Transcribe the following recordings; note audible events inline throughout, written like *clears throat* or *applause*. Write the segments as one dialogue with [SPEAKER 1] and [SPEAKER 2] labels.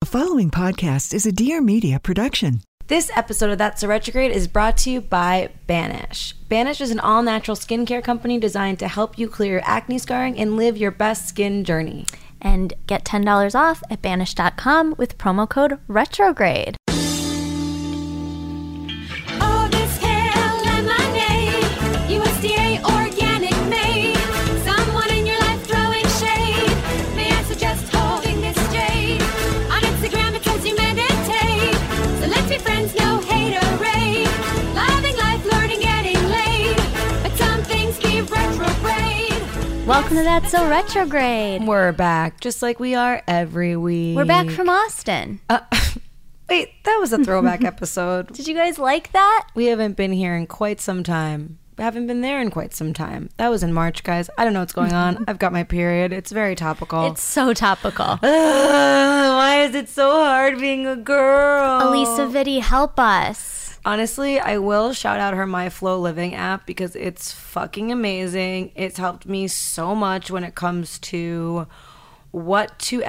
[SPEAKER 1] The following podcast is a Dear Media production.
[SPEAKER 2] This episode of That's a Retrograde is brought to you by Banish. Banish is an all natural skincare company designed to help you clear your acne scarring and live your best skin journey.
[SPEAKER 3] and get $10 off at banish.com with promo code retrograde.
[SPEAKER 4] August Kale Lemonade, USDA organic made. Someone in your life throwing shade. May I suggest holding this jade? On Instagram it says you meditate. So let your friends know hate or rate. Loving life, learning, getting laid. But some things be retrograde.
[SPEAKER 3] Welcome to That's So Retrograde.
[SPEAKER 2] We're back, just like we are every week.
[SPEAKER 3] We're back from Austin.
[SPEAKER 2] Uh, *laughs* wait, that was a
[SPEAKER 3] *laughs*
[SPEAKER 2] throwback episode.
[SPEAKER 3] Did you guys like that?
[SPEAKER 2] We haven't been here in quite some time. We haven't been there in quite some time. That was in March, guys. I don't know what's going on. I've got my period. It's very topical.
[SPEAKER 3] It's so topical.
[SPEAKER 2] Ugh, why is it so hard being a girl?
[SPEAKER 3] Elisa Vitti, help us.
[SPEAKER 2] Honestly, I will shout out her My Flow Living app because it's fucking amazing. It's helped me so much when it comes to what to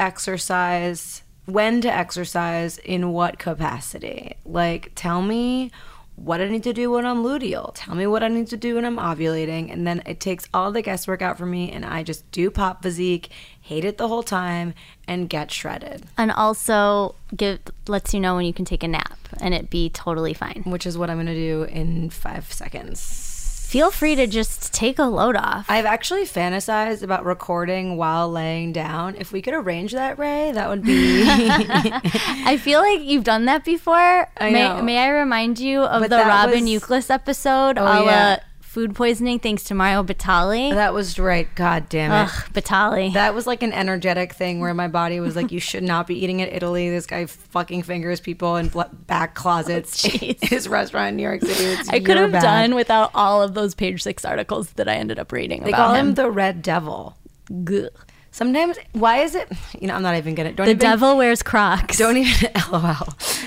[SPEAKER 2] exercise, when to exercise, in what capacity. Like, tell me what I need to do when I'm luteal. Tell me what I need to do when I'm ovulating. And then it takes all the guesswork out for me, and I just do pop physique, hate it the whole time, and get shredded,
[SPEAKER 3] And also give lets you know when you can take a nap and it be totally fine.
[SPEAKER 2] which is what I'm gonna do in five seconds.
[SPEAKER 3] Feel free to just take a load off.
[SPEAKER 2] I've actually fantasized about recording while laying down. If we could arrange that, Ray, that would be.
[SPEAKER 3] I feel like you've done that before.
[SPEAKER 2] I
[SPEAKER 3] may,
[SPEAKER 2] know.
[SPEAKER 3] may I remind you of
[SPEAKER 2] But
[SPEAKER 3] the
[SPEAKER 2] that
[SPEAKER 3] Robin
[SPEAKER 2] was- Oh,
[SPEAKER 3] Euclid episode a la
[SPEAKER 2] yeah.
[SPEAKER 3] food poisoning thanks to Mario Batali?
[SPEAKER 2] that was right. God damn it.
[SPEAKER 3] Ugh, Batali.
[SPEAKER 2] That was like an energetic thing where my body was like, "You should not be eating at Italy. This guy fucking fingers people in bl- back closets.
[SPEAKER 3] jeez.
[SPEAKER 2] His restaurant in New York City. It's
[SPEAKER 5] I could
[SPEAKER 2] your
[SPEAKER 5] have
[SPEAKER 2] bad.
[SPEAKER 5] done without all of those page six articles that I ended up reading
[SPEAKER 2] They
[SPEAKER 5] about
[SPEAKER 2] call him.
[SPEAKER 5] him.
[SPEAKER 2] the Red Devil.
[SPEAKER 5] Gah.
[SPEAKER 2] Sometimes, why is it? You know, I'm not even gonna. Don't
[SPEAKER 3] the
[SPEAKER 2] even,
[SPEAKER 3] devil wears Crocs.
[SPEAKER 2] Don't even *laughs* lol.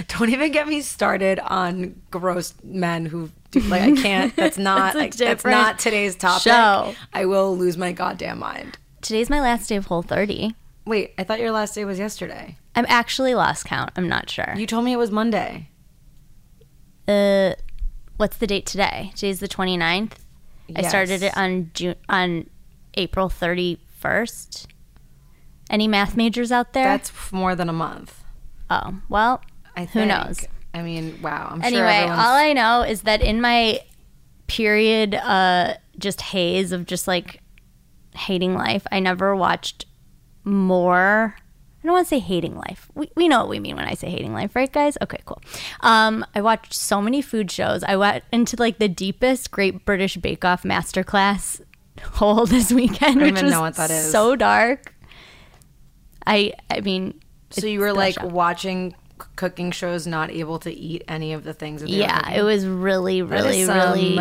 [SPEAKER 2] Don't even get me started on gross men who do like I can't.
[SPEAKER 3] *laughs*
[SPEAKER 2] That's not
[SPEAKER 3] That's a
[SPEAKER 2] like, that's,
[SPEAKER 3] different
[SPEAKER 2] not today's topic.
[SPEAKER 3] show.
[SPEAKER 2] I will lose my goddamn mind.
[SPEAKER 5] e-,
[SPEAKER 3] Today's my last day of Whole 30.
[SPEAKER 2] Wait, I thought your last day was yesterday.
[SPEAKER 3] I'm actually lost count. I'm not sure.
[SPEAKER 2] You told me it was Monday.
[SPEAKER 3] uh, what's the date today? Today's the 29th. I started it
[SPEAKER 2] Yes.
[SPEAKER 3] on June on April 31st. Any math majors out there?
[SPEAKER 2] That's more than a month.
[SPEAKER 3] oh, well,
[SPEAKER 2] I think.
[SPEAKER 3] Who knows?
[SPEAKER 2] I mean, wow. I'm sure
[SPEAKER 3] anyway,
[SPEAKER 2] everyone's
[SPEAKER 3] all I know is that in my period uh just haze of just like hating life, I never watched more I don't want to say hating life. We, we know what we mean when I say hating life, right, guys? Okay, cool. Um, I watched so many food shows. I went into like the deepest Great British Bake Off masterclass *laughs* hole this
[SPEAKER 2] don't
[SPEAKER 3] weekend, which
[SPEAKER 2] even
[SPEAKER 3] was
[SPEAKER 2] know what that is.
[SPEAKER 3] so dark. I I mean,
[SPEAKER 2] so you were like watching c- cooking shows, not able to eat any of the things. That they were
[SPEAKER 3] yeah,
[SPEAKER 2] cooking.
[SPEAKER 3] it was really,
[SPEAKER 2] That
[SPEAKER 3] really,
[SPEAKER 2] is some
[SPEAKER 3] really,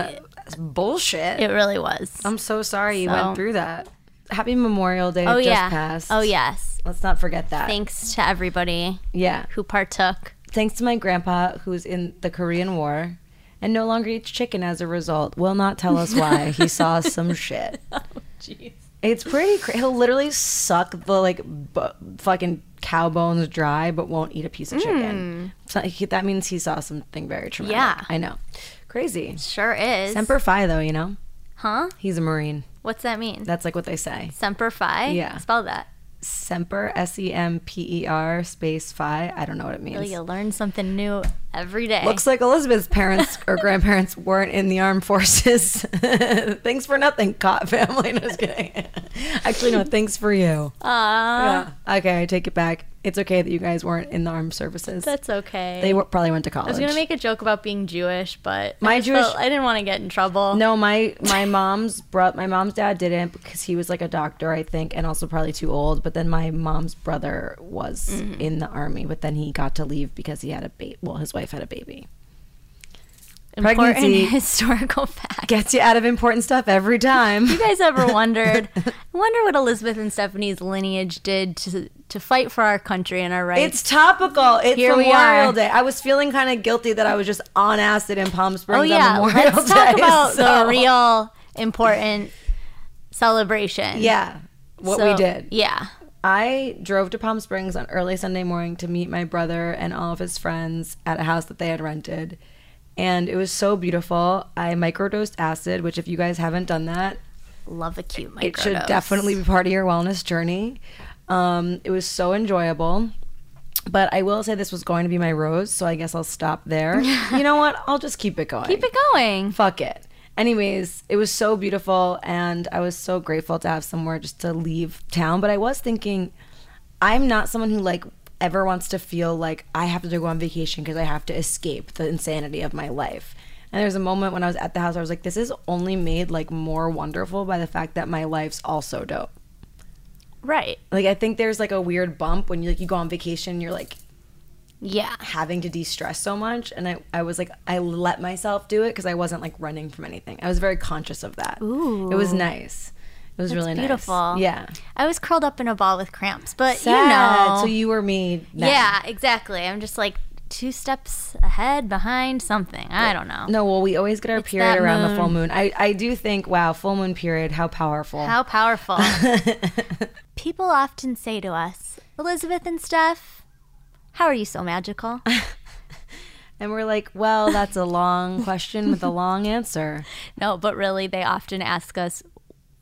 [SPEAKER 2] bullshit.
[SPEAKER 3] it really was.
[SPEAKER 2] I'm so sorry you
[SPEAKER 3] So-
[SPEAKER 2] went through that. Happy Memorial Day
[SPEAKER 3] Oh
[SPEAKER 2] just
[SPEAKER 3] yeah.
[SPEAKER 2] passed.
[SPEAKER 3] Oh yes.
[SPEAKER 2] Let's not forget that.
[SPEAKER 3] Thanks to everybody
[SPEAKER 2] yeah.
[SPEAKER 3] who partook.
[SPEAKER 2] Thanks to my grandpa who's in the Korean War and no longer eats chicken as a result. Will not tell us why.
[SPEAKER 3] *laughs*
[SPEAKER 2] he saw some shit.
[SPEAKER 3] Oh,
[SPEAKER 2] It's pretty cra- he'll literally suck the like bu- fucking cow bones dry but won't eat a piece of chicken. So he, that means he saw something very traumatic.
[SPEAKER 3] Hmm. Yeah.
[SPEAKER 2] I know. Crazy.
[SPEAKER 3] Sure is.
[SPEAKER 2] Semper Fi though, you know.
[SPEAKER 3] huh?
[SPEAKER 2] He's a Marine.
[SPEAKER 3] What's that mean?
[SPEAKER 2] That's like what they say.
[SPEAKER 3] Semper Fi?
[SPEAKER 2] Yeah.
[SPEAKER 3] Spell that.
[SPEAKER 2] Semper, S E M P E R space Phi. I don't know what it means.
[SPEAKER 3] Really, you learn something new every day.
[SPEAKER 2] Looks like Elizabeth's
[SPEAKER 3] *laughs*
[SPEAKER 2] parents or grandparents weren't in the armed forces. *laughs* thanks for nothing, cop family. No, just kidding. *laughs* Actually, no, thanks for you.
[SPEAKER 3] Uh.
[SPEAKER 2] Yeah. Okay, I take it back. It's okay that you guys weren't in the armed services.
[SPEAKER 3] That's okay.
[SPEAKER 2] they were, probably went to
[SPEAKER 3] I
[SPEAKER 2] college.
[SPEAKER 3] was gonna make a joke about being Jewish, but
[SPEAKER 2] My
[SPEAKER 3] I just
[SPEAKER 2] Jewish-
[SPEAKER 3] felt- I didn't want to get in trouble.
[SPEAKER 2] no, my my mom's bro, my mom's dad didn't because he was like a doctor, I think, and also probably too old. But then my mom's brother was
[SPEAKER 3] Mm-hmm.
[SPEAKER 2] in the army, but then he got to leave because he had a baby. Well, his wife had a baby.
[SPEAKER 3] important
[SPEAKER 2] pregnancy-
[SPEAKER 3] *laughs* historical fact.
[SPEAKER 2] gets you out of important stuff every
[SPEAKER 3] *laughs*
[SPEAKER 2] time.
[SPEAKER 3] you guys ever
[SPEAKER 2] *laughs*
[SPEAKER 3] wondered? I wonder what Elizabeth and Stephanie's lineage did to to fight for our country and our rights.
[SPEAKER 2] It's topical. It's
[SPEAKER 3] Here we
[SPEAKER 2] Memorial
[SPEAKER 3] are.
[SPEAKER 2] Day. I was feeling kind of guilty that I was just on acid in Palm Springs
[SPEAKER 3] Oh yeah,
[SPEAKER 2] on Memorial
[SPEAKER 3] let's
[SPEAKER 2] Day.
[SPEAKER 3] talk about
[SPEAKER 2] so-
[SPEAKER 3] the real important celebration.
[SPEAKER 2] yeah, what we
[SPEAKER 3] So,
[SPEAKER 2] did.
[SPEAKER 3] Yeah,
[SPEAKER 2] I drove to Palm Springs on early Sunday morning to meet my brother and all of his friends at a house that they had rented. And it was so beautiful. I microdosed acid, which, if you guys haven't done that,
[SPEAKER 3] Love a cute microdose.
[SPEAKER 2] it should definitely be part of your wellness journey. Um, it was so enjoyable. But I will say this was going to be my rose, so I guess I'll stop
[SPEAKER 3] *laughs*
[SPEAKER 2] there. you know what? I'll just keep it going.
[SPEAKER 3] keep it going.
[SPEAKER 2] Fuck it. Anyways, it was so beautiful, and I was so grateful to have somewhere just to leave town. But I was thinking, I'm not someone who like ever wants to feel like I have to go on vacation because I have to escape the insanity of my life. And there's a moment when I was at the house, I was like, this is only made like more wonderful by the fact that my life's also dope.
[SPEAKER 3] Right.
[SPEAKER 2] Like I think there's like a weird bump when you like you go on vacation, you're like
[SPEAKER 3] Yeah.
[SPEAKER 2] having to de-stress so much and I, I was like i let myself do it because i wasn't like running from anything i was very conscious of that it was nice it was really nice
[SPEAKER 3] beautiful.
[SPEAKER 2] yeah
[SPEAKER 3] I was curled up in a ball with cramps, but
[SPEAKER 2] Sad.
[SPEAKER 3] you know.
[SPEAKER 2] so you were me then.
[SPEAKER 3] yeah, exactly. I'm just like two steps ahead, behind something. I don't know.
[SPEAKER 2] no well we always get our period
[SPEAKER 3] that
[SPEAKER 2] around the full moon I, I do think wow full moon period how powerful *laughs*
[SPEAKER 3] How powerful. People often say to us, Elizabeth and Steph, how are you so magical?
[SPEAKER 2] and we're like well that's a long question with a long answer *laughs*
[SPEAKER 3] no, but really, they often ask us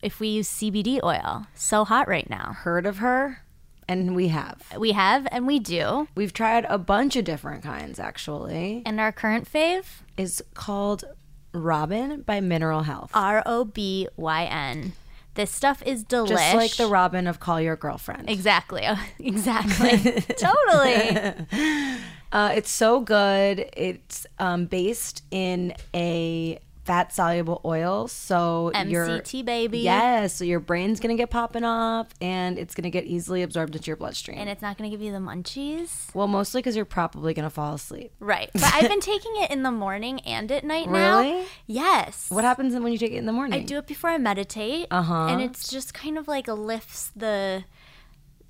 [SPEAKER 3] if we use CBD oil. So hot right now.
[SPEAKER 2] heard of her and we have
[SPEAKER 3] We have and we do.
[SPEAKER 2] we've tried a bunch of different kinds actually
[SPEAKER 3] And our current fave,
[SPEAKER 2] it's called robin by mineral health
[SPEAKER 3] R O B Y N. This stuff is delish.
[SPEAKER 2] Just like the Robin of Call Your Girlfriend.
[SPEAKER 3] Exactly. *laughs*
[SPEAKER 2] *laughs*
[SPEAKER 3] Exactly. totally.
[SPEAKER 2] Uh, it's so good. It's um, based in a fat soluble oil. So your
[SPEAKER 3] MCT baby.
[SPEAKER 2] Yes, so your brain's gonna get popping off, and it's gonna get easily absorbed into your bloodstream.
[SPEAKER 3] And it's not going to give you the munchies.
[SPEAKER 2] well, mostly because you're probably gonna fall asleep.
[SPEAKER 3] Right. But I've been taking it in the morning and
[SPEAKER 2] *laughs*
[SPEAKER 3] at night now.
[SPEAKER 2] Really?
[SPEAKER 3] Yes.
[SPEAKER 2] What happens when you take it in the morning?
[SPEAKER 3] I do it before I meditate. Uh-huh. And it's just kind of like lifts the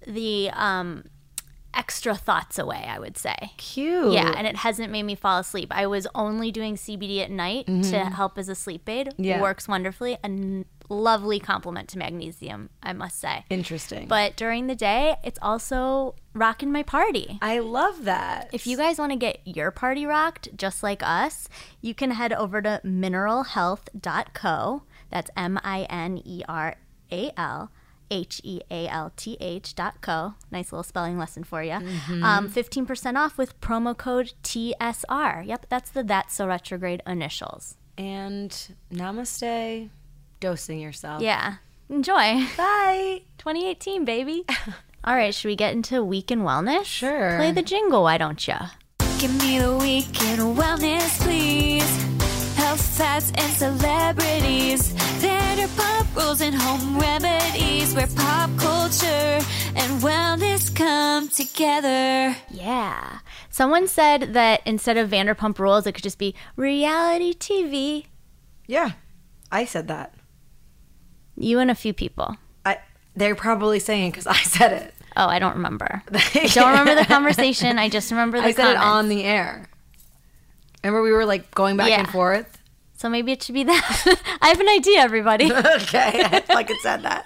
[SPEAKER 3] the um extra thoughts away, I would say.
[SPEAKER 2] Cute.
[SPEAKER 3] Yeah, and it hasn't made me fall asleep. I was only doing CBD at night to help as a sleep aid.
[SPEAKER 2] Yeah.
[SPEAKER 3] Works wonderfully. A n- lovely compliment to magnesium, I must say.
[SPEAKER 2] Interesting.
[SPEAKER 3] But during the day, it's also rocking my party.
[SPEAKER 2] I love that.
[SPEAKER 3] If you guys want to get your party rocked just like us, you can head over to mineralhealth.co. That's M I N E R A L H E A L T H dot co. Nice little spelling lesson for you. Um, 15% off with promo code TSR. Yep, that's the That's So Retrograde initials.
[SPEAKER 2] and namaste, dosing yourself.
[SPEAKER 3] Yeah. Enjoy. *laughs*
[SPEAKER 2] Bye.
[SPEAKER 3] 2018, baby. All right, should we get into week in wellness?
[SPEAKER 2] Sure.
[SPEAKER 3] Play the jingle, why don't you?
[SPEAKER 4] Give me the weekend wellness, please. Health fads and celebrities. Better pop rules and home remedies where pop culture and wellness come together.
[SPEAKER 3] Yeah. Someone said that instead of Vanderpump Rules, it could just be reality TV.
[SPEAKER 2] Yeah, I said that.
[SPEAKER 3] You and a few people.
[SPEAKER 2] I, they're probably saying because I said it.
[SPEAKER 3] Oh, I
[SPEAKER 2] *laughs*
[SPEAKER 3] don't remember. I don't remember the conversation. I just remember the
[SPEAKER 2] I said it on
[SPEAKER 3] comments.
[SPEAKER 2] the air. Remember, we were like going back and
[SPEAKER 3] Yeah.
[SPEAKER 2] forth.
[SPEAKER 3] So maybe it should be that. *laughs* I have an idea, everybody. *laughs* Though
[SPEAKER 2] *laughs* Okay, I fucking said *laughs* that.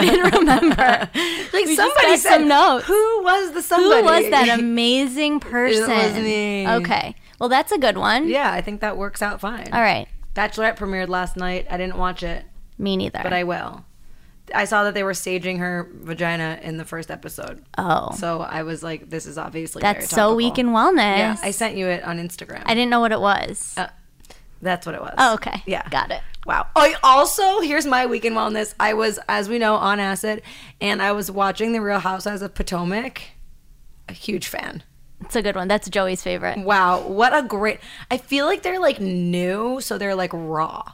[SPEAKER 2] *laughs*
[SPEAKER 3] didn't remember.
[SPEAKER 2] Like
[SPEAKER 3] just
[SPEAKER 2] somebody
[SPEAKER 3] got
[SPEAKER 2] said,
[SPEAKER 3] some notes.
[SPEAKER 2] "Who was the
[SPEAKER 3] Who
[SPEAKER 2] somebody?" *laughs*
[SPEAKER 3] was that amazing person?
[SPEAKER 2] me.
[SPEAKER 3] Okay. Well, that's a good one.
[SPEAKER 2] yeah, I think that works out fine.
[SPEAKER 3] All right.
[SPEAKER 2] Bachelorette premiered last night. I didn't watch it,
[SPEAKER 3] Me neither.
[SPEAKER 2] but I will. I saw that they were staging her vagina in the first episode,
[SPEAKER 3] oh,
[SPEAKER 2] so I was like, "This is obviously very
[SPEAKER 3] that's so weak in
[SPEAKER 2] topical.
[SPEAKER 3] wellness.
[SPEAKER 2] Yeah, I sent you it on Instagram. Uh,
[SPEAKER 3] I didn't know what it was.
[SPEAKER 2] That's what it was.
[SPEAKER 3] oh, okay.
[SPEAKER 2] Yeah.
[SPEAKER 3] Got it.
[SPEAKER 2] Wow. I also, here's my weekend wellness. I was, as we know, on acid and I was watching The Real Housewives of Potomac. A huge fan.
[SPEAKER 3] It's a good one. That's Joey's favorite.
[SPEAKER 2] Wow. What a great. I feel like they're like new, so they're like raw.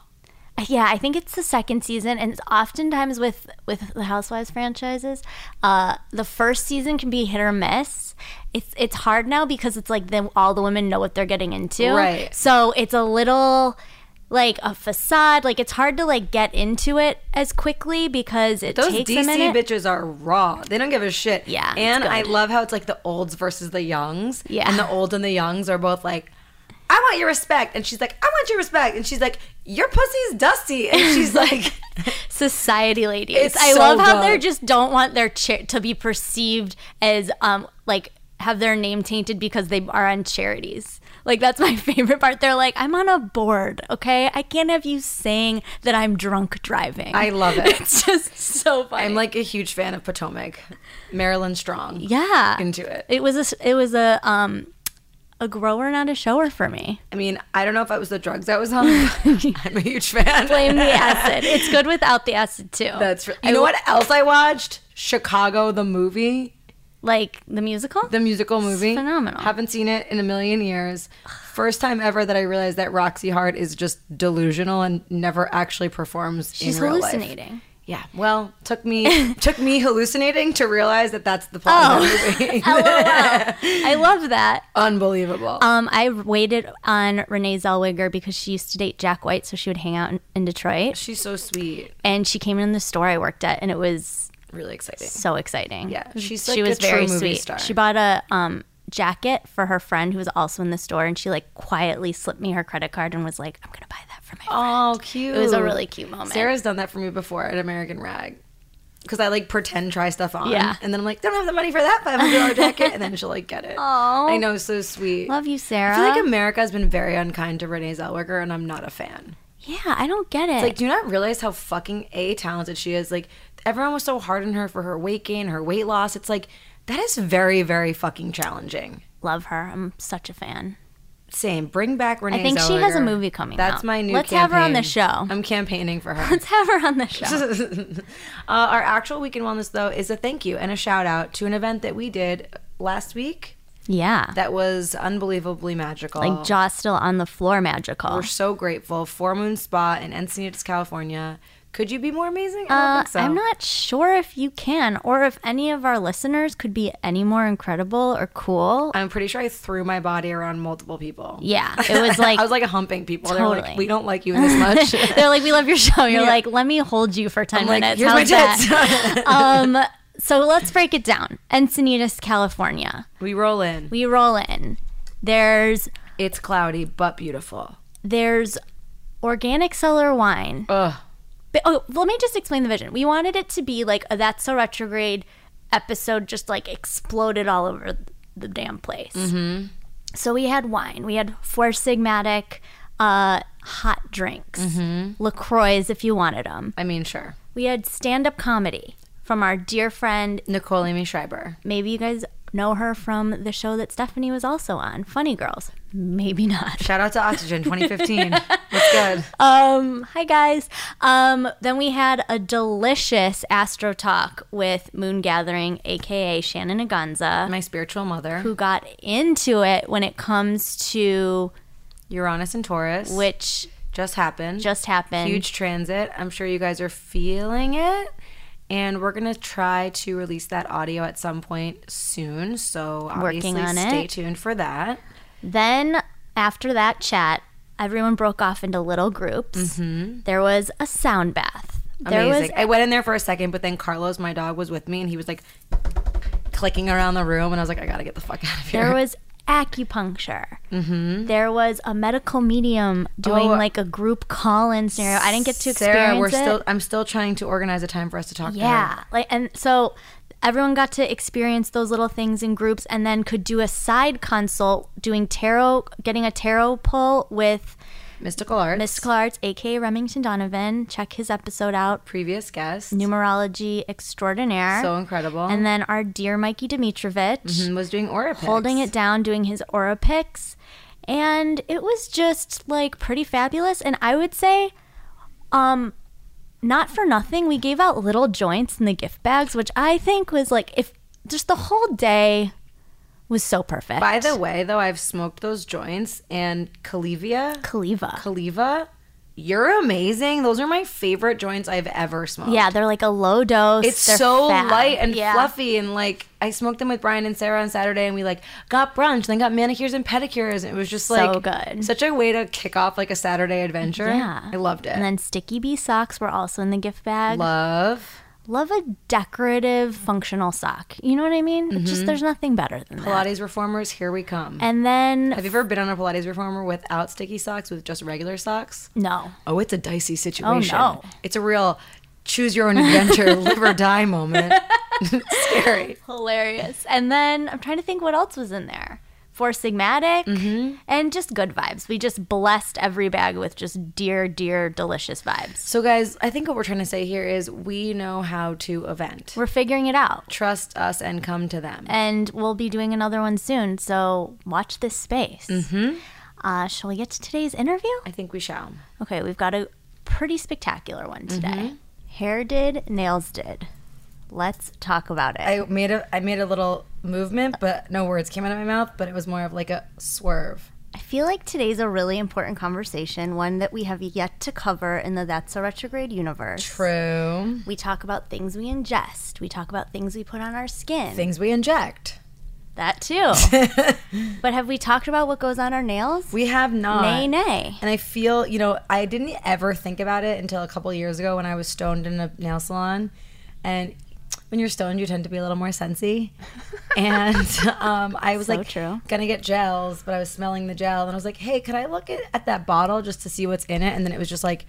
[SPEAKER 3] Yeah, I think it's the second season, and it's oftentimes with with the Housewives franchises, uh, the first season can be hit or miss. It's it's hard now because it's like then all the women know what they're getting into,
[SPEAKER 2] Right.
[SPEAKER 3] So it's a little like a facade. Like it's hard to like get into it as quickly because it
[SPEAKER 2] Those
[SPEAKER 3] takes
[SPEAKER 2] DC
[SPEAKER 3] a minute.
[SPEAKER 2] bitches are raw. They don't give a shit.
[SPEAKER 3] Yeah, it's
[SPEAKER 2] And I
[SPEAKER 3] good.
[SPEAKER 2] love how it's like the olds versus the youngs.
[SPEAKER 3] Yeah.
[SPEAKER 2] And the old and the youngs are both like,
[SPEAKER 3] *laughs*
[SPEAKER 2] I want your respect. And she's like, I want your respect. And she's like, Your pussy's dusty. And she's like,
[SPEAKER 3] society ladies.
[SPEAKER 2] It's
[SPEAKER 3] I
[SPEAKER 2] so
[SPEAKER 3] love how they
[SPEAKER 2] good.
[SPEAKER 3] just don't want their cha- to be perceived as um like have their name tainted because they are on charities. Like that's my *laughs* favorite part. They're like, I'm on a board, okay? I can't have you saying that I'm drunk driving.
[SPEAKER 2] I love it.
[SPEAKER 3] *laughs* it's just so funny.
[SPEAKER 2] I'm like a huge fan of Potomac, Marilyn Strong.
[SPEAKER 3] yeah,
[SPEAKER 2] into it.
[SPEAKER 3] It was a s- it was a um a grower, not a shower for me.
[SPEAKER 2] I mean, I don't know if it was the drugs I was on.
[SPEAKER 3] *laughs*
[SPEAKER 2] but I'm a huge fan. *laughs*
[SPEAKER 3] Blame the acid. It's good without the acid too.
[SPEAKER 2] That's right. You know what else I watched? Chicago the movie,
[SPEAKER 3] like the musical.
[SPEAKER 2] the musical movie.
[SPEAKER 3] phenomenal.
[SPEAKER 2] Haven't seen it in a million years. First time ever that I realized that Roxy Hart is just delusional and never actually performs
[SPEAKER 3] She's
[SPEAKER 2] in real life.
[SPEAKER 3] hallucinating.
[SPEAKER 2] Yeah. Well, took me
[SPEAKER 3] *laughs*
[SPEAKER 2] took me hallucinating to realize that that's the plot
[SPEAKER 3] Oh.
[SPEAKER 2] of
[SPEAKER 3] *laughs*
[SPEAKER 2] the movie.
[SPEAKER 3] I love that.
[SPEAKER 2] *laughs* Unbelievable.
[SPEAKER 3] Um, I waited on Renee Zellweger because she used to date Jack White, so she would hang out in, in Detroit.
[SPEAKER 2] She's so sweet.
[SPEAKER 3] And she came in the store I worked at, and it was
[SPEAKER 2] Really exciting.
[SPEAKER 3] so exciting.
[SPEAKER 2] Yeah, she's
[SPEAKER 3] she
[SPEAKER 2] like
[SPEAKER 3] was
[SPEAKER 2] a true
[SPEAKER 3] very
[SPEAKER 2] movie
[SPEAKER 3] sweet.
[SPEAKER 2] star.
[SPEAKER 3] She bought a um, jacket for her friend who was also in the store, and she like quietly slipped me her credit card and was like, "I'm gonna buy that for my." friend."
[SPEAKER 2] Oh, cute.
[SPEAKER 3] It was a really cute moment.
[SPEAKER 2] Sarah's done that for me before at American Rag. Because I like pretend try stuff on.
[SPEAKER 3] Yeah.
[SPEAKER 2] And then I'm like, don't have the money for that $500 jacket. And then she'll like get it.
[SPEAKER 3] Aw.
[SPEAKER 2] I know, so sweet.
[SPEAKER 3] Love you, Sarah.
[SPEAKER 2] I feel like America has been very unkind to Renee Zellweger, and I'm not a fan.
[SPEAKER 3] yeah, I don't get it.
[SPEAKER 2] Like, do you not realize how fucking A talented she is? Like, everyone was so hard on her for her weight gain, her weight loss. It's like, that is very, very fucking challenging.
[SPEAKER 3] Love her. I'm such a fan. *laughs*
[SPEAKER 2] Same. Bring back Renee
[SPEAKER 3] I think she has a
[SPEAKER 2] Zellweger.
[SPEAKER 3] movie coming
[SPEAKER 2] That's
[SPEAKER 3] out.
[SPEAKER 2] my new
[SPEAKER 3] Let's have her on the
[SPEAKER 2] campaign.
[SPEAKER 3] show.
[SPEAKER 2] I'm campaigning for
[SPEAKER 3] *laughs*
[SPEAKER 2] her.
[SPEAKER 3] Let's have her on the show.
[SPEAKER 2] *laughs* Uh, our actual weekend wellness, though, is a thank you and a shout out to an event that we did last week
[SPEAKER 3] yeah.
[SPEAKER 2] that was unbelievably magical.
[SPEAKER 3] like jaw still on the floor magical.
[SPEAKER 2] We're so grateful. Four Moon Spa in Encinitas, California. Could you be more amazing? I don't
[SPEAKER 3] Uh,
[SPEAKER 2] think so.
[SPEAKER 3] I'm not sure if you can or if any of our listeners could be any more incredible or cool.
[SPEAKER 2] I'm pretty sure I threw my body around multiple people.
[SPEAKER 3] Yeah,
[SPEAKER 2] *laughs*
[SPEAKER 3] it was like
[SPEAKER 2] I was like humping people. They were like,
[SPEAKER 3] Totally.
[SPEAKER 2] we don't like you
[SPEAKER 3] *laughs*
[SPEAKER 2] this much.
[SPEAKER 3] they're like we love your show. You're like let me hold you for 10
[SPEAKER 2] like,
[SPEAKER 3] minutes.
[SPEAKER 2] "Here's my
[SPEAKER 3] How's that?"
[SPEAKER 2] *laughs*
[SPEAKER 3] um so let's break it down. Encinitas, California.
[SPEAKER 2] we roll in.
[SPEAKER 3] We roll in. There's
[SPEAKER 2] It's cloudy but beautiful.
[SPEAKER 3] there's organic cellar wine.
[SPEAKER 2] Ugh.
[SPEAKER 3] But, oh, let me just explain the vision. We wanted it to be like a That's So Retrograde episode, just like exploded all over the damn place. So we had wine, we had four sigmatic uh, hot drinks, LaCroix if you wanted them.
[SPEAKER 2] I mean, sure.
[SPEAKER 3] We had stand up comedy from our dear friend.
[SPEAKER 2] Nicole Amy Schreiber.
[SPEAKER 3] Maybe you guys know her from the show that Stephanie was also on, Funny Girls. Maybe not.
[SPEAKER 2] Shout out to Oxygen
[SPEAKER 3] *laughs*
[SPEAKER 2] 2015. What's good?
[SPEAKER 3] Um, hi guys. Um, then we had a delicious Astro Talk with Moon Gathering, aka Shannon Aganza,
[SPEAKER 2] My spiritual mother.
[SPEAKER 3] who got into it when it comes to
[SPEAKER 2] Uranus and Taurus,
[SPEAKER 3] which
[SPEAKER 2] just happened.
[SPEAKER 3] just happened.
[SPEAKER 2] huge transit. I'm sure you guys are feeling it. And we're gonna try to release that audio at some point soon. So obviously
[SPEAKER 3] Working on
[SPEAKER 2] stay
[SPEAKER 3] it.
[SPEAKER 2] tuned for that.
[SPEAKER 3] Then after that chat, everyone broke off into little groups. There was a sound bath. There
[SPEAKER 2] Mm-hmm.
[SPEAKER 3] was
[SPEAKER 2] Amazing. *laughs* I went in there for a second, but then Carlos, my dog, was with me and he was like clicking around the room and I was like, I gotta get the fuck out of here.
[SPEAKER 3] there was acupuncture. Mm-hmm. There was a medical medium doing
[SPEAKER 2] Oh.
[SPEAKER 3] like a group call-in scenario. I didn't get to experience
[SPEAKER 2] Sarah, we're
[SPEAKER 3] it.
[SPEAKER 2] still I'm still trying to organize a time for us to talk to her.
[SPEAKER 3] Yeah. Like and so everyone got to experience those little things in groups and then could do a side consult doing tarot getting a tarot pull with
[SPEAKER 2] Mystical Arts.
[SPEAKER 3] Mystical Arts, aka Remington Donovan. Check his episode out.
[SPEAKER 2] previous guest.
[SPEAKER 3] Numerology extraordinaire.
[SPEAKER 2] so incredible.
[SPEAKER 3] and then our dear Mikey Dimitrovich
[SPEAKER 2] and was doing aura pics.
[SPEAKER 3] holding it down, doing his aura picks. And it was just like pretty fabulous. And I would say, um, not for nothing, we gave out little joints in the gift bags, which I think was like if just the whole day was so perfect.
[SPEAKER 2] By the way, though, I've smoked those joints and Calivia,
[SPEAKER 3] Kaliva.
[SPEAKER 2] Caliva, you're amazing. Those are my favorite joints I've ever smoked.
[SPEAKER 3] yeah, they're like a low dose.
[SPEAKER 2] It's
[SPEAKER 3] they're
[SPEAKER 2] so
[SPEAKER 3] fab.
[SPEAKER 2] light and
[SPEAKER 3] Yeah.
[SPEAKER 2] fluffy and like I smoked them with Brian and Sarah on Saturday and we like got brunch, then got manicures and pedicures and it was just like
[SPEAKER 3] So good.
[SPEAKER 2] Such a way to kick off like a Saturday adventure.
[SPEAKER 3] Yeah.
[SPEAKER 2] I loved it.
[SPEAKER 3] And then Sticky Bee socks were also in the gift bag.
[SPEAKER 2] Love.
[SPEAKER 3] love a decorative functional sock. You know what I mean? It's
[SPEAKER 2] Mm-hmm.
[SPEAKER 3] just there's nothing better than that.
[SPEAKER 2] Pilates reformers, here we come.
[SPEAKER 3] And then
[SPEAKER 2] Have you ever been on a Pilates reformer without sticky socks, with just regular socks?
[SPEAKER 3] no.
[SPEAKER 2] Oh, it's a dicey situation.
[SPEAKER 3] no.
[SPEAKER 2] It's a real choose your own *laughs* adventure, live or die moment. Scary.
[SPEAKER 3] Hilarious. And then I'm trying to think what else was in there. Four Sigmatic
[SPEAKER 2] Mm-hmm.
[SPEAKER 3] and just good vibes. We just blessed every bag with just dear, dear, delicious vibes.
[SPEAKER 2] *laughs* So, guys, I think what we're trying to say here is we know how to event.
[SPEAKER 3] We're figuring it out.
[SPEAKER 2] Trust us and come to them.
[SPEAKER 3] And we'll be doing another one soon. So watch this space. Mm-hmm. Uh, shall we get to today's interview?
[SPEAKER 2] I think we shall.
[SPEAKER 3] Okay, we've got a pretty spectacular one
[SPEAKER 2] Mm-hmm.
[SPEAKER 3] today. Hair did, nails did. Let's talk about it.
[SPEAKER 2] I made a I made a little movement, but no words came out of my mouth. But it was more of like a swerve.
[SPEAKER 3] I feel like today's a really important conversation, one that we have yet to cover in the That's a Retrograde universe.
[SPEAKER 2] True.
[SPEAKER 3] We talk about things we ingest, we talk about things we put on our skin.
[SPEAKER 2] Things we inject.
[SPEAKER 3] that too. but have we talked about what goes on our nails?
[SPEAKER 2] We have not.
[SPEAKER 3] nay, nay.
[SPEAKER 2] And I feel, you know, I didn't ever think about it until a couple years ago when I was stoned in a nail salon. And when you're stoned, you tend to be a little more
[SPEAKER 3] *laughs*
[SPEAKER 2] sensy. And um, I was
[SPEAKER 3] So
[SPEAKER 2] like,
[SPEAKER 3] true.
[SPEAKER 2] gonna get gels, but I was smelling the gel, and I was like, hey, could I look at, at that bottle just to see what's in it? And then it was just like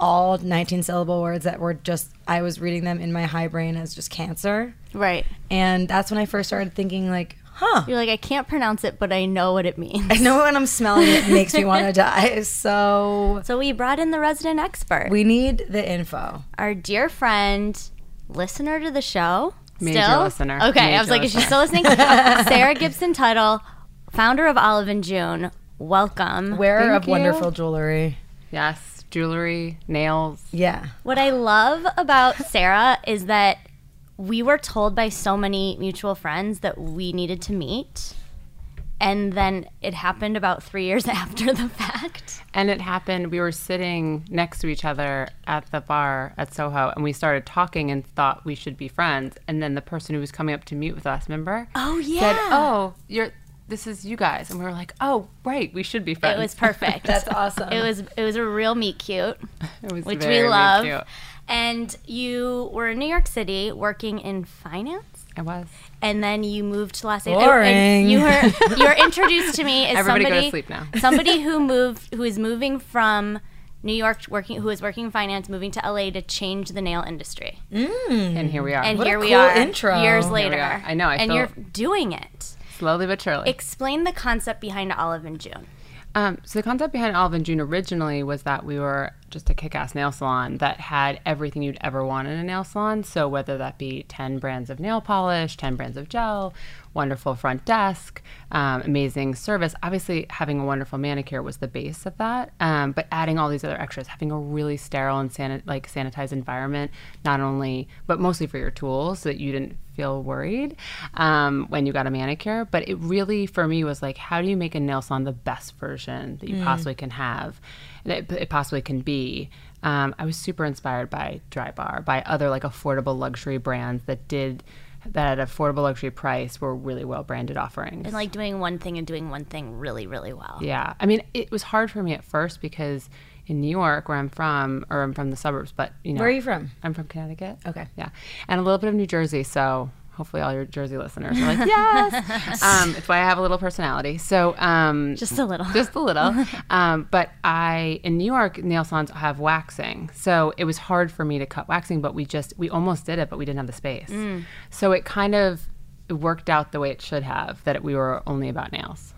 [SPEAKER 2] all 19 syllable words that were just, I was reading them in my high brain as just cancer.
[SPEAKER 3] Right.
[SPEAKER 2] And that's when I first started thinking, like, huh.
[SPEAKER 3] You're like, I can't pronounce it, but I know what it means.
[SPEAKER 2] I *laughs* know when I'm smelling it, it makes me want
[SPEAKER 3] *laughs*
[SPEAKER 2] to die. So
[SPEAKER 3] So we brought in the resident expert,
[SPEAKER 2] We need the info.
[SPEAKER 3] our dear friend, listener to the show.
[SPEAKER 6] Major
[SPEAKER 3] still?
[SPEAKER 6] listener.
[SPEAKER 3] Okay, I
[SPEAKER 6] Major
[SPEAKER 3] was like, is she still listening? Sarah Gibson Tuttle, founder of Olive and June. Welcome.
[SPEAKER 2] Wearer
[SPEAKER 6] Thank
[SPEAKER 2] of
[SPEAKER 6] you.
[SPEAKER 2] wonderful jewelry.
[SPEAKER 6] Yes, jewelry, nails.
[SPEAKER 2] Yeah.
[SPEAKER 3] What I love about Sarah is that we were told by so many mutual friends that we needed to meet. And then it happened about three years *laughs* after the fact.
[SPEAKER 6] And it happened, we were sitting next to each other at the bar at Soho, and we started talking and thought we should be friends. And then the person who was coming up to meet with us, remember?
[SPEAKER 3] Oh, yeah.
[SPEAKER 6] Said, oh, you're. This is you guys, and we were like, "Oh, right, we should be friends." *laughs*
[SPEAKER 3] It was perfect.
[SPEAKER 2] That's awesome.
[SPEAKER 3] It was it was a real meet cute,
[SPEAKER 6] It was
[SPEAKER 3] which
[SPEAKER 6] very
[SPEAKER 3] we love.
[SPEAKER 6] cute.
[SPEAKER 3] And you were in New York City working in finance,
[SPEAKER 6] It was.
[SPEAKER 3] and then you moved to Los Angeles.
[SPEAKER 2] Boring.
[SPEAKER 3] You
[SPEAKER 2] *laughs*
[SPEAKER 3] were you were introduced to me as
[SPEAKER 6] Everybody go to
[SPEAKER 3] somebody
[SPEAKER 6] sleep now. *laughs*
[SPEAKER 3] somebody who moved who is moving from New York working who is working in finance, moving to LA to change the nail industry.
[SPEAKER 6] And here we are,
[SPEAKER 3] Mm-hmm.
[SPEAKER 2] Mm,
[SPEAKER 3] And
[SPEAKER 2] What a
[SPEAKER 3] here we
[SPEAKER 2] cool
[SPEAKER 3] are
[SPEAKER 2] intro.
[SPEAKER 3] years
[SPEAKER 2] Here we
[SPEAKER 3] later.
[SPEAKER 6] are. I know, I
[SPEAKER 3] and
[SPEAKER 6] feel-
[SPEAKER 3] you're doing it.
[SPEAKER 6] slowly but surely.
[SPEAKER 3] Explain the concept behind Olive and June.
[SPEAKER 6] Um, so the concept behind Olive and June originally was that we were just a kick-ass nail salon that had everything you'd ever want in a nail salon. So whether that be ten brands of nail polish, ten brands of gel, wonderful front desk, um, amazing service. Obviously, having a wonderful manicure was the base of that. Um, but adding all these other extras, having a really sterile and sanit- like sanitized environment, not only but mostly for your tools, so that you didn't feel worried um, when you got a manicure. But it really, for me, was like, how do you make a nail salon the best version that you
[SPEAKER 2] Mm.
[SPEAKER 6] possibly can have, that it, it possibly can be? Um, I was super inspired by Dry Bar, by other like affordable luxury brands that did that at affordable luxury price were really well branded offerings.
[SPEAKER 3] And like doing one thing and doing one thing really, really well.
[SPEAKER 6] Yeah. I mean, it was hard for me at first because in New York, where I'm from, or I'm from the suburbs, but you know.
[SPEAKER 2] Where are you from?
[SPEAKER 6] I'm from Connecticut.
[SPEAKER 2] Okay.
[SPEAKER 6] Yeah. And a little bit of New Jersey. So hopefully all your Jersey listeners are
[SPEAKER 3] *laughs*
[SPEAKER 6] like, yes. um, it's why I have a little personality. So um,
[SPEAKER 3] Just a little.
[SPEAKER 6] just
[SPEAKER 3] *laughs*
[SPEAKER 6] a little. um, but I in New York nail salons have waxing, so it was hard for me to cut waxing. But we just we almost did it, but we didn't have the space.
[SPEAKER 3] Mm.
[SPEAKER 6] So it kind of worked out the way it should have that we were only about nails.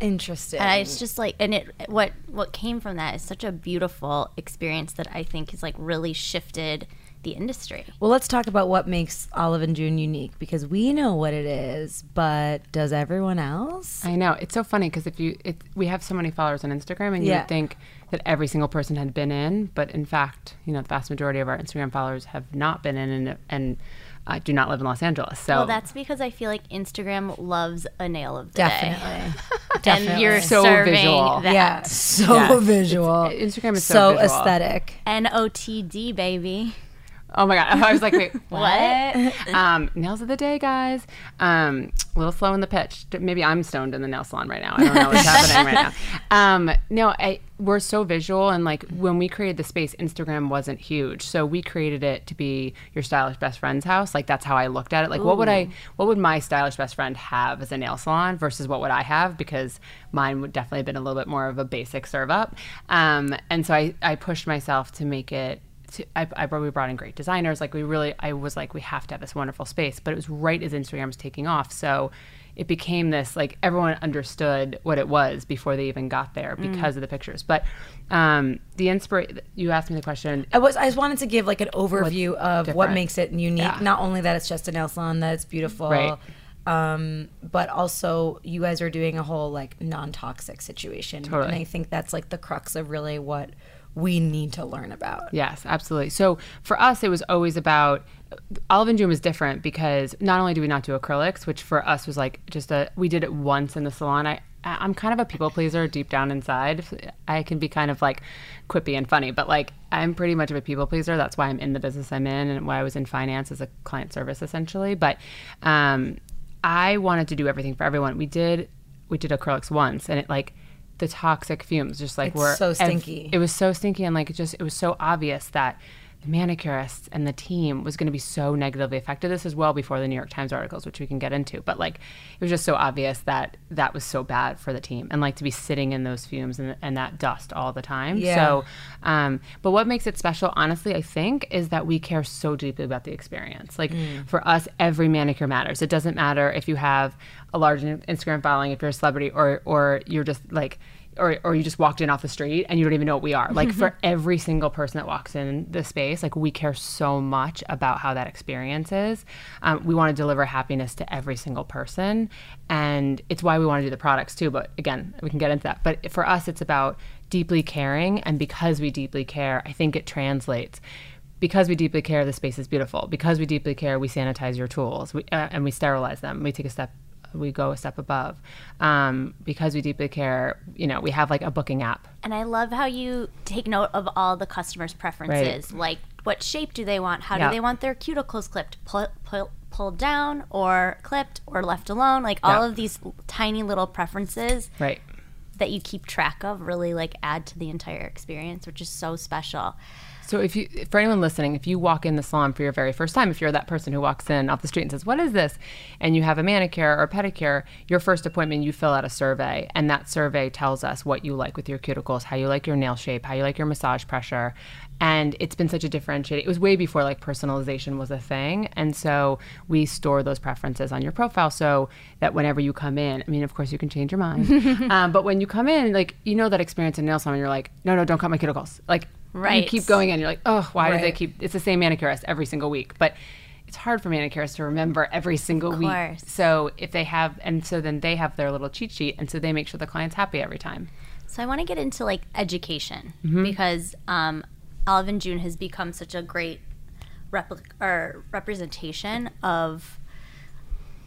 [SPEAKER 2] Interesting.
[SPEAKER 3] And it's just like, and it what what came from that is such a beautiful experience that I think has like really shifted the industry.
[SPEAKER 2] well, let's talk about what makes Olive and June unique because we know what it is, but does everyone else?
[SPEAKER 6] I know it's so funny because if you it, we have so many followers on Instagram, and you
[SPEAKER 2] Yeah.
[SPEAKER 6] would think that every single person had been in, but in fact, you know, the vast majority of our Instagram followers have not been in, and and uh, do not live in Los Angeles. So
[SPEAKER 3] Well, that's because I feel like Instagram loves a nail of the day,
[SPEAKER 2] Definitely.
[SPEAKER 3] *laughs* and you're
[SPEAKER 6] So
[SPEAKER 3] serving
[SPEAKER 6] visual.
[SPEAKER 3] that.
[SPEAKER 2] Yeah. So visual.
[SPEAKER 6] Instagram is so visual.
[SPEAKER 2] aesthetic.
[SPEAKER 3] NOTD baby. *laughs*
[SPEAKER 6] Oh my god! *laughs* I was like, wait,
[SPEAKER 3] What?
[SPEAKER 6] what? um, nails of the day, guys. Um, a little slow in the pitch. Maybe I'm stoned in the nail salon right now. I don't know what's happening right now. Um, no, I, we're so visual, and like when we created the space, Instagram wasn't huge, so we created it to be your stylish best friend's house. Like that's how I looked at it. Like what would I, what would my stylish best friend have as a nail salon versus what would I have because mine would definitely have been a little bit more of a basic serve up. Um, and so I, I pushed myself to make it to, I, I brought, we brought in great designers. Like we really, I was like, we have to have this wonderful space. But it was right as Instagram was taking off, so it became this like everyone understood what it was before they even got there because of the pictures. But um, the inspira you asked me the question.
[SPEAKER 2] I was I just wanted to give like an overview of what
[SPEAKER 6] different.
[SPEAKER 2] makes it unique.
[SPEAKER 6] Yeah.
[SPEAKER 2] Not only that it's just a nail salon that it's beautiful,
[SPEAKER 6] Right.
[SPEAKER 2] um, but also you guys are doing a whole like non toxic situation, and
[SPEAKER 6] Totally.
[SPEAKER 2] I think that's like the crux of really what we need to learn about.
[SPEAKER 6] Yes, absolutely. So for us, it was always about Olive and June was different because not only do we not do acrylics, which for us was like just a we did it once in the salon. I I- I'm kind of a people pleaser deep down inside. I can be kind of like quippy and funny, but like I'm pretty much of a people pleaser. That's why I'm in the business I'm in and why I was in finance as a client service essentially. But um, I wanted to do everything for everyone. We did we did acrylics once, and it like the toxic fumes just like were
[SPEAKER 2] so
[SPEAKER 6] ev-
[SPEAKER 2] stinky.
[SPEAKER 6] it was so stinky and like it just it was so obvious that the manicurists and the team was going to be so negatively affected this is well before the new york times articles which we can get into but like it was just so obvious that that was so bad for the team and like to be sitting in those fumes and, and that dust all the time
[SPEAKER 2] Yeah.
[SPEAKER 6] so um, but what makes it special honestly i think is that we care so deeply about the experience like for us every manicure matters it doesn't matter if you have a large in- instagram following if you're a celebrity or or you're just like or, or you just walked in off the street and you don't even know what we are. Like for every single person that walks in the space, like we care so much about how that experience is. Um, we want to deliver happiness to every single person, and it's why we want to do the products too. But again, we can get into that. But for us, it's about deeply caring, and because we deeply care, I think it translates because we deeply care, the space is beautiful. Because we deeply care, we sanitize your tools we, uh, and we sterilize them. We take a step, we go a step above. Um, because we deeply care, you know, we have like a booking app.
[SPEAKER 3] And I love how you take note of all the customers' preferences. Like, what shape do they want? How
[SPEAKER 6] Yeah.
[SPEAKER 3] do they want their cuticles clipped, pull, pull, pulled down, or clipped, or left alone? Like, all
[SPEAKER 6] Yeah.
[SPEAKER 3] of these tiny little preferences
[SPEAKER 6] Right.
[SPEAKER 3] that you keep track of really like add to the entire experience, which is so special.
[SPEAKER 6] So if you, for anyone listening, if you walk in the salon for your very first time, if you're that person who walks in off the street and says, "What is this?" and you have a manicure or a pedicure, your first appointment, you fill out a survey, and that survey tells us what you like with your cuticles, how you like your nail shape, how you like your massage pressure, and it's been such a differentiator. It was way before like personalization was a thing, and so we store those preferences on your profile so that whenever you come in, I mean, of course you can change your mind, um, but when you come in, like you know that experience in nail salon, you're like, "No, no, don't cut my cuticles," like. You
[SPEAKER 3] Right.
[SPEAKER 6] keep going going in, you're like, oh, why did they keep? It's the same manicurist every single week, but it's hard for manicurists to remember every single week.
[SPEAKER 3] course.
[SPEAKER 6] So if they have, and so then they have their little cheat sheet, and so they make sure the client's happy every time.
[SPEAKER 3] So I want to get into like education
[SPEAKER 6] Mm-hmm.
[SPEAKER 3] because um, Olive and June has become such a great repli- or representation of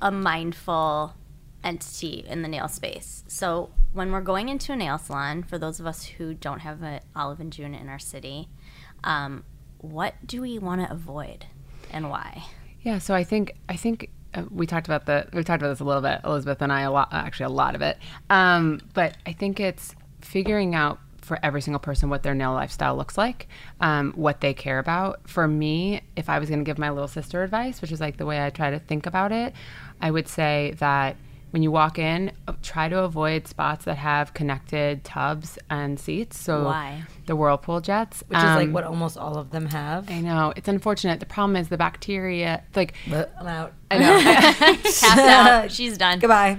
[SPEAKER 3] a mindful entity in the nail space. So when we're going into a nail salon, for those of us who don't have an Olive and June in our city, um, what do we want to avoid and why?
[SPEAKER 6] Yeah, so I think I think uh, we talked about the we talked about this a little bit, Elizabeth and I a lot, actually a lot of it. Um, but I think it's figuring out for every single person what their nail lifestyle looks like, um, what they care about. For me, if I was going to give my little sister advice, which is like the way I try to think about it, I would say that when you walk in, uh, try to avoid spots that have connected tubs and seats. So
[SPEAKER 3] Why?
[SPEAKER 6] the whirlpool jets,
[SPEAKER 2] Which is like what almost all of them have.
[SPEAKER 6] Um, I know it's unfortunate. The problem is the bacteria. Like
[SPEAKER 2] But I'm out.
[SPEAKER 6] *laughs* I know.
[SPEAKER 3] Pass out. *laughs* She's done.
[SPEAKER 2] *laughs* Goodbye.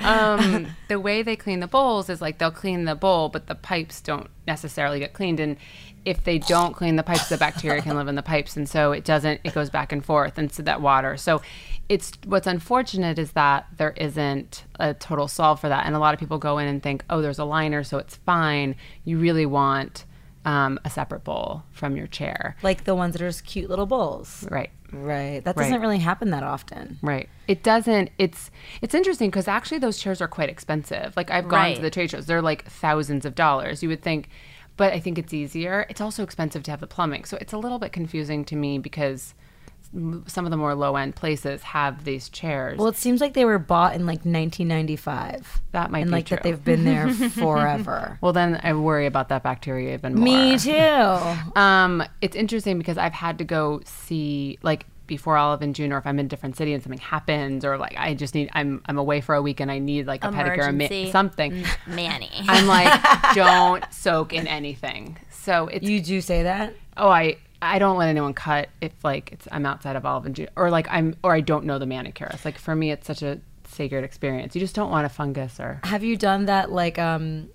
[SPEAKER 2] *laughs*
[SPEAKER 6] um, the way they clean the bowls is like they'll clean the bowl, but the pipes don't necessarily get cleaned. And if they don't clean the pipes, the bacteria can live in the pipes, and so it doesn't. It goes back and forth into that water. So it's what's unfortunate is that there isn't a total solve for that, and a lot of people go in and think, oh, there's a liner, so it's fine. You really want um, a separate bowl from your chair,
[SPEAKER 2] like the ones that are just cute little bowls.
[SPEAKER 6] right?
[SPEAKER 2] Right. That
[SPEAKER 6] Right.
[SPEAKER 2] doesn't really happen that often.
[SPEAKER 6] Right. It doesn't. It's it's interesting because actually those chairs are quite expensive. Like I've gone to
[SPEAKER 3] Right.
[SPEAKER 6] the trade shows; they're like thousands of dollars. You would think, but I think it's easier. It's also expensive to have the plumbing, so it's a little bit confusing to me because m- some of the more low end places have these chairs.
[SPEAKER 2] Well, it seems like they were bought in like 1995.
[SPEAKER 6] That might
[SPEAKER 2] and
[SPEAKER 6] be
[SPEAKER 2] like that
[SPEAKER 6] true.
[SPEAKER 2] they've been
[SPEAKER 6] *laughs*
[SPEAKER 2] there forever.
[SPEAKER 6] Well, then I worry about that bacteria even more.
[SPEAKER 2] Me too.
[SPEAKER 6] Um, it's interesting because I've had to go see like before Olive in June, or if I'm in a different city and something happens, or like I just need I'm I'm away for a week and I need like a pedicure, a ma-
[SPEAKER 3] Emergency.
[SPEAKER 6] something.
[SPEAKER 2] Mm.
[SPEAKER 3] Manny.
[SPEAKER 2] *laughs*
[SPEAKER 6] I'm like, don't soak in anything. So it's
[SPEAKER 2] You do say that?
[SPEAKER 6] oh I. I don't let anyone cut if like it's I'm outside of Olive and June or like I'm or I don't know the manicurist. Like for me, it's such a sacred experience. You just don't want a fungus or
[SPEAKER 2] Have you done that like um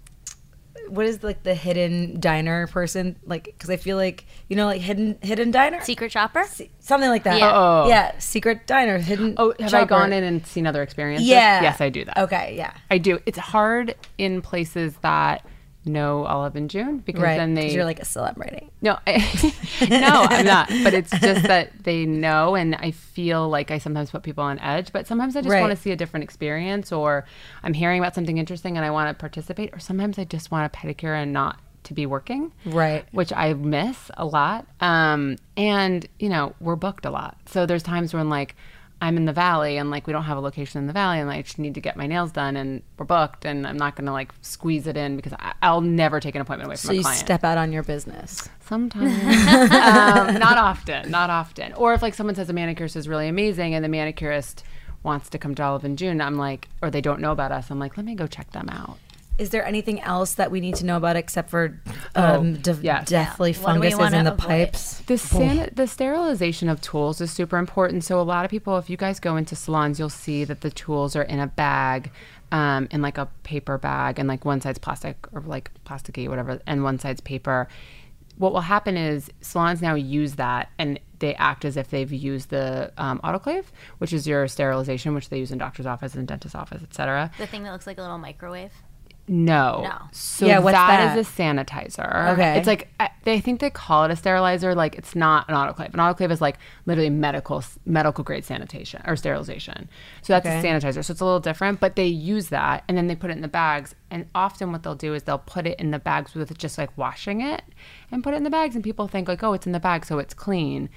[SPEAKER 2] what is like the hidden diner person like cuz I feel like you know like hidden hidden diner
[SPEAKER 3] Secret shopper?
[SPEAKER 2] Se- something like that.
[SPEAKER 3] Yeah.
[SPEAKER 6] Oh.
[SPEAKER 2] Yeah, secret diner, hidden
[SPEAKER 6] oh have I
[SPEAKER 2] shopper.
[SPEAKER 6] gone in and seen other experiences?
[SPEAKER 2] Yeah.
[SPEAKER 6] yes I do that.
[SPEAKER 2] Okay, yeah.
[SPEAKER 6] I do. It's hard in places that know Olive and June because
[SPEAKER 2] Right.
[SPEAKER 6] then
[SPEAKER 2] 'cause
[SPEAKER 6] they
[SPEAKER 2] you're like a celebrity.
[SPEAKER 6] no, *laughs* I, no, I'm not. But it's just that they know, and I feel like I sometimes put people on edge. But sometimes I just
[SPEAKER 2] Right.
[SPEAKER 6] want to see a different experience, or I'm hearing about something interesting and I want to participate, or sometimes I just want a pedicure and not to be working,
[SPEAKER 2] Right.
[SPEAKER 6] Which I miss a lot. Um, and you know we're booked a lot, so there's times when like. I'm in the valley and like we don't have a location in the valley and I just need to get my nails done and we're booked and I'm not gonna like squeeze it in because I, I'll never take an appointment away from
[SPEAKER 2] So
[SPEAKER 6] a
[SPEAKER 2] you
[SPEAKER 6] client.
[SPEAKER 2] step out on your business.
[SPEAKER 6] Sometimes. um, not often. Not often. Or if like someone says a manicurist is really amazing and the manicurist wants to come to Olive in June, I'm like, or they don't know about us, I'm like, let me go check them out.
[SPEAKER 2] Is there anything else that we need to know about except for
[SPEAKER 6] Oh,
[SPEAKER 2] um, de-
[SPEAKER 6] yes.
[SPEAKER 2] deathly
[SPEAKER 3] What do we
[SPEAKER 2] funguses
[SPEAKER 3] wanna
[SPEAKER 2] in the
[SPEAKER 3] avoid?
[SPEAKER 2] pipes?
[SPEAKER 6] The, san- the sterilization of tools is super important. So a lot of people, if you guys go into salons, you'll see that the tools are in a bag, um, in like a paper bag, and like one side's plastic or like plasticky, whatever, and one side's paper. What will happen is salons now use that, and they act as if they've used the um, autoclave, which is your sterilization, which they use in doctor's office and dentist's office, etc.
[SPEAKER 3] The thing that looks like a little microwave.
[SPEAKER 6] No.
[SPEAKER 3] No.
[SPEAKER 6] So
[SPEAKER 2] Yeah, what's
[SPEAKER 6] that
[SPEAKER 2] that?
[SPEAKER 6] is a sanitizer.
[SPEAKER 2] Okay.
[SPEAKER 6] It's like I, they think they call it a sterilizer. Like it's not an autoclave. An autoclave is like literally medical medical grade sanitation or sterilization. So that's
[SPEAKER 2] Okay.
[SPEAKER 6] a sanitizer. So it's a little different, but they use that and then they put it in the bags. And often what they'll do is they'll put it in the bags with just like washing it and put it in the bags. And people think like, oh, it's in the bag, so it's clean.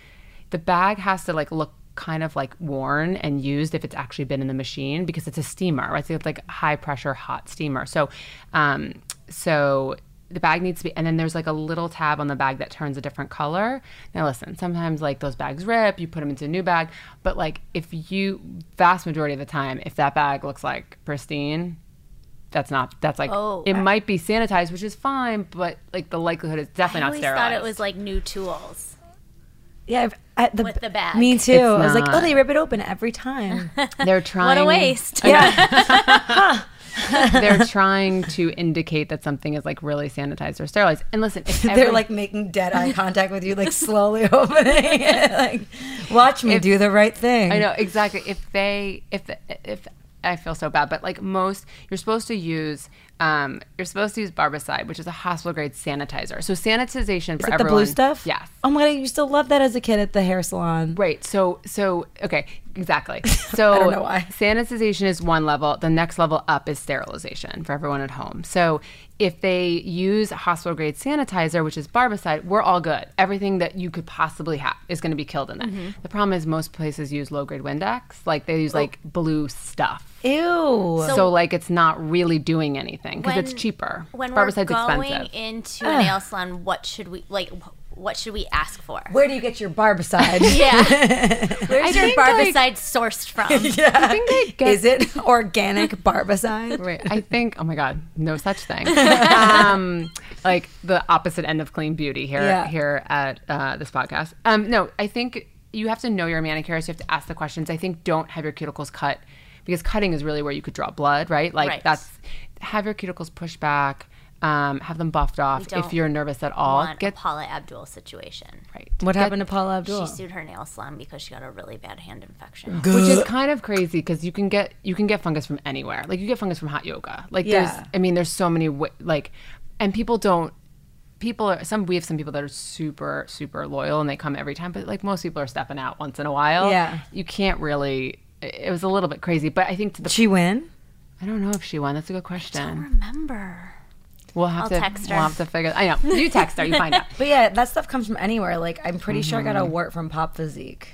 [SPEAKER 6] The bag has to like look kind of like worn and used if it's actually been in the machine because it's a steamer, right? So it's like high pressure hot steamer. So, um, so the bag needs to be, and then there's like a little tab on the bag that turns a different color. Now, listen, sometimes like those bags rip, you put them into a new bag, but like if you, vast majority of the time, if that bag looks like pristine, that's not, that's like,
[SPEAKER 3] Oh.
[SPEAKER 6] it might be sanitized, which is fine, but like the likelihood is definitely
[SPEAKER 3] I
[SPEAKER 6] not
[SPEAKER 3] always
[SPEAKER 6] sterilized.
[SPEAKER 3] thought it was like new tools.
[SPEAKER 2] Yeah, I've- I, the,
[SPEAKER 3] With the bag.
[SPEAKER 2] Me too.
[SPEAKER 6] It's
[SPEAKER 2] I was like, oh,
[SPEAKER 6] not.
[SPEAKER 2] they rip it open every *laughs* time.
[SPEAKER 6] They're
[SPEAKER 3] What
[SPEAKER 6] trying.
[SPEAKER 3] a waste.
[SPEAKER 6] *laughs* they're
[SPEAKER 3] *laughs*
[SPEAKER 6] trying to indicate that something is like really sanitized or sterilized. And listen, if
[SPEAKER 2] They're
[SPEAKER 6] every-
[SPEAKER 2] like making dead *laughs* eye contact with you, like slowly *laughs* opening it. Like, watch me do the right thing.
[SPEAKER 6] I know exactly. If they, if if I feel so bad, but like most, you're supposed to use, um, you're supposed to use barbicide, which is a hospital grade sanitizer. So sanitization for
[SPEAKER 2] Like
[SPEAKER 6] everyone.
[SPEAKER 2] the blue stuff?
[SPEAKER 6] Yes.
[SPEAKER 2] Oh my God, I used to love that as a kid at the hair salon.
[SPEAKER 6] Right. So so okay,
[SPEAKER 3] *laughs*
[SPEAKER 6] exactly. So
[SPEAKER 2] don't know why.
[SPEAKER 6] sanitization is one level. The next level up is sterilization for everyone at home. So if they use hospital grade sanitizer, which is barbicide, we're all good. Everything that you could possibly have is going to be killed in that.
[SPEAKER 3] Mm-hmm.
[SPEAKER 6] The problem is most places use low grade Windex, like they use like blue stuff.
[SPEAKER 2] Ew.
[SPEAKER 6] So, like it's not really doing anything because it's cheaper.
[SPEAKER 3] When
[SPEAKER 6] Barbicide's
[SPEAKER 3] we're going
[SPEAKER 6] expensive.
[SPEAKER 3] into a nail salon, what should we like? wh- What should we ask for?
[SPEAKER 2] Where do you get your *laughs* barbicide?
[SPEAKER 3] Yeah, where's your
[SPEAKER 6] think, like-
[SPEAKER 3] barbicide sourced
[SPEAKER 6] *laughs*
[SPEAKER 3] from?
[SPEAKER 6] I think they get
[SPEAKER 2] Is it *laughs* organic barbicide?
[SPEAKER 6] Right. I think. Oh my God, no such
[SPEAKER 3] *laughs*
[SPEAKER 6] thing. um, like the opposite end of clean beauty here
[SPEAKER 2] Yeah.
[SPEAKER 6] here at uh, this podcast. Um, no, I think you have to know your manicurist. You have to ask the questions. I think don't have your cuticles cut because cutting is really where you could draw blood. Right. Like
[SPEAKER 3] Right.
[SPEAKER 6] that's have your cuticles pushed back. Um, have them buffed off if
[SPEAKER 3] don't
[SPEAKER 6] you're nervous at all.
[SPEAKER 3] on a
[SPEAKER 6] Get
[SPEAKER 3] Paula Abdul situation.
[SPEAKER 6] right.
[SPEAKER 2] What happened to Paula Abdul?
[SPEAKER 3] She sued her nail salon because she got a really bad hand infection.
[SPEAKER 6] which is kind of crazy because you can get you can get fungus from anywhere. Like you get fungus from hot yoga. Like
[SPEAKER 2] Yeah.
[SPEAKER 6] there's, I mean, there's so many wa- like, and people don't. People are some. We have some people that are super super loyal and they come every time, but like most people are stepping out once in a while.
[SPEAKER 2] Yeah.
[SPEAKER 6] you can't really. It it was a little bit crazy, but I think to the.
[SPEAKER 2] She win?
[SPEAKER 6] I don't know if she won. That's a good question.
[SPEAKER 3] Remember,
[SPEAKER 6] We'll have
[SPEAKER 3] I'll
[SPEAKER 6] to
[SPEAKER 3] text her.
[SPEAKER 6] We'll have to figure. I know
[SPEAKER 3] *laughs*
[SPEAKER 6] you text her. You find out.
[SPEAKER 3] Mm-hmm.
[SPEAKER 2] But yeah, that stuff comes from anywhere. Like, I'm pretty sure I got a wart from Pop Physique.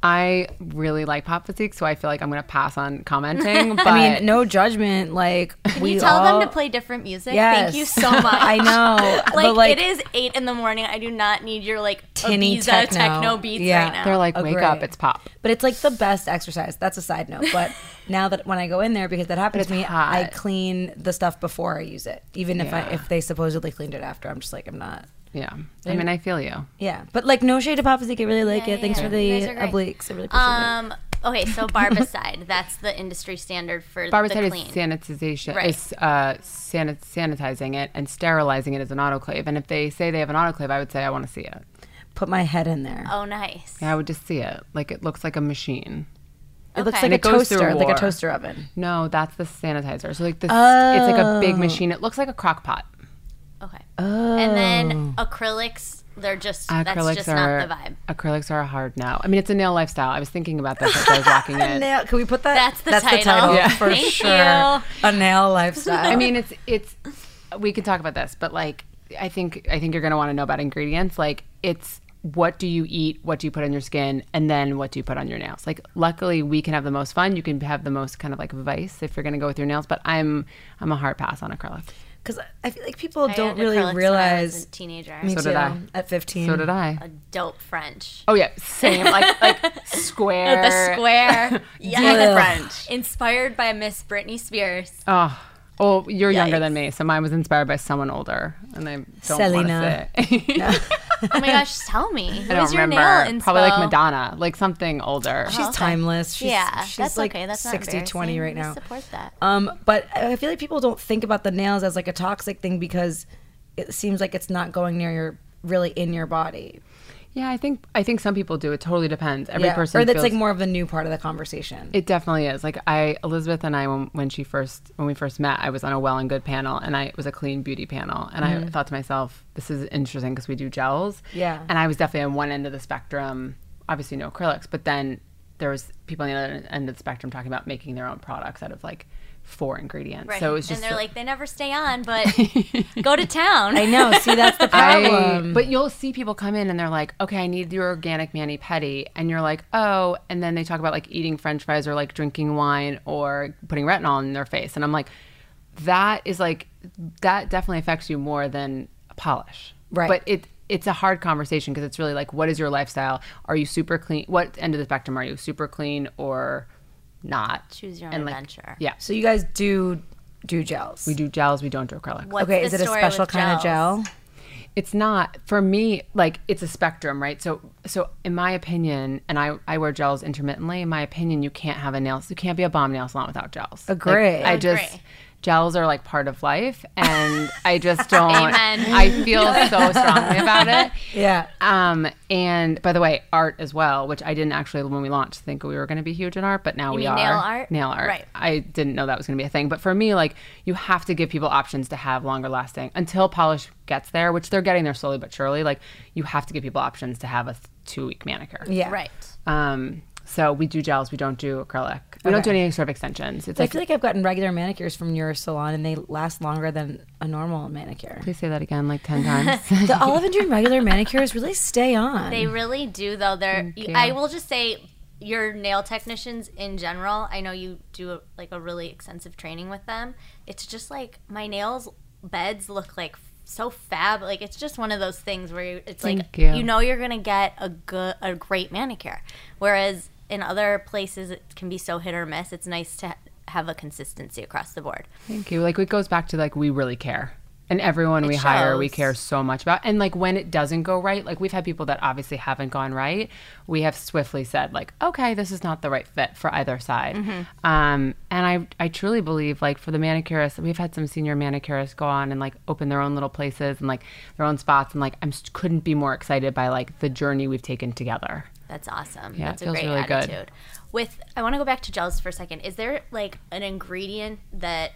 [SPEAKER 6] I really like Pop Physique, so I feel like I'm going to pass on commenting. But
[SPEAKER 2] *laughs* I mean, no judgment. Like
[SPEAKER 3] Can
[SPEAKER 2] we
[SPEAKER 3] *laughs* you tell
[SPEAKER 2] all-
[SPEAKER 3] them to play different music?
[SPEAKER 2] Yes.
[SPEAKER 3] Thank
[SPEAKER 2] *laughs*
[SPEAKER 3] you so much.
[SPEAKER 2] I
[SPEAKER 3] *laughs*
[SPEAKER 2] know, but,
[SPEAKER 3] Like,
[SPEAKER 2] like-
[SPEAKER 3] it is eight in the morning. I do not need your like
[SPEAKER 2] Tinny
[SPEAKER 3] Ibiza
[SPEAKER 2] techno.
[SPEAKER 3] techno. beats
[SPEAKER 2] Yeah.
[SPEAKER 3] right now.
[SPEAKER 6] they're like, wake up,
[SPEAKER 2] Agree.
[SPEAKER 6] it's pop.
[SPEAKER 2] But it's like the best exercise. That's a side note.
[SPEAKER 3] *laughs*
[SPEAKER 2] But now that when I go in there, because that happens to me,
[SPEAKER 6] hot.
[SPEAKER 2] I clean the stuff before I use it. Even if I
[SPEAKER 6] Yeah.
[SPEAKER 2] if they supposedly cleaned it after, I'm just like I'm not.
[SPEAKER 6] Yeah. I mean, I feel you.
[SPEAKER 2] Yeah, but like no shade to Papa Zeke. I really like it. Thanks for
[SPEAKER 3] You
[SPEAKER 2] the
[SPEAKER 3] guys are great.
[SPEAKER 2] obliques. I really appreciate it.
[SPEAKER 3] um. Okay, so
[SPEAKER 6] *laughs*
[SPEAKER 3] barbicide. that's the industry standard for the
[SPEAKER 6] Barbicide
[SPEAKER 3] clean.
[SPEAKER 6] is sanitization.
[SPEAKER 3] Right.
[SPEAKER 6] Is uh, sanit- sanitizing it and sterilizing it as an autoclave. And if they say they have an autoclave, I would say I want to see it.
[SPEAKER 2] Put my head in there.
[SPEAKER 3] oh, nice.
[SPEAKER 6] I would just see it. Like it looks like a machine.
[SPEAKER 2] It looks
[SPEAKER 3] okay.
[SPEAKER 2] like
[SPEAKER 3] And
[SPEAKER 2] a
[SPEAKER 6] it goes through
[SPEAKER 2] toaster,
[SPEAKER 6] a
[SPEAKER 2] like
[SPEAKER 6] war.
[SPEAKER 2] a toaster oven.
[SPEAKER 6] No, that's the sanitizer. So like this, it's like a big
[SPEAKER 3] Oh.
[SPEAKER 6] machine. It looks like a crock pot.
[SPEAKER 3] Okay. And then
[SPEAKER 2] Oh.
[SPEAKER 3] acrylics. They're just. that's just
[SPEAKER 6] are
[SPEAKER 3] not the vibe.
[SPEAKER 6] acrylics are a hard no. I mean, it's a nail lifestyle. I was thinking about this as I
[SPEAKER 3] *laughs*
[SPEAKER 6] was walking in.
[SPEAKER 2] Nail, can we put that?
[SPEAKER 3] That's the
[SPEAKER 2] That's the
[SPEAKER 3] title.
[SPEAKER 2] title
[SPEAKER 3] Yeah.
[SPEAKER 2] for
[SPEAKER 3] *laughs* Thank
[SPEAKER 2] sure.
[SPEAKER 3] you.
[SPEAKER 2] A nail lifestyle.
[SPEAKER 6] I *laughs* mean, it's it's. We can talk about this, but like, I think I think you're gonna want to know about ingredients. Like, it's what do you eat, what do you put on your skin, and then what do you put on your nails. Like, luckily, we can have the most fun. You can have the most kind of like vice if you're gonna go with your nails. But I'm I'm a hard pass on acrylic.
[SPEAKER 2] because I feel like people
[SPEAKER 3] I
[SPEAKER 2] don't
[SPEAKER 3] had acrylics when I was
[SPEAKER 2] really
[SPEAKER 3] a
[SPEAKER 2] realize.
[SPEAKER 3] teenager.
[SPEAKER 2] Me
[SPEAKER 6] So
[SPEAKER 2] too.
[SPEAKER 6] did I.
[SPEAKER 2] At 15.
[SPEAKER 6] So did I.
[SPEAKER 3] Dope French.
[SPEAKER 6] Oh yeah, same. *laughs*
[SPEAKER 3] *laughs*
[SPEAKER 6] Like like square.
[SPEAKER 3] The
[SPEAKER 6] *laughs*
[SPEAKER 3] square.
[SPEAKER 6] Deep
[SPEAKER 3] yeah.
[SPEAKER 6] French.
[SPEAKER 3] Inspired by Miss Britney Spears.
[SPEAKER 2] *laughs*
[SPEAKER 6] Oh. Oh, you're younger than me, so mine was inspired by someone older, and I don't want
[SPEAKER 2] Selena.
[SPEAKER 6] to say. *laughs*
[SPEAKER 3] Oh my gosh, tell me. Who
[SPEAKER 6] I don't
[SPEAKER 3] was your
[SPEAKER 6] remember.
[SPEAKER 3] nail inspo?
[SPEAKER 6] Probably like Madonna, like something older.
[SPEAKER 2] She's timeless. She's,
[SPEAKER 3] yeah,
[SPEAKER 2] she's
[SPEAKER 3] that's
[SPEAKER 2] like
[SPEAKER 3] okay. That's not
[SPEAKER 2] 60 20
[SPEAKER 3] embarrassing.
[SPEAKER 2] right
[SPEAKER 3] We
[SPEAKER 2] now.
[SPEAKER 3] Support that.
[SPEAKER 2] Um, but I feel like people don't think about the nails as like a toxic thing because it seems like it's not going near your really in your body.
[SPEAKER 6] Yeah, I think I think some people do. It totally depends. Every
[SPEAKER 2] Yeah.
[SPEAKER 6] person
[SPEAKER 2] or that's
[SPEAKER 6] feels,
[SPEAKER 2] like more of the new part of the conversation.
[SPEAKER 6] It definitely is. Like I, Elizabeth and I, when, when she first when we first met, I was on a Well and Good panel, and I it was a clean beauty panel, and I thought to myself, this is interesting because we do gels.
[SPEAKER 2] Mm-hmm. Yeah.
[SPEAKER 6] And I was definitely on one end of the spectrum. Obviously, no acrylics, but then there was people on the other end of the spectrum talking about making their own products out of like four ingredients.
[SPEAKER 3] Right.
[SPEAKER 6] So it was just
[SPEAKER 3] and they're like, they never
[SPEAKER 2] *laughs*
[SPEAKER 3] stay on, but go to town.
[SPEAKER 2] I know. See, that's the
[SPEAKER 6] *laughs* I,
[SPEAKER 2] problem.
[SPEAKER 6] but you'll see people come in and they're like, okay, I need your organic mani pedi. And you're like, oh. And then they talk about like eating french fries or like drinking wine or putting retinol in their face. And I'm like, that is like, that definitely affects you more than a polish.
[SPEAKER 2] Right.
[SPEAKER 6] But it, it's a hard conversation because it's really like, what is your lifestyle? Are you super clean? What end of the spectrum are you? Super clean or not?
[SPEAKER 3] Choose your own
[SPEAKER 6] And, like,
[SPEAKER 3] adventure.
[SPEAKER 6] Yeah.
[SPEAKER 2] so you guys do do gels.
[SPEAKER 6] We do gels, we don't do acrylic.
[SPEAKER 3] What's
[SPEAKER 2] okay,
[SPEAKER 3] the
[SPEAKER 2] is it a
[SPEAKER 3] story
[SPEAKER 2] special
[SPEAKER 3] with
[SPEAKER 2] kind of
[SPEAKER 3] gels?
[SPEAKER 2] gel?
[SPEAKER 6] it's not for me like it's a spectrum right so so in my opinion and i i wear gels intermittently in my opinion you can't have a nail you can't be a bomb nail salon without gels Like,
[SPEAKER 2] Agree.
[SPEAKER 6] i just
[SPEAKER 3] Agree.
[SPEAKER 6] gels are like part of life and
[SPEAKER 3] *laughs*
[SPEAKER 6] i just don't
[SPEAKER 3] Amen.
[SPEAKER 6] i feel
[SPEAKER 3] *laughs*
[SPEAKER 6] so strongly about it
[SPEAKER 2] Yeah.
[SPEAKER 3] Uh,
[SPEAKER 6] um and by the way art as well which i didn't actually when we launched think we were going to be huge in art but now we
[SPEAKER 3] mean
[SPEAKER 6] are
[SPEAKER 3] nail art?
[SPEAKER 6] nail art
[SPEAKER 3] Right.
[SPEAKER 6] I didn't know that was going to be a thing. But for me, like you have to give people options to have longer lasting until polish gets there, which they're getting there slowly but surely. Like you have to give people options to have a two week manicure.
[SPEAKER 2] Yeah.
[SPEAKER 3] Right.
[SPEAKER 6] Um. So we do gels. We don't do acrylic. We don't do any sort of extensions. It's
[SPEAKER 2] I
[SPEAKER 6] like,
[SPEAKER 2] feel like I've gotten regular manicures from your salon and they last longer than a normal manicure.
[SPEAKER 6] please say that again like
[SPEAKER 3] *laughs*
[SPEAKER 6] ten times.
[SPEAKER 2] The Olive and June regular manicures really stay on.
[SPEAKER 6] Mm.
[SPEAKER 3] They really do, though. They're. you- I will just say, your nail technicians in general. I know you do a, like a really extensive training with them. It's just like my nails beds look like so fab. Like it's just one of those things where you- it's like
[SPEAKER 6] Thank you.
[SPEAKER 3] you know you're gonna get a good, a great manicure. Whereas in other places it can be so hit or miss. It's nice to ha- have a consistency across the board.
[SPEAKER 6] Thank you. Like it goes back to like we really care. And everyone we hire, we
[SPEAKER 3] shows.
[SPEAKER 6] care so much about. And like when it doesn't go right, like we've had people that obviously haven't gone right. We have swiftly said like, okay, this is not the right fit for either side. Um, and I, I truly believe like for the manicurists, we've had some senior manicurists go on and like open their own little places and like their own spots. And like I couldn't be more excited by like the journey we've taken together.
[SPEAKER 3] That's awesome.
[SPEAKER 6] Yeah, it
[SPEAKER 3] That's a
[SPEAKER 6] feels
[SPEAKER 3] great
[SPEAKER 6] really good.
[SPEAKER 3] attitude. With I want to go back to gels for a second. Is there like an ingredient that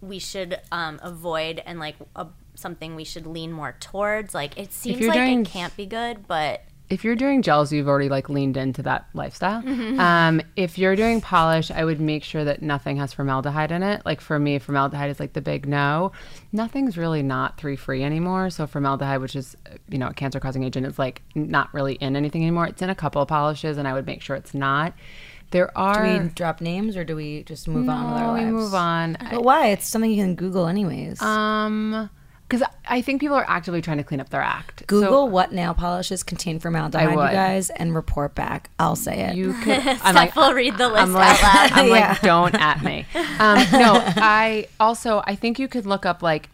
[SPEAKER 3] we should um, avoid and like a, something we should lean more towards? Like it seems
[SPEAKER 6] you're
[SPEAKER 3] like
[SPEAKER 6] doing-
[SPEAKER 3] it can't be good, but
[SPEAKER 6] if you're doing gels, you've already like leaned into that lifestyle. Um, if you're doing polish, I would make sure that nothing has formaldehyde in it. Like for me, formaldehyde is like the big no. Nothing's really not three free anymore. So formaldehyde, which is uh, you know a cancer causing agent, is like not really in anything anymore. It's in a couple of polishes, and I would make sure it's not. There are.
[SPEAKER 2] Do we drop names or do we just move on with our
[SPEAKER 6] we
[SPEAKER 2] lives?
[SPEAKER 6] move on.
[SPEAKER 2] But why? It's something you can Google anyways.
[SPEAKER 6] Um, because I think people are actively trying to clean up their act. So
[SPEAKER 2] Google what nail polishes contain formaldehyde,
[SPEAKER 6] I
[SPEAKER 2] you
[SPEAKER 6] would.
[SPEAKER 2] guys, and report back. I'll say it.
[SPEAKER 6] you
[SPEAKER 3] *laughs*
[SPEAKER 6] could. I'm
[SPEAKER 3] Steph
[SPEAKER 6] like,
[SPEAKER 3] will read the
[SPEAKER 2] *laughs*
[SPEAKER 3] list
[SPEAKER 6] I'm like,
[SPEAKER 3] out loud.
[SPEAKER 6] I'm like, don't at me. Um, no, I also I think you could look up like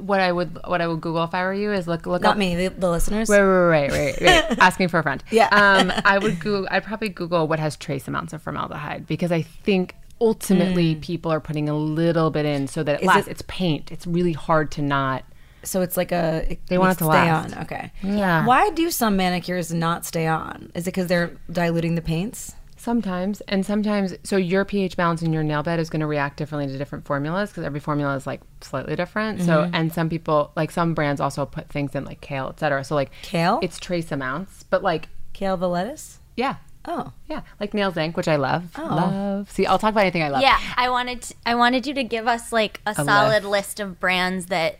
[SPEAKER 6] what I would what I would Google if I were you is look look
[SPEAKER 2] Not
[SPEAKER 6] up
[SPEAKER 2] me, the, the listeners.
[SPEAKER 6] Right, right,
[SPEAKER 2] *laughs*
[SPEAKER 6] right, right, right. Asking for a friend.
[SPEAKER 2] Yeah.
[SPEAKER 6] Um, I
[SPEAKER 2] *laughs*
[SPEAKER 6] would Google. I'd probably Google what has trace amounts of formaldehyde because I think ultimately people are putting a little bit in so that it
[SPEAKER 2] Mm. Is
[SPEAKER 6] lasts.
[SPEAKER 2] it-
[SPEAKER 6] it's paint. It's really hard to not.
[SPEAKER 2] So it's like a it
[SPEAKER 6] They want
[SPEAKER 2] needs
[SPEAKER 6] it to
[SPEAKER 2] stay
[SPEAKER 6] last.
[SPEAKER 2] on. Okay.
[SPEAKER 6] Yeah.
[SPEAKER 2] Why do some manicures not stay on? Is it because they're diluting the paints?
[SPEAKER 6] Sometimes, and sometimes, so your pH balance in your nail bed is going to react differently to different formulas because every formula is like slightly different. So, and some people, like some brands, also put things in like kale, etc. So, like
[SPEAKER 2] Kale?
[SPEAKER 6] it's trace amounts, but like
[SPEAKER 2] Kale the lettuce?
[SPEAKER 6] yeah,
[SPEAKER 2] Oh.
[SPEAKER 6] yeah, like nail zinc, which I love, love. See, I'll talk about anything I love.
[SPEAKER 3] Yeah, I wanted t I wanted you to give us like a, solid list of brands that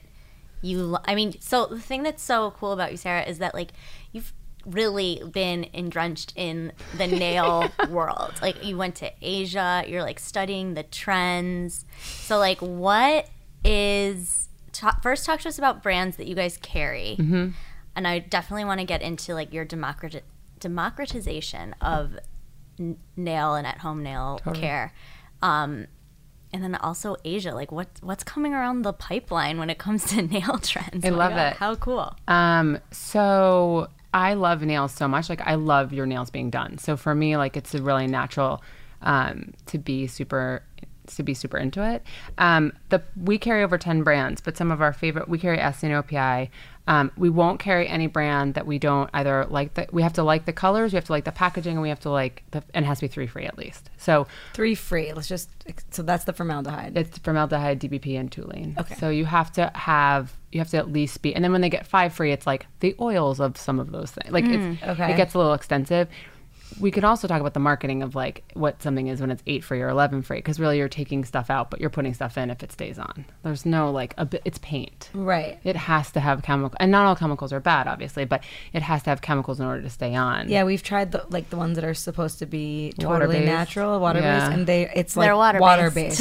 [SPEAKER 3] you. Lo- I mean, so the thing that's so cool about you, Sarah, is that like you've really been drenched in the nail world. Like you went to Asia, you're like studying the trends. So like, what is ta- first? Talk to us about brands that you guys carry, and I definitely want to get into like your democrat democratization of n- nail and at home nail care. Um, and then also Asia, like what what's coming around the pipeline when it comes to *laughs* nail trends? I
[SPEAKER 6] love it.
[SPEAKER 3] How cool!
[SPEAKER 6] Um, so I love nails so much. Like I love your nails being done. So for me, like it's a really natural um, to be super to be super into it. Um, the we carry over ten brands, but some of our favorite we carry SNOPI. Um, we won't carry any brand that we don't either like. The, we have to like the colors, we have to like the packaging, and we have to like the and it has to be three free at least. So
[SPEAKER 2] Three free. Let's just. So that's the formaldehyde.
[SPEAKER 6] it's formaldehyde, DBP, and toluene.
[SPEAKER 2] Okay.
[SPEAKER 6] So you have to have you have to at least be, and then when they get five free, it's like the oils of some of those things. Like it's,
[SPEAKER 2] Mm, okay.
[SPEAKER 6] it gets a little extensive. We could also talk about the marketing of like what something is when it's eight free or eleven free, because really you're taking stuff out, but you're putting stuff in if it stays on. There's no like a bit. It's paint.
[SPEAKER 2] Right.
[SPEAKER 6] It has to have chemical, and not all chemicals are bad, obviously, but it has to have chemicals in order to stay on.
[SPEAKER 2] Yeah, we've tried the like the ones that are supposed to be totally
[SPEAKER 6] Water-based.
[SPEAKER 2] natural, water based,
[SPEAKER 6] Yeah.
[SPEAKER 2] and they it's
[SPEAKER 3] They're
[SPEAKER 2] like
[SPEAKER 3] water-based.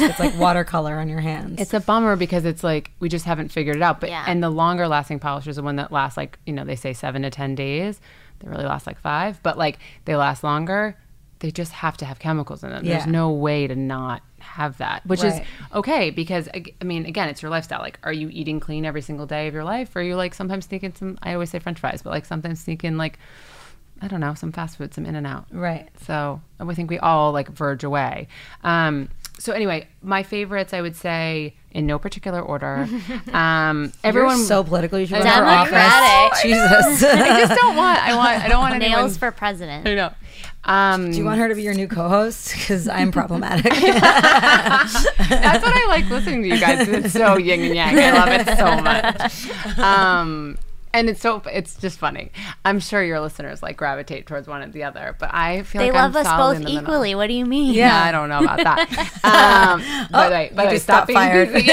[SPEAKER 2] water-based. it's
[SPEAKER 3] *laughs*
[SPEAKER 2] like watercolor on your hands.
[SPEAKER 6] It's a bummer because it's like we just haven't figured it out. But
[SPEAKER 3] Yeah.
[SPEAKER 6] and the longer lasting polishes, the one that lasts like you know they say seven to ten days, they really last like five. But like they last longer. They just have to have chemicals in them. There's
[SPEAKER 2] Yeah.
[SPEAKER 6] no way to not have that, which
[SPEAKER 2] Right.
[SPEAKER 6] is okay because ag- I mean, again, it's your lifestyle. Like, are you eating clean every single day of your life, or are you like sometimes sneaking some? I always say French fries, but like sometimes sneaking like I don't know some fast food, some In and Out.
[SPEAKER 2] right.
[SPEAKER 6] So I think we all like verge away. Um, so anyway, my favorites I would say in no particular
[SPEAKER 3] *laughs*
[SPEAKER 6] order. Um, everyone
[SPEAKER 2] Everyone's so political. You should run for office. *laughs*
[SPEAKER 3] Democratic.
[SPEAKER 6] *laughs*
[SPEAKER 2] Jesus.
[SPEAKER 6] I just don't want. I want. I don't want anyone.
[SPEAKER 3] Nails for president.
[SPEAKER 6] I know. Um,
[SPEAKER 2] Do you want her to be your new co-host? Because I'm
[SPEAKER 6] *laughs*
[SPEAKER 2] problematic.
[SPEAKER 6] that's what I like listening to you guys. 'cause It's so yin and yang. I love it so much. Um, and it's so it's just funny. I'm sure your listeners like gravitate towards one or the other, but I feel
[SPEAKER 3] They
[SPEAKER 6] like
[SPEAKER 3] love
[SPEAKER 6] I'm
[SPEAKER 3] us
[SPEAKER 6] solid in
[SPEAKER 3] both
[SPEAKER 6] the middle.
[SPEAKER 3] equally. What do you mean?
[SPEAKER 6] Yeah, I don't know
[SPEAKER 2] *laughs*
[SPEAKER 6] about that. Um, by the way, by
[SPEAKER 2] Oh, you
[SPEAKER 6] the way,
[SPEAKER 2] just got
[SPEAKER 6] stop being
[SPEAKER 2] fired.
[SPEAKER 6] goofy. *laughs*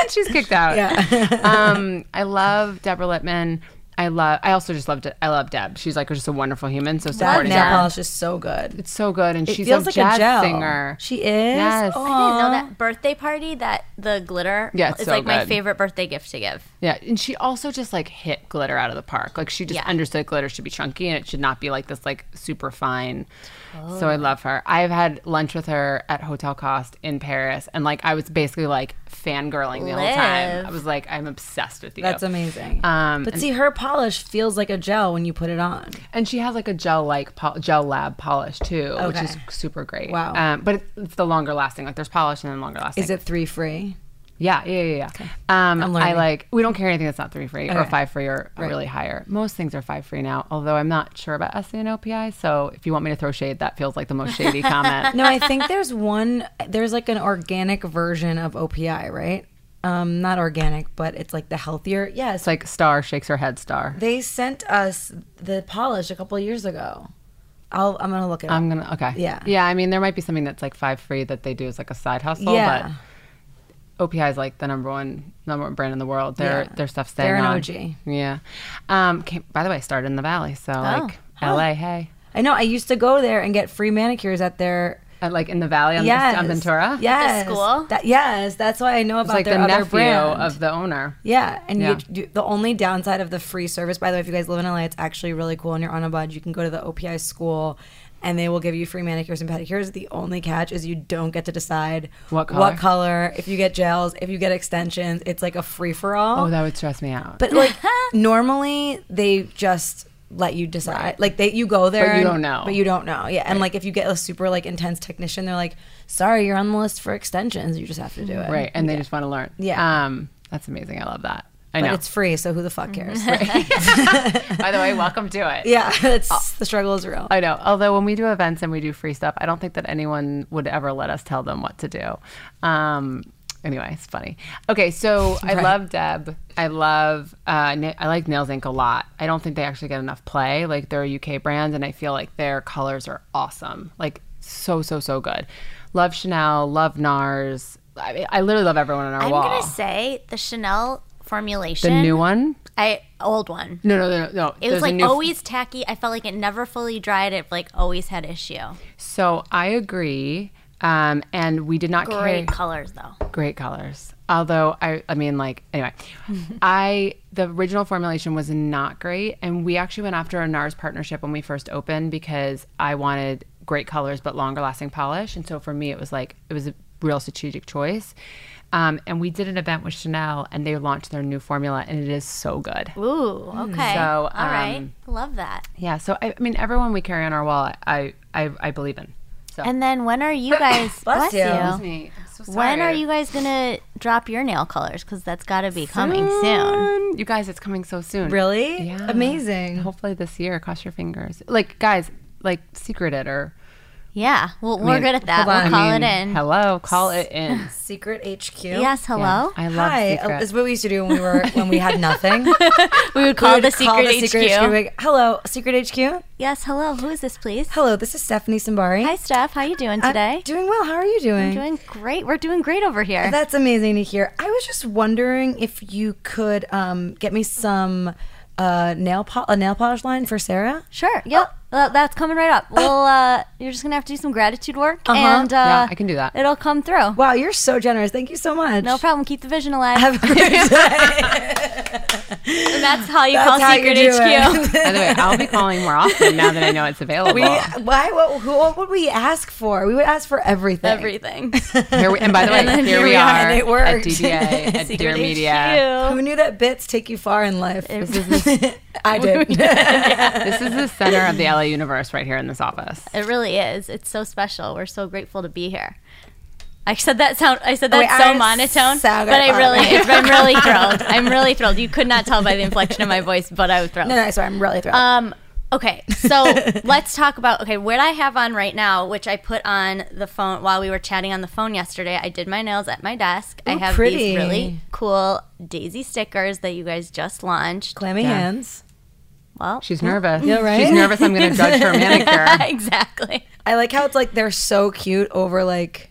[SPEAKER 6] and she's kicked out. *laughs* um, I love Deborah Littman. I love. I also just love. De- I love Deb. She's like just a wonderful human. So
[SPEAKER 2] that
[SPEAKER 6] supporting
[SPEAKER 2] nail
[SPEAKER 6] her.
[SPEAKER 2] polish is so good.
[SPEAKER 6] It's so good, and
[SPEAKER 2] It
[SPEAKER 6] she's
[SPEAKER 2] feels
[SPEAKER 6] a
[SPEAKER 2] like
[SPEAKER 6] jazz
[SPEAKER 2] a gel.
[SPEAKER 6] singer.
[SPEAKER 2] She is.
[SPEAKER 6] Yes.
[SPEAKER 2] Oh,
[SPEAKER 3] I didn't know that birthday party that the glitter
[SPEAKER 6] Yeah, it's
[SPEAKER 3] is
[SPEAKER 6] so
[SPEAKER 3] like my
[SPEAKER 6] good.
[SPEAKER 3] favorite birthday gift to give.
[SPEAKER 6] Yeah, and she also just like hit glitter out of the park. Like she just
[SPEAKER 3] Yeah.
[SPEAKER 6] understood glitter should be chunky and it should not be like this like super fine. So
[SPEAKER 2] Oh.
[SPEAKER 6] I love her. I've had lunch with her at Hotel Cost in Paris, and like I was basically like fangirling the whole time.
[SPEAKER 3] Live.
[SPEAKER 6] I was like, I'm obsessed with you.
[SPEAKER 2] That's amazing.
[SPEAKER 6] Um,
[SPEAKER 2] but see, her polish feels like a gel when you put it on.
[SPEAKER 6] And she has like a gel like pol- gel lab polish too, which is
[SPEAKER 2] Okay.
[SPEAKER 6] super great.
[SPEAKER 2] Wow.
[SPEAKER 6] Um, but it, it's the longer lasting. Like there's polish and then longer lasting.
[SPEAKER 2] Is it three free?
[SPEAKER 6] Yeah, yeah, yeah. yeah.
[SPEAKER 2] I'm
[SPEAKER 6] Um, I
[SPEAKER 2] learning.
[SPEAKER 6] like we don't carry anything that's not three free or
[SPEAKER 2] Okay.
[SPEAKER 6] five free or really higher. Most things are five free now, although I'm not sure about SNOPI. So if you want me to throw shade, that feels like the
[SPEAKER 2] *laughs*
[SPEAKER 6] most shady comment.
[SPEAKER 2] No, I think there's one. There's like an organic version of OPI, right? um, not organic, but it's like the healthier. Yes,
[SPEAKER 6] It's like Star shakes her head. Star.
[SPEAKER 2] they sent us the polish a couple of years ago. I'll, I'm gonna look it up.
[SPEAKER 6] I'm gonna okay.
[SPEAKER 2] Yeah.
[SPEAKER 6] Yeah. I mean, there might be something that's like five free that they do as like a side hustle.
[SPEAKER 2] Yeah.
[SPEAKER 6] But OPI is like the number one number one brand in the world. Their
[SPEAKER 2] Yeah.
[SPEAKER 6] their stuff's staying
[SPEAKER 2] They're an
[SPEAKER 6] on.
[SPEAKER 2] OG.
[SPEAKER 6] Yeah. Um. Came, by the way, started in the valley, so
[SPEAKER 2] Oh,
[SPEAKER 6] like LA. Hey.
[SPEAKER 2] I know. I used to go there and get free manicures at their
[SPEAKER 6] At, Uh, like in the valley on,
[SPEAKER 2] yes
[SPEAKER 6] on Ventura.
[SPEAKER 2] Yes,
[SPEAKER 3] school?
[SPEAKER 2] That, yes, that's why I know
[SPEAKER 6] It's
[SPEAKER 2] about
[SPEAKER 6] like
[SPEAKER 2] their
[SPEAKER 6] the
[SPEAKER 2] other
[SPEAKER 6] nephew
[SPEAKER 2] brand.
[SPEAKER 6] of the owner.
[SPEAKER 2] Yeah, and
[SPEAKER 6] Yeah.
[SPEAKER 2] You, you, the only downside of the free service, by the way, if you guys live in LA, it's actually really cool. And you're on a budget, you can go to the OPI school, and they will give you free manicures and pedicures. The only catch is you don't get to decide
[SPEAKER 6] What color?
[SPEAKER 2] color, if you get gels, if you get extensions. It's like a free for all.
[SPEAKER 6] Oh, that would stress me out.
[SPEAKER 2] But like *laughs* normally they just let you decide. Like they you go there
[SPEAKER 6] But you
[SPEAKER 2] and-
[SPEAKER 6] don't know.
[SPEAKER 2] But you don't know. Yeah. And like if you get a super like intense technician, they're like, "Sorry, you're on the list for extensions. You just have to do it."
[SPEAKER 6] right. And they just want to learn.
[SPEAKER 2] Yeah.
[SPEAKER 6] Um. That's amazing. I love that. I
[SPEAKER 2] But
[SPEAKER 6] know.
[SPEAKER 2] it's free, so who the fuck cares?
[SPEAKER 6] By the way, welcome to it.
[SPEAKER 2] yeah, *laughs* it's
[SPEAKER 3] Oh.
[SPEAKER 2] the struggle is real.
[SPEAKER 6] I know. Although when we do events and we do free stuff, I don't think that anyone would ever let us tell them what to do. Um, anyway, it's funny. Okay, so
[SPEAKER 3] *laughs*
[SPEAKER 6] I love Deb. I love. Uh, na- I like Nails Inc. a lot. I don't think they actually get enough play. Like they're a UK brand, and I feel like their colors are awesome. Like so so so good. Love Chanel. Love Nars. I, mean, I literally love everyone on our
[SPEAKER 3] I'm
[SPEAKER 6] wall.
[SPEAKER 3] gonna say the Chanel formulation.
[SPEAKER 6] the new one?
[SPEAKER 3] I old one.
[SPEAKER 6] No, no, no, no, no.
[SPEAKER 3] It
[SPEAKER 6] There's
[SPEAKER 3] was
[SPEAKER 6] a
[SPEAKER 3] like
[SPEAKER 6] new
[SPEAKER 3] always tacky. I felt like it never fully dried. It like always had issue.
[SPEAKER 6] So I agree. Um, and we did not carry-
[SPEAKER 3] Great colors though.
[SPEAKER 6] great colors. Although I, I mean, like anyway, I the original formulation was not great, and we actually went after a NARS partnership when we first opened because I wanted great colors but longer lasting polish, and so for me it was like it was a real strategic choice. Um, and we did an event with Chanel, and they launched their new formula, and it is so good.
[SPEAKER 3] Ooh, okay.
[SPEAKER 6] So,
[SPEAKER 3] all right,
[SPEAKER 6] um,
[SPEAKER 3] Hmm. love that.
[SPEAKER 6] Yeah, so I, I mean, everyone we carry on our wall, I I, I believe in. So
[SPEAKER 3] And then when are you guys? bless,
[SPEAKER 2] you.
[SPEAKER 3] you.
[SPEAKER 6] me, I'm so
[SPEAKER 3] When are
[SPEAKER 6] tired.
[SPEAKER 3] you guys gonna drop your nail colors? Because that's got to be coming soon.
[SPEAKER 6] You guys, it's coming so soon.
[SPEAKER 2] Really?
[SPEAKER 6] Yeah.
[SPEAKER 2] Amazing.
[SPEAKER 6] Hopefully this year, cross your fingers. Like, guys, like, secret it or.
[SPEAKER 3] Yeah, well, we're
[SPEAKER 6] I mean,
[SPEAKER 3] good at that.
[SPEAKER 6] hold on,
[SPEAKER 3] We'll call
[SPEAKER 6] I mean,
[SPEAKER 3] it in.
[SPEAKER 6] Hello, call it
[SPEAKER 3] *laughs*
[SPEAKER 6] in.
[SPEAKER 2] Secret HQ.
[SPEAKER 3] Yes, hello.
[SPEAKER 6] I love
[SPEAKER 2] Hi,
[SPEAKER 6] secret.
[SPEAKER 2] is what we used to do when we were when we had
[SPEAKER 3] *laughs*
[SPEAKER 2] nothing. we would
[SPEAKER 3] we would call the
[SPEAKER 2] call the
[SPEAKER 3] secret,
[SPEAKER 2] secret
[SPEAKER 3] HQ.
[SPEAKER 2] HQ. We'd be like, Hello, secret HQ.
[SPEAKER 3] Yes, hello. Who is this, please?
[SPEAKER 2] Hello, this is Stephanie Simbari.
[SPEAKER 3] Hi, Steph. How you doing
[SPEAKER 2] I'm
[SPEAKER 3] today?
[SPEAKER 2] doing well. How are you doing?
[SPEAKER 3] doing great. We're doing great over here.
[SPEAKER 2] That's amazing to hear. I was just wondering if you could um, get me some uh, nail po- a nail polish line for Sarah.
[SPEAKER 3] Sure. Yep. Well, that's coming right up.
[SPEAKER 2] *coughs*
[SPEAKER 3] Well, uh, you're just gonna have to do some gratitude work,
[SPEAKER 2] Uh-huh.
[SPEAKER 3] and uh,
[SPEAKER 6] Yeah, I can do that.
[SPEAKER 3] It'll come through.
[SPEAKER 2] Wow, you're so generous. Thank you so much. *laughs*
[SPEAKER 3] No problem. Keep the vision alive.
[SPEAKER 2] Have a great day.
[SPEAKER 3] and that's how you
[SPEAKER 2] That's
[SPEAKER 3] call
[SPEAKER 2] how you
[SPEAKER 3] Secret
[SPEAKER 2] do
[SPEAKER 3] HQ.
[SPEAKER 6] By the way, I'll be calling more often now that I know it's available.
[SPEAKER 2] we, why? What, who, what would we ask for? We would ask for everything. *laughs*
[SPEAKER 3] *laughs* Everything.
[SPEAKER 6] here we, and by the way,
[SPEAKER 3] And then
[SPEAKER 6] here,
[SPEAKER 3] here
[SPEAKER 6] we
[SPEAKER 3] we
[SPEAKER 6] are
[SPEAKER 3] are,
[SPEAKER 2] and it
[SPEAKER 6] at
[SPEAKER 2] worked.
[SPEAKER 6] DDA at
[SPEAKER 3] Secret
[SPEAKER 6] Dear
[SPEAKER 3] HQ.
[SPEAKER 6] Media.
[SPEAKER 2] Who knew that bits take you far in life? *laughs* I
[SPEAKER 6] *laughs*
[SPEAKER 2] did.
[SPEAKER 6] This is the center of the LA universe right here in this office.
[SPEAKER 3] It really is. It's so special. We're so grateful to be here. I said that sound. I said that
[SPEAKER 2] Wait,
[SPEAKER 3] so
[SPEAKER 2] I
[SPEAKER 3] monotone,
[SPEAKER 2] sound-
[SPEAKER 3] but I really,
[SPEAKER 2] *laughs*
[SPEAKER 3] I'm really thrilled. I'm really thrilled. You could not tell by the inflection of my voice, but I was thrilled.
[SPEAKER 2] no, no, *laughs* sorry, I'm really thrilled.
[SPEAKER 3] Um, okay,
[SPEAKER 6] *laughs*
[SPEAKER 3] so let's talk about okay what I have on right now, which I put on the phone while we were chatting on the phone yesterday. I did my nails at my desk. I
[SPEAKER 2] Ooh,
[SPEAKER 3] have
[SPEAKER 2] pretty.
[SPEAKER 3] these really cool daisy stickers that you guys just launched.
[SPEAKER 2] Clammy hands.
[SPEAKER 3] Well,
[SPEAKER 6] She's nervous. Yeah,
[SPEAKER 2] right?
[SPEAKER 6] She's nervous I'm *laughs* going to judge her manicure.
[SPEAKER 3] *laughs* exactly.
[SPEAKER 2] I like how it's like they're so cute over like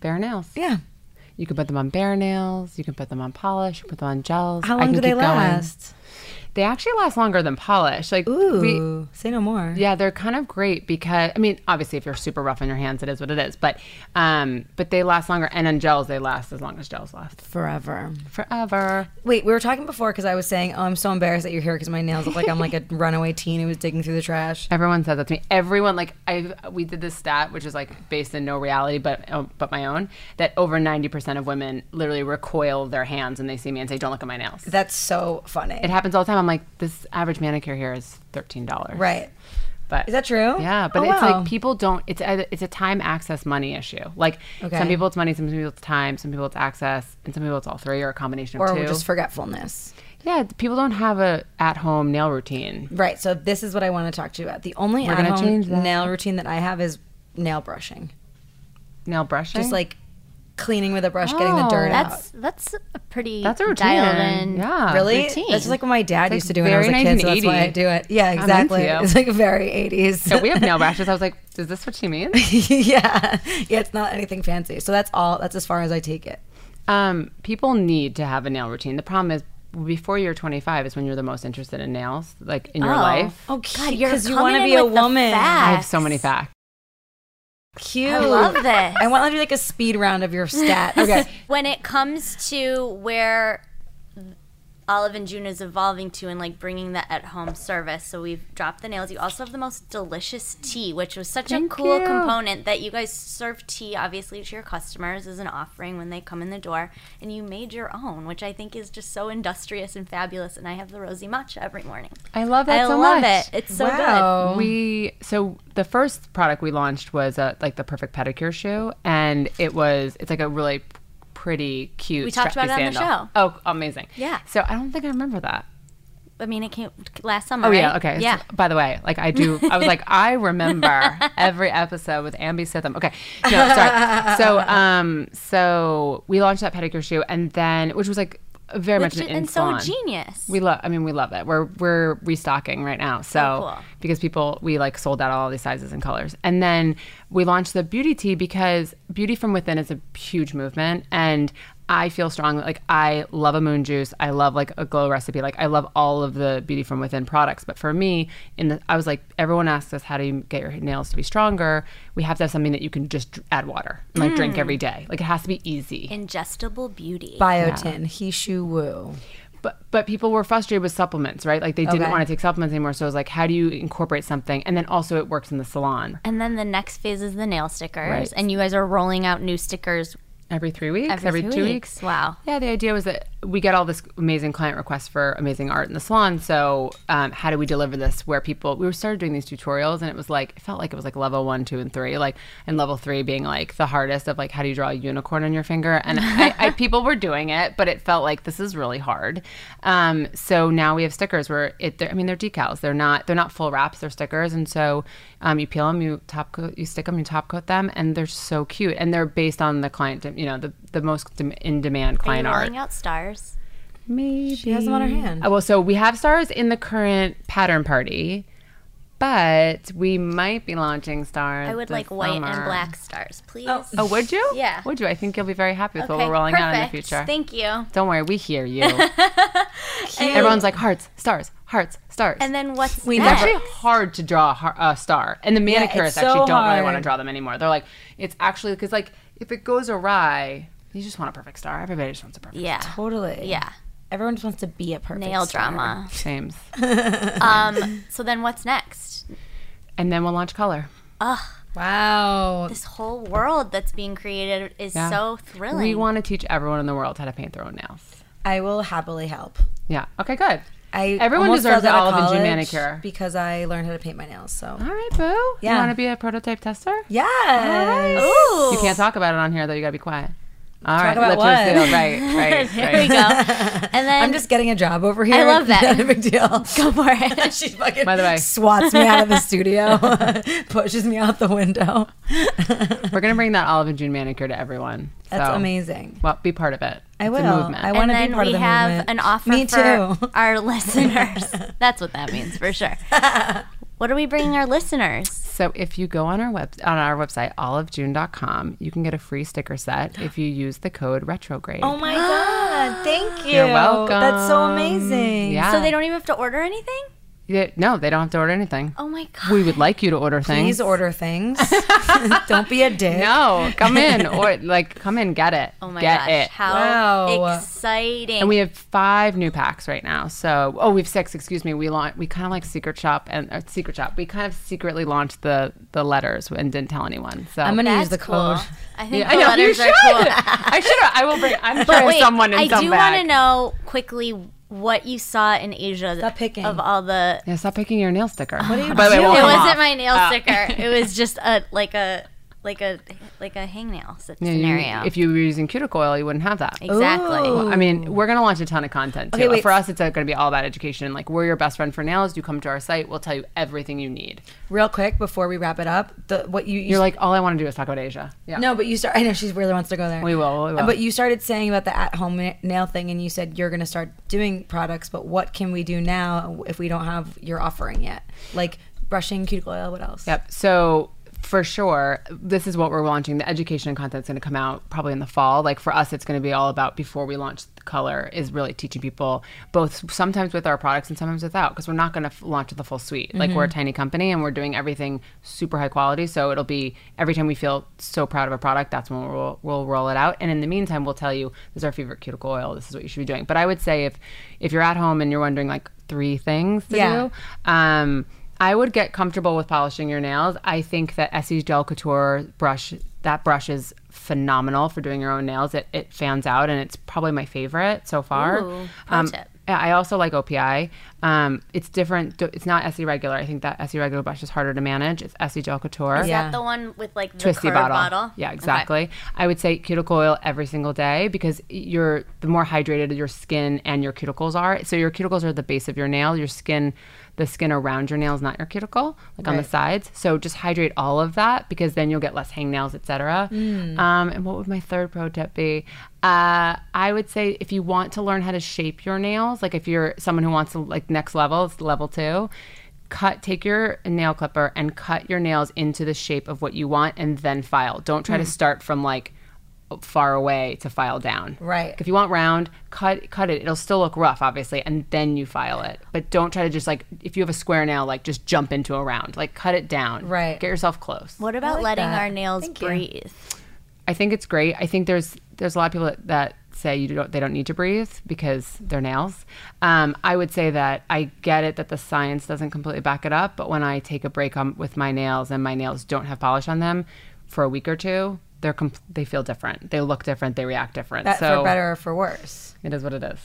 [SPEAKER 6] Bare nails.
[SPEAKER 2] yeah.
[SPEAKER 6] You can put them on bare nails. You can put them on polish. You can put them on gels.
[SPEAKER 2] How
[SPEAKER 6] I
[SPEAKER 2] long
[SPEAKER 6] can
[SPEAKER 2] do they
[SPEAKER 6] keep going.
[SPEAKER 2] last?
[SPEAKER 6] They actually last longer than polish. Like
[SPEAKER 2] Ooh,
[SPEAKER 6] we-
[SPEAKER 2] say no more.
[SPEAKER 6] Yeah, they're kind of great because I mean, obviously, if you're super rough on your hands, it is what it is. But, um, but they last longer, and on gels, they last as long as gels last
[SPEAKER 2] Forever.
[SPEAKER 6] forever.
[SPEAKER 2] Wait, we were talking before because I was saying, oh, I'm so embarrassed that you're here because my nails look like I'm like a *laughs* runaway teen who was digging through the trash.
[SPEAKER 6] Everyone says that to me. Everyone, like I, we did this stat, which is like based in no reality, but um, but my own, that over ninety percent of women literally recoil their hands when they see me and say, "Don't look at my nails."
[SPEAKER 2] That's so funny.
[SPEAKER 6] It happens all the time. I'm like, this average manicure here is thirteen dollars.
[SPEAKER 2] right.
[SPEAKER 6] But
[SPEAKER 2] Is that true?
[SPEAKER 6] Yeah, but
[SPEAKER 2] Oh,
[SPEAKER 6] it's
[SPEAKER 2] wow.
[SPEAKER 6] like people don't. It's a, it's a time access money issue. Like
[SPEAKER 2] Okay.
[SPEAKER 6] some people it's money, some people it's time, some people it's access, and some people it's all three or a combination
[SPEAKER 2] Or
[SPEAKER 6] of two.
[SPEAKER 2] just forgetfulness.
[SPEAKER 6] yeah, people don't have a at home nail routine.
[SPEAKER 2] Right. So this is what I want to talk to you about. The only
[SPEAKER 6] gonna
[SPEAKER 2] at-home
[SPEAKER 6] change that.
[SPEAKER 2] nail routine that I have is nail brushing.
[SPEAKER 6] Nail brushing.
[SPEAKER 2] Just like cleaning with a brush, getting the dirt out.
[SPEAKER 3] Oh, That's that's a pretty
[SPEAKER 6] That's a routine.
[SPEAKER 3] dialed in.
[SPEAKER 6] Yeah.
[SPEAKER 2] Really?
[SPEAKER 3] routine.
[SPEAKER 2] That's just like what my dad used to do when I
[SPEAKER 6] very
[SPEAKER 2] was a kid. So that's why I
[SPEAKER 6] 1980.
[SPEAKER 2] do it. Yeah, exactly.
[SPEAKER 6] you.
[SPEAKER 2] It's like very 80s.
[SPEAKER 6] *laughs* So we have nail brushes. I was like, is this what she means?
[SPEAKER 2] *laughs* yeah. Yeah, it's not anything fancy. So that's all. That's as far as I take it.
[SPEAKER 6] Um, people need to have a nail routine. The problem is before you're 25 is when you're the most interested in nails, like in your life.
[SPEAKER 2] Oh,
[SPEAKER 3] God,
[SPEAKER 2] cute,
[SPEAKER 3] you're
[SPEAKER 2] 'cause you
[SPEAKER 3] coming
[SPEAKER 2] wanna
[SPEAKER 3] in
[SPEAKER 2] be a
[SPEAKER 3] with the
[SPEAKER 2] woman.
[SPEAKER 3] facts.
[SPEAKER 6] I have so many facts.
[SPEAKER 2] Cute.
[SPEAKER 3] I love this.
[SPEAKER 2] I want to do like a speed round of your stats.
[SPEAKER 3] *laughs*
[SPEAKER 2] okay.
[SPEAKER 3] when it comes to where Olive and June is evolving to and like bringing the at home service. So we've dropped the nails. You also have the most delicious tea, which was such a cool component that you guys serve tea obviously to your customers as an offering when they come in the door. And you made your own, which I think is just so industrious and fabulous. And I have the rosy matcha every morning.
[SPEAKER 6] I love that
[SPEAKER 3] I
[SPEAKER 6] Oh, so
[SPEAKER 3] love
[SPEAKER 6] much.
[SPEAKER 3] it. It's so good.
[SPEAKER 2] Wow.
[SPEAKER 3] Oh.
[SPEAKER 6] We so the first product we launched was a, like the perfect pedicure shoe, and it was it's like a really pretty cute.
[SPEAKER 3] We talked
[SPEAKER 6] strappy
[SPEAKER 3] about it on the
[SPEAKER 6] sandal.
[SPEAKER 3] show.
[SPEAKER 6] Oh, amazing!
[SPEAKER 3] Yeah.
[SPEAKER 6] So I don't think I remember that.
[SPEAKER 3] I mean, it came last summer.
[SPEAKER 6] Oh yeah,
[SPEAKER 3] right?
[SPEAKER 6] okay.
[SPEAKER 3] Yeah.
[SPEAKER 6] So, by the way, like I do, I was like,
[SPEAKER 3] *laughs*
[SPEAKER 6] I remember every episode with Ambi Sitham. Okay, no,
[SPEAKER 3] *laughs*
[SPEAKER 6] sorry. So, um, so we launched that pedicure shoe, and then which was like very much
[SPEAKER 3] Which is-
[SPEAKER 6] an in
[SPEAKER 3] and so
[SPEAKER 6] salon.
[SPEAKER 3] genius.
[SPEAKER 6] We love. I mean, we love it. We're we're restocking right now. So
[SPEAKER 3] cool.
[SPEAKER 6] because people we like sold out all these sizes and colors, and then we launched the beauty tea because beauty from within is a huge movement and. I feel strongly like I love a moon juice. I love like a glow recipe. Like I love all of the beauty from within products. But for me, in the, I was like everyone asks us how do you get your nails to be stronger? We have to have something that you can just dr- add water and like drink every day. Like it has to be easy.
[SPEAKER 3] Ingestible beauty.
[SPEAKER 2] Biotin. He Shu Wu.
[SPEAKER 6] but but people were frustrated with supplements, right? Like they didn't
[SPEAKER 2] Okay.
[SPEAKER 6] want to take supplements anymore. So it was like, how do you incorporate something? And then also it works in the salon
[SPEAKER 3] And then the next phase is the nail stickers,
[SPEAKER 6] Right.
[SPEAKER 3] and you guys are rolling out new stickers
[SPEAKER 6] every three weeks,
[SPEAKER 3] every,
[SPEAKER 6] every,
[SPEAKER 3] three
[SPEAKER 6] two
[SPEAKER 3] weeks. Wow.
[SPEAKER 6] Yeah, the idea was that we get all this amazing client requests for amazing art in the salon. So um, how do we deliver this where people? We started doing these tutorials, and it was like it felt like it was like level one, two, and three. Like and level three being like the hardest of like how do you draw a unicorn on your finger? And I, I, people were doing it, but it felt like this is really hard. Um, so now we have stickers where it. they're- I mean, they're decals. They're not. They're not full wraps. They're stickers, and so um, you peel them, you top coat, you stick them, you top coat them, and they're so cute. And they're based on the client. You know, the the most dem- in demand
[SPEAKER 3] Are you
[SPEAKER 6] client art.
[SPEAKER 3] rolling out stars?
[SPEAKER 6] Maybe
[SPEAKER 2] She has them on
[SPEAKER 3] Mm.
[SPEAKER 2] her hand.
[SPEAKER 6] Uh,
[SPEAKER 3] Oh,
[SPEAKER 6] Well, so we have stars in the current pattern party, but we might be launching stars.
[SPEAKER 3] I would
[SPEAKER 6] this
[SPEAKER 3] like white and
[SPEAKER 6] summer.
[SPEAKER 3] black stars, please.
[SPEAKER 6] Oh, would you?
[SPEAKER 3] Yeah.
[SPEAKER 6] Would you? I think you'll be very happy with what we're rolling out in the
[SPEAKER 3] perfect.
[SPEAKER 6] future.
[SPEAKER 3] Thank you.
[SPEAKER 6] Don't worry, we hear
[SPEAKER 3] *laughs*
[SPEAKER 6] you. Everyone's like hearts, stars, hearts, stars.
[SPEAKER 3] And then what's
[SPEAKER 2] We
[SPEAKER 6] it's
[SPEAKER 3] next?
[SPEAKER 6] actually hard to draw a, har- a star, and the manicurists
[SPEAKER 2] it's
[SPEAKER 6] actually
[SPEAKER 2] so
[SPEAKER 6] don't really want to
[SPEAKER 2] hard.
[SPEAKER 6] draw them anymore. They're like, it's actually because like if it goes awry, you just want a perfect star. Everybody just wants a perfect.
[SPEAKER 3] yeah.
[SPEAKER 2] Totally.
[SPEAKER 3] Yeah.
[SPEAKER 2] Everyone just wants to be a perfect
[SPEAKER 3] Nail
[SPEAKER 2] star.
[SPEAKER 3] *laughs* drama.
[SPEAKER 6] Sames.
[SPEAKER 3] Um, so then what's next?
[SPEAKER 6] And then we'll launch color.
[SPEAKER 2] Wow.
[SPEAKER 3] This whole world that's being created is
[SPEAKER 6] Yeah.
[SPEAKER 3] so thrilling.
[SPEAKER 6] We want to teach everyone in the world how to paint their own nails.
[SPEAKER 2] I will happily help.
[SPEAKER 6] Yeah. Okay. Good.
[SPEAKER 2] I
[SPEAKER 6] Everyone
[SPEAKER 2] almost
[SPEAKER 6] deserves
[SPEAKER 2] failed
[SPEAKER 6] an
[SPEAKER 2] out of
[SPEAKER 6] olive and June
[SPEAKER 2] college
[SPEAKER 6] manicure.
[SPEAKER 2] because I learned how to paint my nails. So
[SPEAKER 6] All right, boo. You
[SPEAKER 2] Yeah.
[SPEAKER 6] want to be a prototype tester?
[SPEAKER 2] yeah.
[SPEAKER 3] Ooh.
[SPEAKER 6] You can't talk about it on here though. You gotta be quiet. All right.
[SPEAKER 2] about
[SPEAKER 6] lips are
[SPEAKER 2] what?
[SPEAKER 6] sealed.
[SPEAKER 2] *laughs*
[SPEAKER 6] Right. Right.
[SPEAKER 3] There we
[SPEAKER 6] right.
[SPEAKER 3] go. And then *laughs*
[SPEAKER 2] I'm just getting a job over here.
[SPEAKER 3] I love that.
[SPEAKER 2] Not a big
[SPEAKER 6] *laughs*
[SPEAKER 2] deal.
[SPEAKER 3] go for it.
[SPEAKER 2] she fucking
[SPEAKER 6] By the way-
[SPEAKER 2] swats me out of the
[SPEAKER 6] *laughs*
[SPEAKER 2] studio, *laughs* pushes me out the window.
[SPEAKER 6] We're gonna bring that olive and June manicure to everyone.
[SPEAKER 2] That's
[SPEAKER 6] So,
[SPEAKER 2] amazing.
[SPEAKER 6] Well, be part of it.
[SPEAKER 2] I
[SPEAKER 6] it's
[SPEAKER 2] will.
[SPEAKER 6] A movement.
[SPEAKER 2] I
[SPEAKER 6] I
[SPEAKER 2] will.
[SPEAKER 3] *laughs* and
[SPEAKER 6] will.
[SPEAKER 2] wanna be
[SPEAKER 3] then
[SPEAKER 2] part of
[SPEAKER 3] we
[SPEAKER 2] the
[SPEAKER 3] have
[SPEAKER 2] movement.
[SPEAKER 3] an offer
[SPEAKER 2] Me
[SPEAKER 3] for
[SPEAKER 2] too.
[SPEAKER 3] *laughs* our *laughs* listeners. That's what that means for *laughs* sure. What are we bringing our listeners?
[SPEAKER 6] So if you go on our web on our website olivejune.com, you can get a free sticker set if you use the code retrograde.
[SPEAKER 2] Oh my *gasps* god! Thank you.
[SPEAKER 6] You're welcome.
[SPEAKER 2] That's so amazing.
[SPEAKER 6] Yeah.
[SPEAKER 3] So they don't even have to order anything?
[SPEAKER 6] Yeah, no, they don't have to order anything.
[SPEAKER 3] Oh my god.
[SPEAKER 6] We would like you to order things.
[SPEAKER 2] Please order
[SPEAKER 6] *laughs*
[SPEAKER 2] things. *laughs* Don't be a dick.
[SPEAKER 6] No, come in or like come in, get it.
[SPEAKER 3] Oh my
[SPEAKER 6] get
[SPEAKER 3] gosh.
[SPEAKER 6] it.
[SPEAKER 3] How
[SPEAKER 2] Wow.
[SPEAKER 3] exciting.
[SPEAKER 6] and we have five new packs right now. So, oh, we have six. Excuse me. We launched. We kind of like secret shop and or secret shop. We kind of secretly launched the the letters and didn't tell anyone. So
[SPEAKER 2] I'm gonna
[SPEAKER 3] That's
[SPEAKER 2] use the
[SPEAKER 3] cool.
[SPEAKER 2] code.
[SPEAKER 3] I think
[SPEAKER 6] Yeah,
[SPEAKER 3] the
[SPEAKER 6] I know you
[SPEAKER 3] letters
[SPEAKER 6] should.
[SPEAKER 3] are cool.
[SPEAKER 6] *laughs* I should. I will bring.
[SPEAKER 3] *laughs*
[SPEAKER 6] I'm
[SPEAKER 3] But
[SPEAKER 6] sure
[SPEAKER 3] wait,
[SPEAKER 6] someone in
[SPEAKER 3] I
[SPEAKER 6] some
[SPEAKER 3] do
[SPEAKER 6] bag.
[SPEAKER 3] want to know quickly what you saw in Asia
[SPEAKER 2] Stop picking.
[SPEAKER 3] of all the
[SPEAKER 6] Yeah, stop picking your nail sticker. What
[SPEAKER 2] are you
[SPEAKER 6] By the way, it
[SPEAKER 3] It
[SPEAKER 6] won't come *laughs*
[SPEAKER 3] wasn't
[SPEAKER 6] off.
[SPEAKER 3] my nail
[SPEAKER 6] Oh.
[SPEAKER 3] sticker. It was just a like a like a like a hangnail s-
[SPEAKER 6] Yeah, you-
[SPEAKER 3] scenario.
[SPEAKER 6] if you were using cuticle oil, you wouldn't have that.
[SPEAKER 3] exactly.
[SPEAKER 6] I mean, we're gonna launch a ton of content. Too.
[SPEAKER 2] Okay, wait.
[SPEAKER 6] For us, it's going to be all about education. Like we're your best friend for nails. You come to our site, we'll tell you everything you need.
[SPEAKER 2] Real quick before we wrap it up, the what you, you
[SPEAKER 6] You're like, all I want to do is talk about Asia. Yeah.
[SPEAKER 2] No, but you start. I know she really wants to go there.
[SPEAKER 6] We will, we will.
[SPEAKER 2] But you started saying about the at-home na- nail thing, and you said you're going to start doing products. But what can we do now if we don't have your offering yet? Like brushing, cuticle oil. What else?
[SPEAKER 6] Yep. So for sure, this is what we're launching. The education and content's going to come out probably in the fall. Like for us, it's going to be all about before we launch the color is really teaching people both sometimes with our products and sometimes without because we're not going to f- launch the full suite. Like we're a tiny company and we're doing everything super high quality. So it'll be every time we feel so proud of a product, that's when we'll, we'll roll it out. And in the meantime, we'll tell you this is our favorite cuticle oil. This is what you should be doing. But I would say if if you're at home and you're wondering like three things to
[SPEAKER 2] Yeah.
[SPEAKER 6] do, um, I would get comfortable with polishing your nails. I think that Essie's Gel Couture brush, that brush is phenomenal for doing your own nails. It, it fans out and it's probably my favorite so far.
[SPEAKER 3] Ooh, pro
[SPEAKER 6] um,
[SPEAKER 3] tip.
[SPEAKER 6] yeah, I also like OPI. Um, it's different. d- It's not Essie Regular. I think that Essie Regular brush is harder to manage. It's Essie Gel Couture.
[SPEAKER 3] Is
[SPEAKER 2] Yeah.
[SPEAKER 3] that the one with like the
[SPEAKER 6] Twisty
[SPEAKER 3] curved
[SPEAKER 6] bottle.
[SPEAKER 3] bottle?
[SPEAKER 6] Yeah,
[SPEAKER 3] Okay.
[SPEAKER 6] exactly. I would say cuticle oil every single day because you're the more hydrated your skin and your cuticles are. So your cuticles are the base of your nail. Your skin, the skin around your nail is not your cuticle, like on the sides. So just hydrate all of that because then you'll get less hangnails, etc.
[SPEAKER 3] Mm.
[SPEAKER 6] Um, and what would my third pro tip be? Uh, I would say if you want to learn how to shape your nails, like if you're someone who wants to like next level, it's level two cut take your nail clipper and cut your nails into the shape of what you want and then file don't
[SPEAKER 2] Hmm.
[SPEAKER 6] try to start from like far away to file down
[SPEAKER 2] Right.
[SPEAKER 6] if you want round cut cut it it'll still look rough obviously and then you file it but don't try to just like if you have a square nail like just jump into a round like cut it down
[SPEAKER 2] Right.
[SPEAKER 6] get yourself close
[SPEAKER 3] What about
[SPEAKER 2] like
[SPEAKER 3] letting
[SPEAKER 2] that.
[SPEAKER 3] our nails
[SPEAKER 2] Thank you.
[SPEAKER 3] breathe?
[SPEAKER 6] i think it's great i think there's there's a lot of people that, that say you don't they don't need to breathe because they're nails um, i would say that i get it that the science doesn't completely back it up but when i take a break on, with my nails and my nails don't have polish on them for a week or two they're com- they feel different they look different they react different
[SPEAKER 2] That
[SPEAKER 6] so
[SPEAKER 2] for better or for worse.
[SPEAKER 6] it is what it is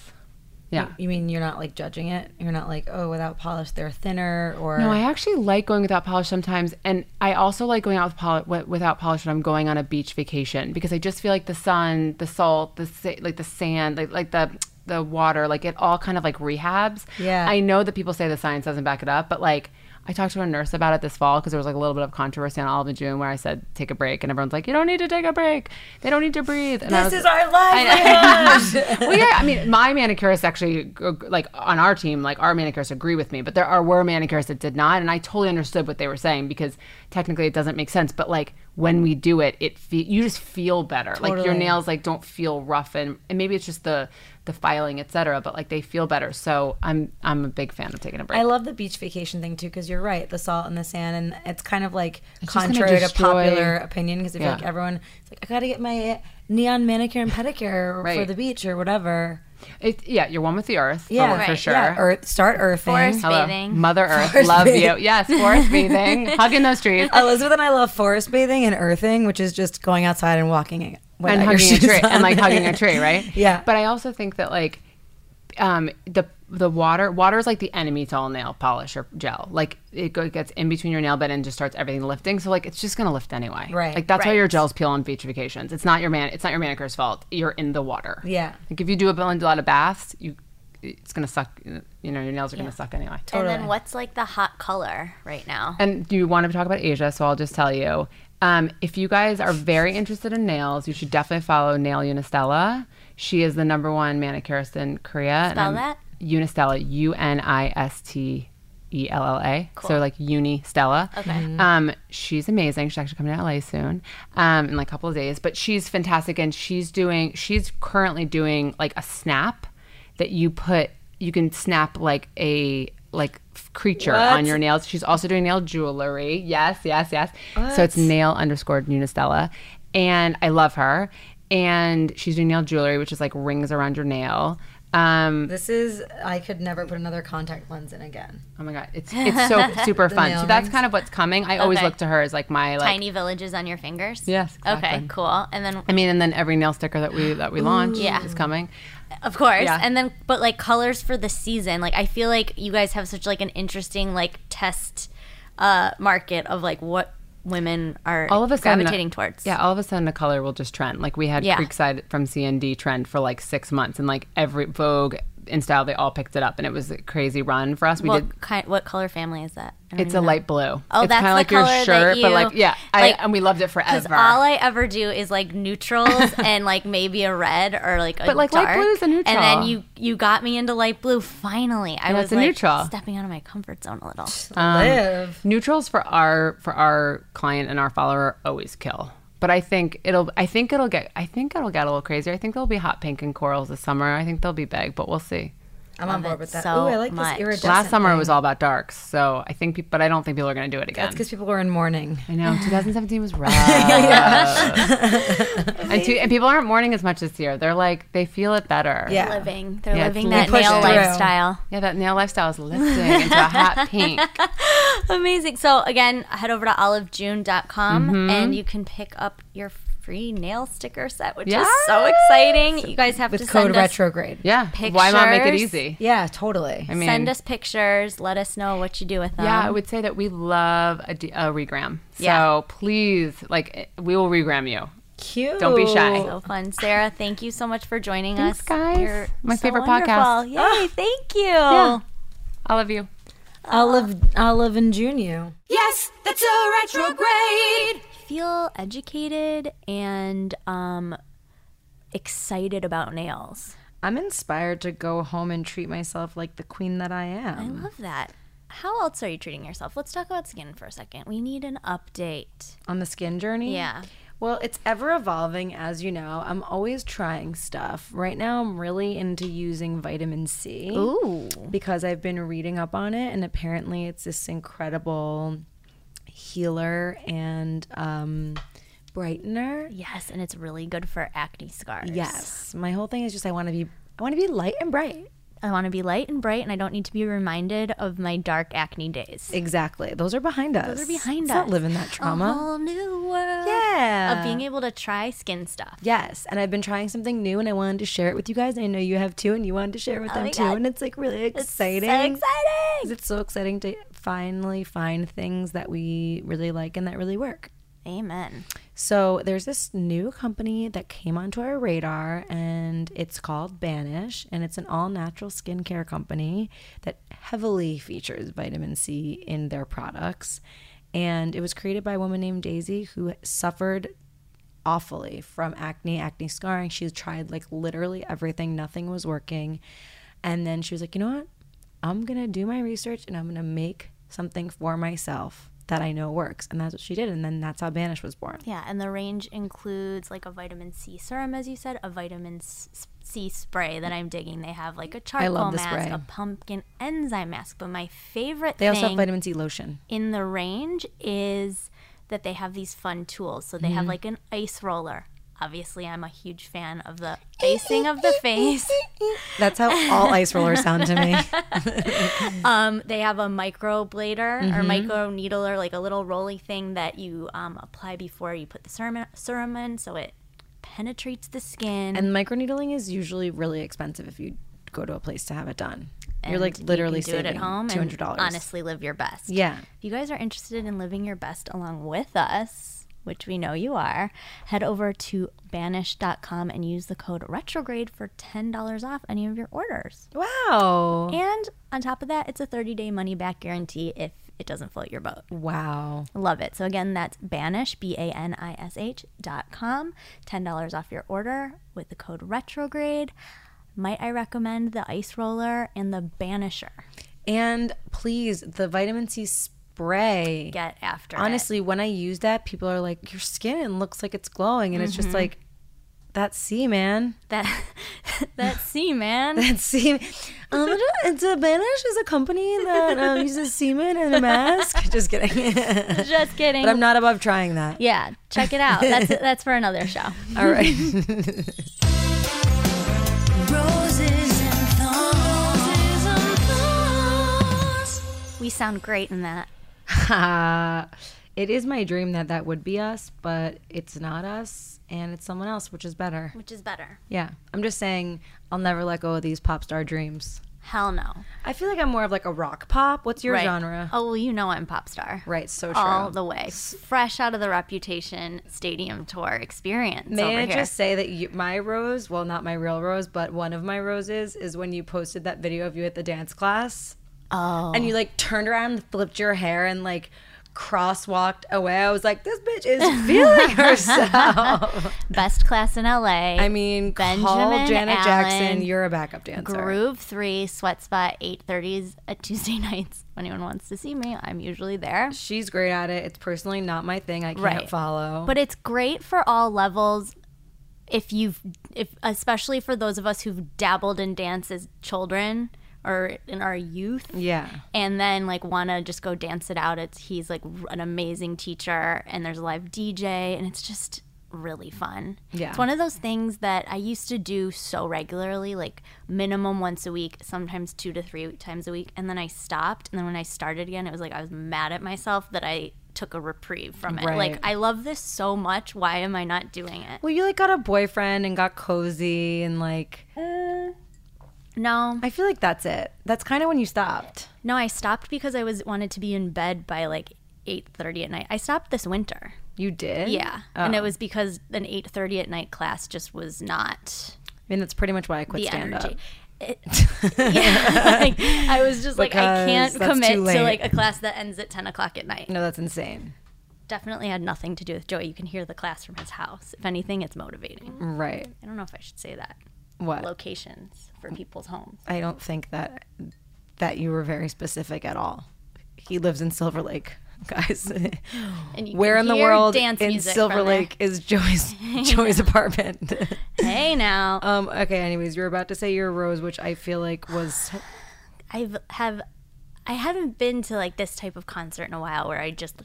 [SPEAKER 6] yeah
[SPEAKER 2] You mean you're not like judging it? You're not like, oh, without polish they're thinner or
[SPEAKER 6] No, I actually like going without polish sometimes, and I also like going out with poli- wi- without polish when I'm going on a beach vacation because I just feel like the sun, the salt, the sa- like the sand, like like the the water, like it all kind of like rehabs.
[SPEAKER 2] Yeah.
[SPEAKER 6] I know that people say the science doesn't back it up, but like. I talked to a nurse about it this fall because there was like a little bit of controversy on Olive and June where I said take a break and everyone's like you don't need to take a break they don't need to breathe and I
[SPEAKER 2] this
[SPEAKER 6] was-
[SPEAKER 2] is our life.
[SPEAKER 6] *laughs* well, yeah. I mean, my manicurist actually, uh, like on our team, like our manicurists agree with me, but there are were manicurists that did not, and I totally understood what they were saying because technically it doesn't make sense. But like when we do it, it fe- you just feel better. Like your
[SPEAKER 2] Totally.
[SPEAKER 6] nails like don't feel rough, and, and maybe it's just the the filing, etc. But like they feel better. So I'm I'm a big fan of taking a break.
[SPEAKER 2] I love the beach vacation thing too because you're right, the salt and the sand, and it's kind of like
[SPEAKER 6] just gonna
[SPEAKER 2] contrary to
[SPEAKER 6] destroy-
[SPEAKER 2] popular opinion because I feel
[SPEAKER 6] Yeah.
[SPEAKER 2] like everyone it's like I got to get my neon manicure and pedicure for
[SPEAKER 6] Right.
[SPEAKER 2] the beach or whatever.
[SPEAKER 6] it, yeah, you're one with the earth.
[SPEAKER 2] Yeah,
[SPEAKER 6] for, for
[SPEAKER 3] Right,
[SPEAKER 6] sure.
[SPEAKER 2] Yeah, earth, start earthing.
[SPEAKER 3] Forest
[SPEAKER 6] Hello.
[SPEAKER 3] bathing.
[SPEAKER 6] Mother Earth, love you. Yes, forest
[SPEAKER 2] *laughs*
[SPEAKER 6] bathing, hugging those trees.
[SPEAKER 2] Elizabeth and I love forest bathing and earthing, which is just going outside and walking it without
[SPEAKER 6] and
[SPEAKER 2] your
[SPEAKER 6] hugging a
[SPEAKER 2] shoes
[SPEAKER 6] tree
[SPEAKER 2] on.
[SPEAKER 6] and like hugging a tree, right?
[SPEAKER 2] Yeah.
[SPEAKER 6] But I also think that like um the the water water is like the enemy to all nail polish or gel. Like it go, gets in between your nail bed and just starts everything lifting. So like it's just gonna lift anyway.
[SPEAKER 2] Right.
[SPEAKER 6] Like that's why
[SPEAKER 3] Right.
[SPEAKER 6] your gels peel on beach vacations. It's not your man. It's not your manicure's fault. You're in the water.
[SPEAKER 2] Yeah.
[SPEAKER 6] Like if you do a bunch- a lot of baths, you it's gonna suck. You know your nails are gonna suck anyway.
[SPEAKER 3] And then what's like the hot color right now?
[SPEAKER 6] And you want to talk about Asia, so I'll just tell you. Um, if you guys are very interested in nails, you should definitely follow Nail Unistella. She is the number one manicurist in Korea.
[SPEAKER 3] Spell
[SPEAKER 6] I'm-
[SPEAKER 3] that?
[SPEAKER 6] Unistella, U N I S T E L L A. So like Uni Stella. Okay. Um, she's amazing. She's actually coming to LA soon, um, in like a couple of days. But she's fantastic, and she's doing. She's currently doing like a snap that you put. You can snap like a like f- creature on your nails. She's also doing nail jewelry. Yes, yes, yes. So it's nail underscore Unistella, and I love her. And she's doing nail jewelry, which is like rings around your nail.
[SPEAKER 2] *laughs*
[SPEAKER 6] Um,
[SPEAKER 2] This is I could never put another contact lens in again.
[SPEAKER 6] Oh my god,
[SPEAKER 3] *laughs*
[SPEAKER 6] it's it's so super fun.
[SPEAKER 2] nail
[SPEAKER 6] So that's
[SPEAKER 2] rings.
[SPEAKER 6] kind of what's coming. I always
[SPEAKER 3] Okay.
[SPEAKER 6] look to her as like my like.
[SPEAKER 3] Tiny villages on your fingers?
[SPEAKER 6] Yes,
[SPEAKER 3] Okay,
[SPEAKER 6] exactly.
[SPEAKER 3] cool. And then,
[SPEAKER 6] I mean, and then every nail sticker that we that we launch
[SPEAKER 3] Yeah.
[SPEAKER 6] is coming.
[SPEAKER 3] of course,
[SPEAKER 6] yeah.
[SPEAKER 3] and then, but like colors for the season. Like, I feel like you guys have such like an interesting like test uh market of like what women are
[SPEAKER 6] all of a sudden
[SPEAKER 3] gravitating towards.
[SPEAKER 6] Yeah, all of a sudden a color will just trend. Like we had
[SPEAKER 3] Yeah.
[SPEAKER 6] Creekside from CND trend for like six months, and like every Vogue and Style they all picked it up, and it was a crazy run for us. We
[SPEAKER 3] What
[SPEAKER 6] did.
[SPEAKER 3] kind? What color family is that? I don't
[SPEAKER 6] It's a
[SPEAKER 3] even know.
[SPEAKER 6] light blue.
[SPEAKER 3] Oh,
[SPEAKER 6] it's
[SPEAKER 3] that's
[SPEAKER 6] kinda
[SPEAKER 3] the
[SPEAKER 6] like
[SPEAKER 3] color
[SPEAKER 6] your
[SPEAKER 3] that
[SPEAKER 6] shirt, but like
[SPEAKER 3] you-
[SPEAKER 6] yeah,
[SPEAKER 3] like-
[SPEAKER 6] I, and we loved it
[SPEAKER 3] Because
[SPEAKER 6] forever.
[SPEAKER 3] all I ever do is like
[SPEAKER 6] *laughs*
[SPEAKER 3] neutrals and like maybe a red or like a
[SPEAKER 6] But, like, light
[SPEAKER 3] dark.
[SPEAKER 6] blue's a neutral.
[SPEAKER 3] And then you you got me into light blue. Finally, I
[SPEAKER 6] Yeah,
[SPEAKER 3] was
[SPEAKER 6] it's a
[SPEAKER 3] like
[SPEAKER 6] neutral.
[SPEAKER 3] stepping out of my comfort zone a little.
[SPEAKER 6] Mm.
[SPEAKER 2] Live.
[SPEAKER 6] neutrals for our for our client and our follower always kill but i think it'll i think it'll get i think it'll get a little crazier i think there'll be hot pink and corals this summer i think they'll be big but we'll see
[SPEAKER 2] I'm on board
[SPEAKER 3] it
[SPEAKER 2] with that.
[SPEAKER 3] so
[SPEAKER 2] Ooh, I like
[SPEAKER 3] much.
[SPEAKER 2] this iridescent.
[SPEAKER 6] last summer
[SPEAKER 2] thing.
[SPEAKER 6] it was all about darks so i think peop but i don't think people are going to do it again
[SPEAKER 2] That's because people were in mourning.
[SPEAKER 6] i
[SPEAKER 2] *sighs*
[SPEAKER 6] know 2017 *laughs* was rough and, two, and people aren't mourning as much this year they're like they feel it better
[SPEAKER 2] Yeah.
[SPEAKER 3] Living, they're
[SPEAKER 6] Yeah, it's
[SPEAKER 3] living
[SPEAKER 6] li-
[SPEAKER 3] that
[SPEAKER 2] Push
[SPEAKER 3] nail
[SPEAKER 2] it through.
[SPEAKER 3] lifestyle.
[SPEAKER 6] yeah that nail lifestyle is lifting into
[SPEAKER 2] *laughs*
[SPEAKER 6] a hot pink
[SPEAKER 3] Amazing. So again, head over to olivejune.com
[SPEAKER 6] Mm-hmm.
[SPEAKER 3] and you can pick up your free nail sticker set, which is so exciting. You guys have
[SPEAKER 2] With
[SPEAKER 3] to
[SPEAKER 2] code
[SPEAKER 3] send us,
[SPEAKER 2] retrograde.
[SPEAKER 6] yeah why not make it
[SPEAKER 3] Pictures.
[SPEAKER 6] easy
[SPEAKER 2] Yeah, totally.
[SPEAKER 6] i mean
[SPEAKER 3] send us pictures. Let us know what you do with them.
[SPEAKER 6] Yeah, I would say that we love a, d- a regram. So
[SPEAKER 3] Yeah.
[SPEAKER 6] please, like, eh, we will regram you.
[SPEAKER 2] Cute.
[SPEAKER 6] Don't be shy.
[SPEAKER 3] so fun. Sarah, thank you so much for joining
[SPEAKER 6] Thanks,
[SPEAKER 3] us.
[SPEAKER 6] guys.
[SPEAKER 3] You're
[SPEAKER 6] My
[SPEAKER 3] so
[SPEAKER 6] favorite
[SPEAKER 3] wonderful.
[SPEAKER 6] *gasps* podcast.
[SPEAKER 3] Yay, thank you.
[SPEAKER 6] I love you.
[SPEAKER 2] Olive, Olive and June you.
[SPEAKER 4] Yes, that's a retrograde.
[SPEAKER 3] Feel educated and um excited about nails.
[SPEAKER 2] I'm inspired to go home and treat myself like the queen that I
[SPEAKER 3] I
[SPEAKER 6] Mm.
[SPEAKER 2] am.
[SPEAKER 3] love that. How else are you treating yourself? Let's talk about skin for a second. We need an update.
[SPEAKER 2] On the skin journey?
[SPEAKER 3] Yeah.
[SPEAKER 2] Well, it's ever evolving, as you know. I'm always trying stuff. Right now, I'm really into using vitamin C.
[SPEAKER 3] Ooh.
[SPEAKER 2] because I've been reading up on it, and apparently it's this incredible healer and um, brightener.
[SPEAKER 3] Yes, and it's really good for acne scars.
[SPEAKER 2] Yes, my whole thing is just I want to be I want to be light and bright.
[SPEAKER 3] I want to be light and bright and I don't need to be reminded of my dark acne days.
[SPEAKER 2] Exactly, those are behind us. Uh-huh.
[SPEAKER 3] They're behind
[SPEAKER 2] Let's
[SPEAKER 3] us.
[SPEAKER 2] Not living that
[SPEAKER 3] A
[SPEAKER 2] trauma.
[SPEAKER 3] whole new world.
[SPEAKER 2] Yeah.
[SPEAKER 3] Of being able to try skin stuff.
[SPEAKER 2] Yes, and I've been trying something new, and I wanted to share it with you guys. And I know you have too, and you wanted to share it with them
[SPEAKER 3] Oh my
[SPEAKER 2] too,
[SPEAKER 3] God.
[SPEAKER 2] and it's like really exciting.
[SPEAKER 3] So exciting.
[SPEAKER 2] 'Cause It's so exciting to finally find things that we really like and that really work.
[SPEAKER 3] Amen.
[SPEAKER 2] So there's this new company that came onto our radar, and it's called Banish, and it's an all-natural skincare company that heavily features vitamin C in their products. And it was created by a woman named Daisy who suffered awfully from acne, acne scarring. She tried like literally everything, nothing was working. And then she was like, you know what? I'm going to do my research and I'm going to make something for myself that I know works. And that's what she did. And then that's how Banish was born.
[SPEAKER 3] Yeah, and the range includes like a vitamin C serum, as you said, a vitamin S- C spray that I'm digging. They have like a charcoal
[SPEAKER 2] love the
[SPEAKER 3] mask,
[SPEAKER 2] spray.
[SPEAKER 3] a pumpkin enzyme mask. But my favorite
[SPEAKER 2] They
[SPEAKER 3] thing
[SPEAKER 2] also have vitamin C lotion.
[SPEAKER 3] in the range is that they have these fun tools. So they have like an ice roller. Obviously, I'm a huge fan of the icing of the face.
[SPEAKER 2] That's how all ice rollers sound to
[SPEAKER 3] *laughs*
[SPEAKER 2] me.
[SPEAKER 3] Um, they have a microblader or micro needler, like a little rolly thing that you um, apply before you put the serum, serum in, so it penetrates the skin.
[SPEAKER 2] And microneedling is usually really expensive if you go to a place to have it done. You're
[SPEAKER 3] and
[SPEAKER 2] like
[SPEAKER 3] you
[SPEAKER 2] literally
[SPEAKER 3] can do it
[SPEAKER 2] saving
[SPEAKER 3] at home.
[SPEAKER 2] two hundred dollars.
[SPEAKER 3] And honestly, live your best.
[SPEAKER 2] Yeah.
[SPEAKER 3] If you guys are interested in living your best along with us, which we know you are, head over to banish.com and use the code retrograde for $10 off any of your orders.
[SPEAKER 2] Wow.
[SPEAKER 3] And on top of that, it's a 30 day money back guarantee if it doesn't float your boat.
[SPEAKER 2] Mm. Wow.
[SPEAKER 3] Love it. So again, that's banish, B A N I S H dot com. $10 off your order with the code retrograde. Might I recommend the ice roller and the banisher?
[SPEAKER 2] And please, the vitamin C spray.
[SPEAKER 3] Get after it.
[SPEAKER 2] honestly, when I use that, people are like, "Your skin looks like it's glowing," and it's just
[SPEAKER 3] Mm-hmm.
[SPEAKER 2] like that C, man. *laughs*
[SPEAKER 3] that *laughs* that sea man.
[SPEAKER 2] That C. Um, it's a Banish is a company that um, uses semen and a mask. *laughs* just kidding,
[SPEAKER 3] *laughs* Just kidding.
[SPEAKER 2] but I'm not above trying that.
[SPEAKER 3] yeah, check it
[SPEAKER 2] *laughs*
[SPEAKER 3] out. That's that's for another show.
[SPEAKER 2] All
[SPEAKER 3] *laughs*
[SPEAKER 2] right.
[SPEAKER 3] We sound great in that.
[SPEAKER 2] Uh, *laughs* it is my dream that that would be us, but it's not us and it's someone else, which is better.
[SPEAKER 3] Which is better.
[SPEAKER 2] Yeah. I'm just saying, I'll never let go of these pop star dreams.
[SPEAKER 3] Hell no.
[SPEAKER 2] I feel like I'm more of like a rock pop. What's your
[SPEAKER 3] Right.
[SPEAKER 2] genre?
[SPEAKER 3] Oh, well, you know I'm pop star.
[SPEAKER 2] Right, so true.
[SPEAKER 3] All the way. Fresh out of the Reputation Stadium Tour experience
[SPEAKER 2] May
[SPEAKER 3] over
[SPEAKER 2] I
[SPEAKER 3] here.
[SPEAKER 2] just say that you, my rose, well, not my real rose, but one of my roses is when you posted that video of you at the dance class.
[SPEAKER 3] oh.
[SPEAKER 2] and you like turned around and flipped your hair and like crosswalked away. I was like, this bitch *laughs* is feeling herself.
[SPEAKER 3] Best class in LA.
[SPEAKER 2] I mean, call
[SPEAKER 3] Benjamin
[SPEAKER 2] Janet Jackson.
[SPEAKER 3] Allen
[SPEAKER 2] You're a backup dancer.
[SPEAKER 3] Groove three, sweat spot, eight thirties at Tuesday *laughs* nights. If anyone wants to see me, I'm usually there.
[SPEAKER 2] She's great at it. It's personally not my thing. I can't
[SPEAKER 3] Right.
[SPEAKER 2] follow.
[SPEAKER 3] But it's great for all levels. If you've, if especially for those of us who've dabbled in dance as children or in our youth,
[SPEAKER 2] yeah,
[SPEAKER 3] and then like want to just go dance it out. It's he's like r- an amazing teacher, and there's a live DJ, and it's just really fun.
[SPEAKER 2] Yeah.
[SPEAKER 3] it's one of those things that I used to do so regularly, like minimum once a week, sometimes two to three times a week, and then I stopped. And then when I started again, it was like I was mad at myself that I took a reprieve from it.
[SPEAKER 2] Right.
[SPEAKER 3] Like I love this so much. Why am I not doing it?
[SPEAKER 2] well, you like got a boyfriend and got cozy and like
[SPEAKER 3] No,
[SPEAKER 2] I feel like that's it. That's kind of when you stopped.
[SPEAKER 3] no, I stopped because I was wanted to be in bed by like eight thirty at night. I stopped this winter.
[SPEAKER 2] You did. Oh.
[SPEAKER 3] Yeah, and it was because an eight thirty at night class just was not
[SPEAKER 2] I mean, that's pretty much why I quit
[SPEAKER 3] the
[SPEAKER 2] stand
[SPEAKER 3] energy.
[SPEAKER 2] up. *laughs*
[SPEAKER 3] It- yeah, *laughs* like, I was just like, I
[SPEAKER 2] Because
[SPEAKER 3] can't
[SPEAKER 2] that's
[SPEAKER 3] commit
[SPEAKER 2] too
[SPEAKER 3] to
[SPEAKER 2] late.
[SPEAKER 3] like a class that ends at ten o'clock at night.
[SPEAKER 2] No, that's insane.
[SPEAKER 3] Definitely had nothing to do with Joey. You can hear the class from his house. If anything, it's motivating.
[SPEAKER 2] Right.
[SPEAKER 3] I don't know if I should say that.
[SPEAKER 2] What?
[SPEAKER 3] Locations for people's homes.
[SPEAKER 2] I don't think that that you were very specific at all. He lives in Silver Lake, *laughs*
[SPEAKER 3] *laughs*
[SPEAKER 2] guys.
[SPEAKER 3] And you
[SPEAKER 2] Where
[SPEAKER 3] can
[SPEAKER 2] in the
[SPEAKER 3] hear
[SPEAKER 2] world
[SPEAKER 3] dance
[SPEAKER 2] in
[SPEAKER 3] music
[SPEAKER 2] Silver
[SPEAKER 3] from there.
[SPEAKER 2] Lake is
[SPEAKER 3] *laughs*
[SPEAKER 2] Joey's Joey's apartment? *laughs*
[SPEAKER 3] Hey now.
[SPEAKER 2] um. Okay. Anyways, you were about to say your rose, which I feel like was
[SPEAKER 3] I've have I haven't been to like this type of concert in a while where I just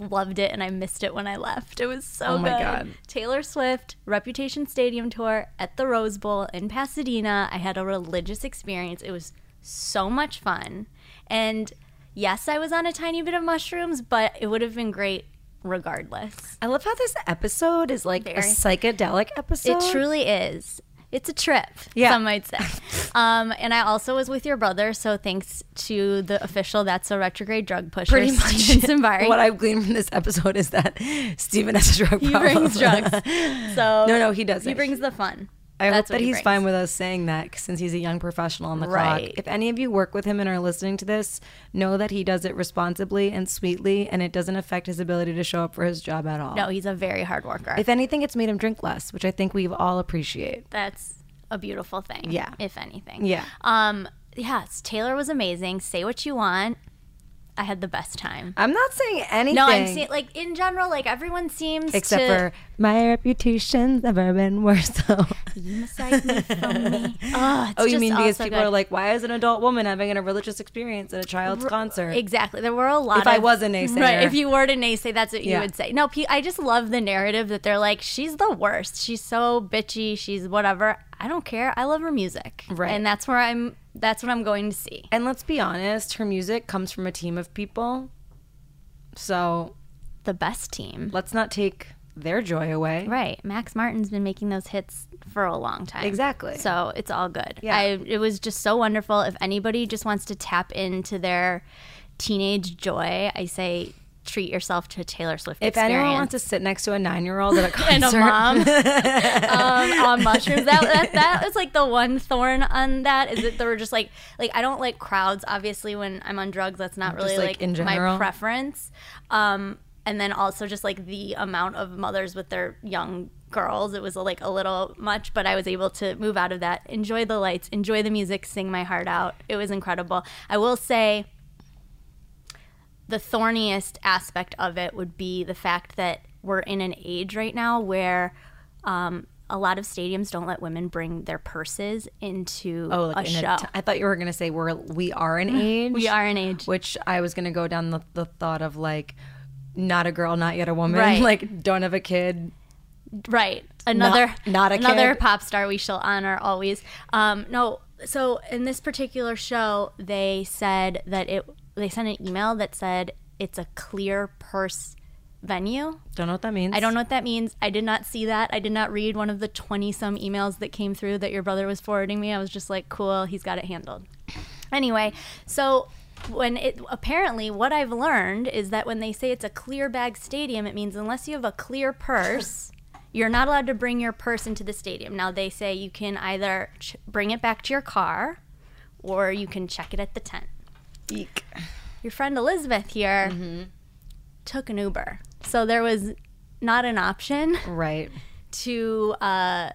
[SPEAKER 3] loved it and I missed it when I left. It was so
[SPEAKER 2] Oh my
[SPEAKER 3] good.
[SPEAKER 2] God.
[SPEAKER 3] Taylor Swift, Reputation Stadium tour at the Rose Bowl in Pasadena. I had a religious experience. It was so much fun. And yes, I was on a tiny bit of mushrooms, but it would have been great regardless.
[SPEAKER 2] *sighs* I love how this episode is like a
[SPEAKER 3] Very.
[SPEAKER 2] psychedelic episode.
[SPEAKER 3] it truly is. It's a trip,
[SPEAKER 2] Yeah.
[SPEAKER 3] some might say. um, and I also was with your brother, so thanks to the official that's a retrograde drug
[SPEAKER 2] *laughs*
[SPEAKER 3] pusher,
[SPEAKER 2] Pretty much *laughs*
[SPEAKER 3] Steven Simbari.
[SPEAKER 2] What I've gleaned from this episode is that Steven has a drug
[SPEAKER 3] he
[SPEAKER 2] problem.
[SPEAKER 3] brings drugs. So
[SPEAKER 2] *laughs* No, no, he doesn't.
[SPEAKER 3] He brings the fun.
[SPEAKER 2] I hope
[SPEAKER 3] That's what
[SPEAKER 2] that
[SPEAKER 3] he
[SPEAKER 2] he's
[SPEAKER 3] brings.
[SPEAKER 2] fine with us saying that since he's a young professional on the
[SPEAKER 3] Right.
[SPEAKER 2] clock. If any of you work with him and are listening to this, know that he does it responsibly and sweetly, and it doesn't affect his ability to show up for his job at all.
[SPEAKER 3] No, he's a very hard worker.
[SPEAKER 2] If anything, it's made him drink less, which I think we all appreciate.
[SPEAKER 3] that's a beautiful thing.
[SPEAKER 2] Yeah.
[SPEAKER 3] If anything.
[SPEAKER 2] Yeah.
[SPEAKER 3] Um. Yes, Taylor was amazing. Say what you want. I had the best time.
[SPEAKER 2] I'm not saying anything.
[SPEAKER 3] No, I'm saying like in general, like everyone seems
[SPEAKER 2] Except
[SPEAKER 3] to,
[SPEAKER 2] for my reputation's never been worse. *laughs* Though.
[SPEAKER 3] You mistake me for me.
[SPEAKER 2] *laughs*
[SPEAKER 3] Oh, it's
[SPEAKER 2] Oh, you
[SPEAKER 3] just
[SPEAKER 2] mean
[SPEAKER 3] all
[SPEAKER 2] because
[SPEAKER 3] so
[SPEAKER 2] people
[SPEAKER 3] good.
[SPEAKER 2] are like, why is an adult woman having a religious experience at a child's concert?
[SPEAKER 3] Exactly. There were a lot.
[SPEAKER 2] If
[SPEAKER 3] of,
[SPEAKER 2] I was a naysayer.
[SPEAKER 3] *laughs* right? If you were to naysay, that's what
[SPEAKER 2] Yeah.
[SPEAKER 3] you would say. No, pe- I just love the narrative that they're like, she's the worst. She's so bitchy. She's whatever. I don't care. I love her music,
[SPEAKER 2] Right.
[SPEAKER 3] And that's where I'm. That's what I'm going to see.
[SPEAKER 2] And let's be honest, her music comes from a team of people. So
[SPEAKER 3] The best team,
[SPEAKER 2] let's not take their joy away.
[SPEAKER 3] right? Max Martin's been making those hits for a long time,
[SPEAKER 2] Exactly.
[SPEAKER 3] So it's all good.
[SPEAKER 2] Yeah.
[SPEAKER 3] I, it was just so wonderful. If anybody just wants to tap into their teenage joy, I say treat yourself to a Taylor Swift
[SPEAKER 2] If
[SPEAKER 3] experience.
[SPEAKER 2] anyone wants to sit next to a nine-year-old
[SPEAKER 3] *laughs*
[SPEAKER 2] at a
[SPEAKER 3] and
[SPEAKER 2] concert,
[SPEAKER 3] a
[SPEAKER 2] *laughs*
[SPEAKER 3] mom um, on mushrooms. That, that that was like the one thorn on that is that there were just like like I don't like crowds. Obviously, when I'm on drugs, that's not really
[SPEAKER 2] like,
[SPEAKER 3] like,
[SPEAKER 2] in
[SPEAKER 3] my
[SPEAKER 2] general.
[SPEAKER 3] preference. Um, and then also just like the amount of mothers with their young girls, it was like a little much. But I was able to move out of that, enjoy the lights, enjoy the music, sing my heart out. It was incredible. I will say the thorniest aspect of it would be the fact that we're in an age right now where um, a lot of stadiums don't let women bring their purses into
[SPEAKER 2] *laughs* oh,
[SPEAKER 3] a
[SPEAKER 2] like in a
[SPEAKER 3] show.
[SPEAKER 2] t- I thought you were gonna say we're we are an age.
[SPEAKER 3] *laughs* we are an age.
[SPEAKER 2] Which I was gonna go down the, the thought of like, not a girl, not yet a woman. *laughs*
[SPEAKER 3] Right.
[SPEAKER 2] Like, don't have a kid.
[SPEAKER 3] Right. Another
[SPEAKER 2] not a
[SPEAKER 3] another
[SPEAKER 2] kid.
[SPEAKER 3] pop star we shall honor always. Um, no, so in this particular show, they said that it. They sent an email that said it's a clear purse venue.
[SPEAKER 2] Don't know what that means.
[SPEAKER 3] I don't know what that means. I did not see that. I did not read one of the 20 some emails that came through that your brother was forwarding me. I was just like, cool, he's got it handled. *clears throat* Anyway, so when it apparently what I've learned is that when they say it's a clear bag stadium, it means unless you have a clear purse, you're not allowed to bring your purse into the stadium. Now they say you can either ch- bring it back to your car or you can check it at the tent.
[SPEAKER 2] Eek.
[SPEAKER 3] Your friend Elizabeth here took an Uber. So there was not an option
[SPEAKER 2] Right.
[SPEAKER 3] to uh,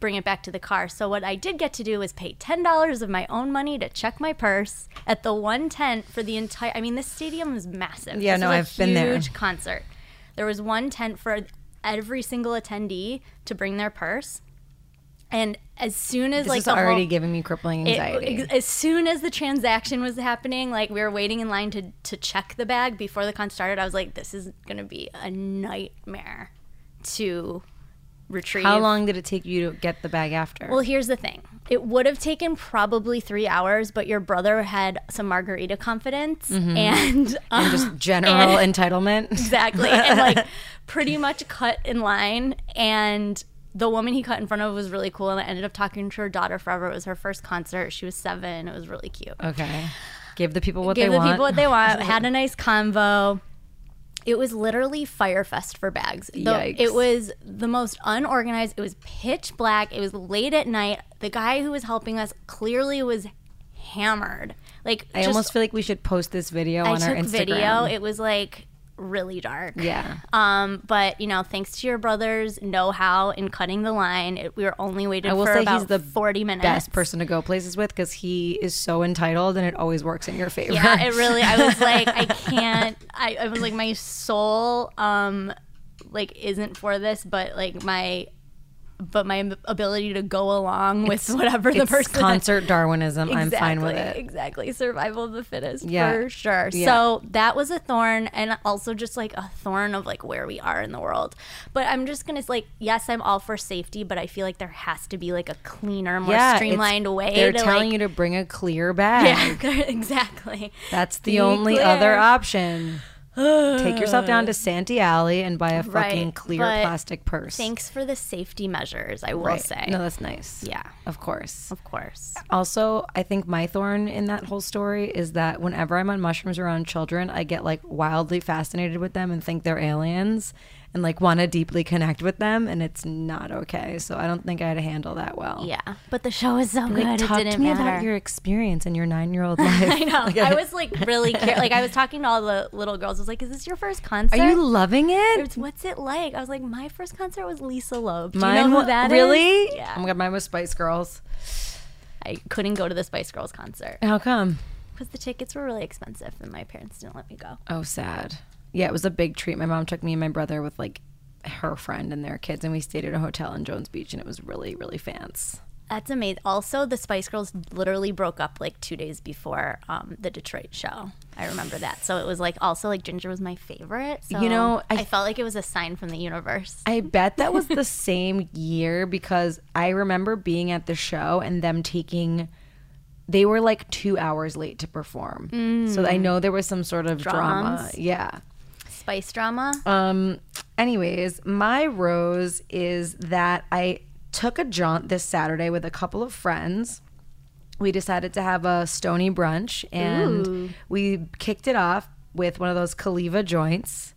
[SPEAKER 3] bring it back to the car. So what I did get to do was pay ten dollars of my own money to check my purse at the one tent for the entire. I mean, this stadium is massive.
[SPEAKER 2] Yeah,
[SPEAKER 3] This
[SPEAKER 2] no,
[SPEAKER 3] is a
[SPEAKER 2] I've been there.
[SPEAKER 3] Huge concert. There was one tent for every single attendee to bring their purse, and as soon as
[SPEAKER 2] This
[SPEAKER 3] like
[SPEAKER 2] is
[SPEAKER 3] the whole-
[SPEAKER 2] already giving me crippling
[SPEAKER 3] it-
[SPEAKER 2] anxiety.
[SPEAKER 3] ex- as soon as the transaction was happening, like we were waiting in line to to check the bag before the con started, I was like, this is gonna be a nightmare to retrieve.
[SPEAKER 2] How long did it take you to get the bag after?
[SPEAKER 3] Well, here's the thing. It would have taken probably three hours, but your brother had some margarita confidence
[SPEAKER 2] Mm-hmm.
[SPEAKER 3] and, *laughs* um,
[SPEAKER 2] Just general
[SPEAKER 3] *laughs*
[SPEAKER 2] entitlement.
[SPEAKER 3] exactly
[SPEAKER 2] *laughs*
[SPEAKER 3] and like pretty much cut in line and the woman he cut in front of was really cool and I ended up talking to her daughter forever. It was her first concert. She was seven. It was really cute.
[SPEAKER 2] Okay. Give the people what
[SPEAKER 3] Give
[SPEAKER 2] they
[SPEAKER 3] the
[SPEAKER 2] want.
[SPEAKER 3] people what they
[SPEAKER 2] *laughs*
[SPEAKER 3] want. Had a nice convo. It was literally Firefest for bags. The-
[SPEAKER 2] Yikes.
[SPEAKER 3] It was the most unorganized. It was pitch black. It was late at night. The guy who was helping us clearly was hammered. Like
[SPEAKER 2] I almost feel like we should post this video
[SPEAKER 3] I
[SPEAKER 2] on our
[SPEAKER 3] took
[SPEAKER 2] Instagram.
[SPEAKER 3] video. It was like really dark.
[SPEAKER 2] yeah.
[SPEAKER 3] Um, but you know, thanks to your brother's know-how in cutting the line, it, we were only waited
[SPEAKER 2] I will
[SPEAKER 3] for
[SPEAKER 2] say
[SPEAKER 3] about
[SPEAKER 2] he's the
[SPEAKER 3] forty minutes.
[SPEAKER 2] Best person to go places with because he is so entitled and it always works in your
[SPEAKER 3] *laughs*
[SPEAKER 2] favor.
[SPEAKER 3] Yeah, it really. I was
[SPEAKER 2] *laughs*
[SPEAKER 3] like, I can't. I, I was like, my soul, um, like isn't for this, but like my, but my ability to go along with whatever the
[SPEAKER 2] it's
[SPEAKER 3] person.
[SPEAKER 2] concert Darwinism. I'm fine with
[SPEAKER 3] Exactly,
[SPEAKER 2] it.
[SPEAKER 3] Exactly, survival of the fittest
[SPEAKER 2] Yeah.
[SPEAKER 3] for sure. So that was a thorn, and also just like a thorn of like where we are in the world. But I'm just gonna like, yes, I'm all for safety, but I feel like there has to be like a cleaner, more
[SPEAKER 2] Yeah, it's-
[SPEAKER 3] streamlined way.
[SPEAKER 2] They're
[SPEAKER 3] to,
[SPEAKER 2] telling
[SPEAKER 3] like,
[SPEAKER 2] you to bring a clear bag.
[SPEAKER 3] *laughs* yeah, exactly.
[SPEAKER 2] That's the
[SPEAKER 3] Be
[SPEAKER 2] only other
[SPEAKER 3] clear.
[SPEAKER 2] option. Take yourself down
[SPEAKER 3] *sighs*
[SPEAKER 2] to Santee Alley and buy a fucking
[SPEAKER 3] Right,
[SPEAKER 2] clear
[SPEAKER 3] but
[SPEAKER 2] plastic purse.
[SPEAKER 3] Thanks for the safety measures, I will
[SPEAKER 2] Right.
[SPEAKER 3] say.
[SPEAKER 2] No, that's Oh. nice.
[SPEAKER 3] yeah,
[SPEAKER 2] Of course.
[SPEAKER 3] of course.
[SPEAKER 2] Also, I think my thorn in that whole story is that whenever I'm on mushrooms around children, I get like wildly fascinated with them and think they're aliens and like want to deeply connect with them, and it's not okay. So I don't think I'd handle that well.
[SPEAKER 3] Yeah, but the show is so good.
[SPEAKER 2] Like, talk
[SPEAKER 3] it didn't
[SPEAKER 2] to me
[SPEAKER 3] matter.
[SPEAKER 2] about your experience in your nine year old life.
[SPEAKER 3] *laughs* I know. I was like
[SPEAKER 2] *laughs*
[SPEAKER 3] really cur- like I was talking to all the little girls. I was like, "Is this your first concert?
[SPEAKER 2] Are you loving it?
[SPEAKER 3] It's- What's it like?" I was like, "My first concert was Lisa Loeb. Do you
[SPEAKER 2] Mine
[SPEAKER 3] know
[SPEAKER 2] wa-
[SPEAKER 3] who that is?
[SPEAKER 2] really? Oh
[SPEAKER 3] Yeah.
[SPEAKER 2] my god, mine was Spice Girls.
[SPEAKER 3] I couldn't go to the Spice Girls concert
[SPEAKER 2] How come?
[SPEAKER 3] because the tickets were really expensive, and my parents didn't let me go.
[SPEAKER 2] Oh, sad. Yeah, it was a big treat. My mom took me and my brother with like her friend and their kids, and we stayed at a hotel in Jones Beach, and it was really, really fancy.
[SPEAKER 3] That's amazing. Also, the Spice Girls literally broke up like two days before um, the Detroit show. I remember that. So it was like also like Ginger was my favorite. So
[SPEAKER 2] You know, I-
[SPEAKER 3] I, felt like it was a sign from the universe.
[SPEAKER 2] I bet that was the *laughs* same year because I remember being at the show and them taking. They were like two hours late to perform, so I know there was some sort of drama.
[SPEAKER 3] Dramas.
[SPEAKER 2] Yeah.
[SPEAKER 3] Spice drama.
[SPEAKER 2] Um, anyways, my rose is that I took a jaunt this Saturday with a couple of friends. We decided to have a stony brunch and we kicked it off with one of those Kaliva joints,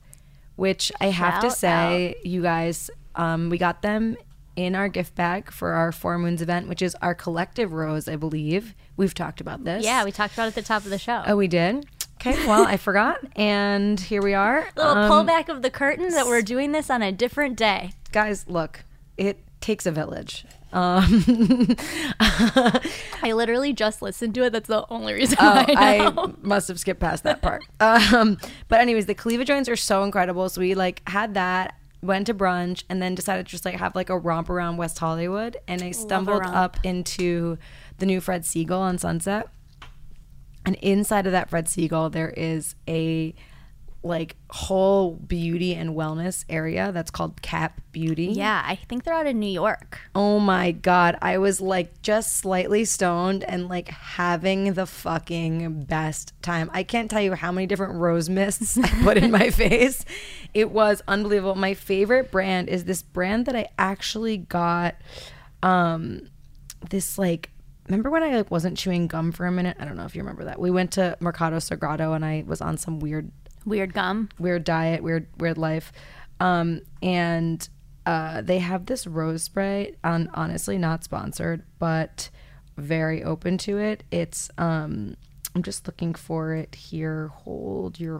[SPEAKER 2] which I have to
[SPEAKER 3] Shout
[SPEAKER 2] say, you guys, um, we got them in our gift bag for our Four Moons event, which is our collective rose, I believe. We've talked about this.
[SPEAKER 3] yeah, we talked about it at the top of the show.
[SPEAKER 2] Oh, we did? Okay, well, I forgot. And here we are.
[SPEAKER 3] little
[SPEAKER 2] Um,
[SPEAKER 3] pullback of the curtain that we're doing this on a different day.
[SPEAKER 2] guys, look, it takes a village. Um,
[SPEAKER 3] I literally just listened to it. That's the only reason
[SPEAKER 2] Oh,
[SPEAKER 3] why *laughs* I know.
[SPEAKER 2] I must have skipped past that part. *laughs* Um, but anyways, the cleavage joints are so incredible. So we like had that, went to brunch, and then decided to just like have like a romp around West Hollywood. And I stumbled
[SPEAKER 3] romp.
[SPEAKER 2] up into the new Fred Siegel on Sunset. And inside of that Fred Siegel, there is a like whole beauty and wellness area that's called Cap Beauty.
[SPEAKER 3] Yeah, I think they're out in New York.
[SPEAKER 2] Oh my god, I was like just slightly stoned and like having the fucking best time. I can't tell you how many different rose mists I put in my face. It was unbelievable. My favorite brand is this brand that I actually got um this like remember when I like wasn't chewing gum for a minute? I don't know if you remember that. We went to Mercado Sagrado and I was on some weird
[SPEAKER 3] Weird gum.
[SPEAKER 2] weird diet, weird weird life. Um, and uh, they have this rose spray. On honestly, not sponsored, but very open to it. It's um, I'm just looking for it here. Hold your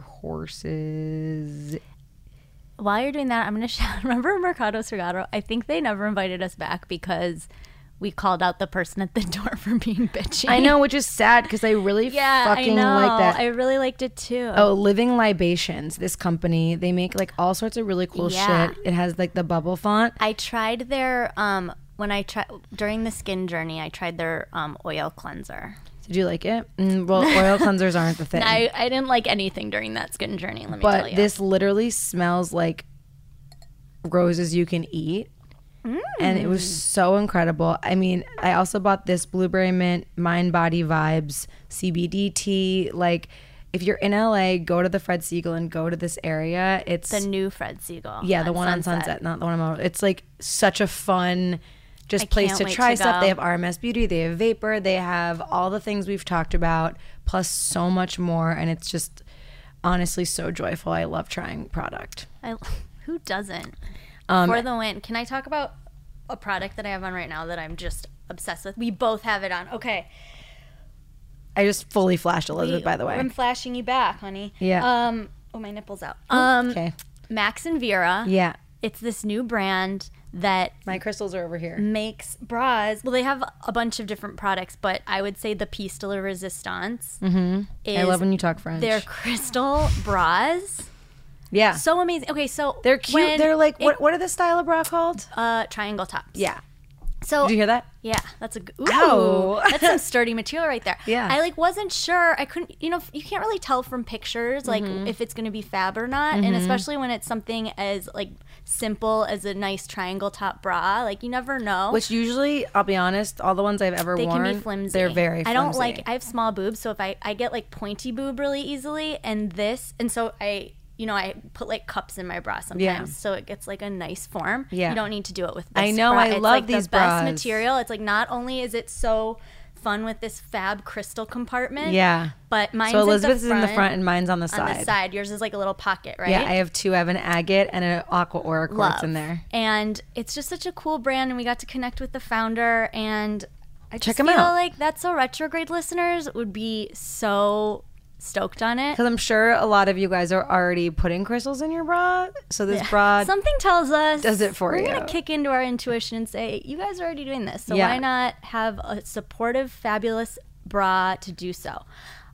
[SPEAKER 2] horses.
[SPEAKER 3] While you're doing that, I'm gonna *laughs* shout. Remember Mercado Cergado? I think they never invited us back because we called out the person at the *laughs* door for being bitchy.
[SPEAKER 2] I know, which is sad because I really
[SPEAKER 3] *laughs* Yeah,
[SPEAKER 2] fucking
[SPEAKER 3] I know.
[SPEAKER 2] like that.
[SPEAKER 3] I really liked it too.
[SPEAKER 2] Oh, Living Libations, this company. They make like all sorts of really cool
[SPEAKER 3] Yeah.
[SPEAKER 2] shit. It has like the bubble font.
[SPEAKER 3] I tried their um when I tried during the skin journey. I tried their um oil cleanser.
[SPEAKER 2] Did you like it? Mm, well,
[SPEAKER 3] *laughs*
[SPEAKER 2] oil cleansers aren't the thing.
[SPEAKER 3] I I didn't like anything during that skin journey. Let me tell
[SPEAKER 2] but
[SPEAKER 3] you.
[SPEAKER 2] this literally smells like roses you can eat. And it was
[SPEAKER 3] Mm.
[SPEAKER 2] so incredible. I mean, I also bought this blueberry mint mind body vibes CBD tea. Like, if you're in LA, go to the Fred Siegel and go to this area. It's
[SPEAKER 3] the new Fred Siegel.
[SPEAKER 2] yeah, the one on Sunset, not the one on. Mall. It's like such a fun, just place
[SPEAKER 3] can't
[SPEAKER 2] to
[SPEAKER 3] wait
[SPEAKER 2] try
[SPEAKER 3] to
[SPEAKER 2] stuff.
[SPEAKER 3] go.
[SPEAKER 2] They have RMS Beauty, they have Vapor, they have all the things we've talked about, plus so much more. And it's just honestly so joyful. I love trying product.
[SPEAKER 3] I, *laughs* who doesn't? For the win. Can I talk about a product that I have on right now that I'm just obsessed with? We both have it on. Okay.
[SPEAKER 2] I just fully flashed Elizabeth,
[SPEAKER 3] We-
[SPEAKER 2] by the way.
[SPEAKER 3] I'm flashing you back, honey.
[SPEAKER 2] Yeah.
[SPEAKER 3] Um. Oh, my nipple's out. Um.
[SPEAKER 2] okay.
[SPEAKER 3] Max and Vera.
[SPEAKER 2] Yeah.
[SPEAKER 3] It's this new brand that
[SPEAKER 2] My crystals are over here.
[SPEAKER 3] makes bras. Well, they have a bunch of different products, but I would say the piece de la resistance is
[SPEAKER 2] Mm-hmm. I love when you talk French.
[SPEAKER 3] their crystal bras.
[SPEAKER 2] yeah.
[SPEAKER 3] So amazing. Okay, so
[SPEAKER 2] they're cute.
[SPEAKER 3] when
[SPEAKER 2] They're like,
[SPEAKER 3] it-
[SPEAKER 2] what, what are the style of bra called?
[SPEAKER 3] uh, triangle tops.
[SPEAKER 2] Yeah.
[SPEAKER 3] So
[SPEAKER 2] Did you hear that?
[SPEAKER 3] Yeah, that's a g- ooh,
[SPEAKER 2] Ow. *laughs*
[SPEAKER 3] that's some sturdy material right there.
[SPEAKER 2] Yeah.
[SPEAKER 3] I like wasn't sure. I couldn't, you know, you can't really tell from pictures like
[SPEAKER 2] Mm-hmm.
[SPEAKER 3] if it's going to be fab or not, and especially when it's something as like simple as a nice triangle top bra, like you never know.
[SPEAKER 2] Which usually, I'll be honest, all the ones I've ever
[SPEAKER 3] they
[SPEAKER 2] worn,
[SPEAKER 3] can be flimsy.
[SPEAKER 2] they're very flimsy.
[SPEAKER 3] I don't like. I have small boobs, so if I I get like pointy boob really easily, and this, and so I. You know, I put like cups in my bra sometimes,
[SPEAKER 2] Yeah.
[SPEAKER 3] so it gets like a nice form.
[SPEAKER 2] Yeah.
[SPEAKER 3] you don't need to do it with. This
[SPEAKER 2] I know,
[SPEAKER 3] bra.
[SPEAKER 2] I
[SPEAKER 3] It's,
[SPEAKER 2] love
[SPEAKER 3] like,
[SPEAKER 2] these
[SPEAKER 3] the
[SPEAKER 2] bras.
[SPEAKER 3] best material. It's like not only is it so fun with this fab crystal compartment,
[SPEAKER 2] Yeah.
[SPEAKER 3] but mine's
[SPEAKER 2] So
[SPEAKER 3] at the
[SPEAKER 2] Elizabeth's is in the
[SPEAKER 3] front,
[SPEAKER 2] front and mine's on the
[SPEAKER 3] on
[SPEAKER 2] side.
[SPEAKER 3] the side. Yours is like a little pocket, right?
[SPEAKER 2] Yeah, I have two. I have an agate and an aqua aura quartz
[SPEAKER 3] love.
[SPEAKER 2] in there.
[SPEAKER 3] And it's just such a cool brand, and we got to connect with the founder. And I
[SPEAKER 2] Check
[SPEAKER 3] just
[SPEAKER 2] 'em
[SPEAKER 3] feel
[SPEAKER 2] out.
[SPEAKER 3] like that's so retrograde. Listeners would be so stoked on it.
[SPEAKER 2] Because I'm sure a lot of you guys are already putting crystals in your bra. So this bra,
[SPEAKER 3] Something tells us
[SPEAKER 2] does it for
[SPEAKER 3] we're We're
[SPEAKER 2] you.
[SPEAKER 3] gonna kick into our intuition and say, "You guys are already doing this, so
[SPEAKER 2] Yeah.
[SPEAKER 3] why not have a supportive, fabulous bra to do so?"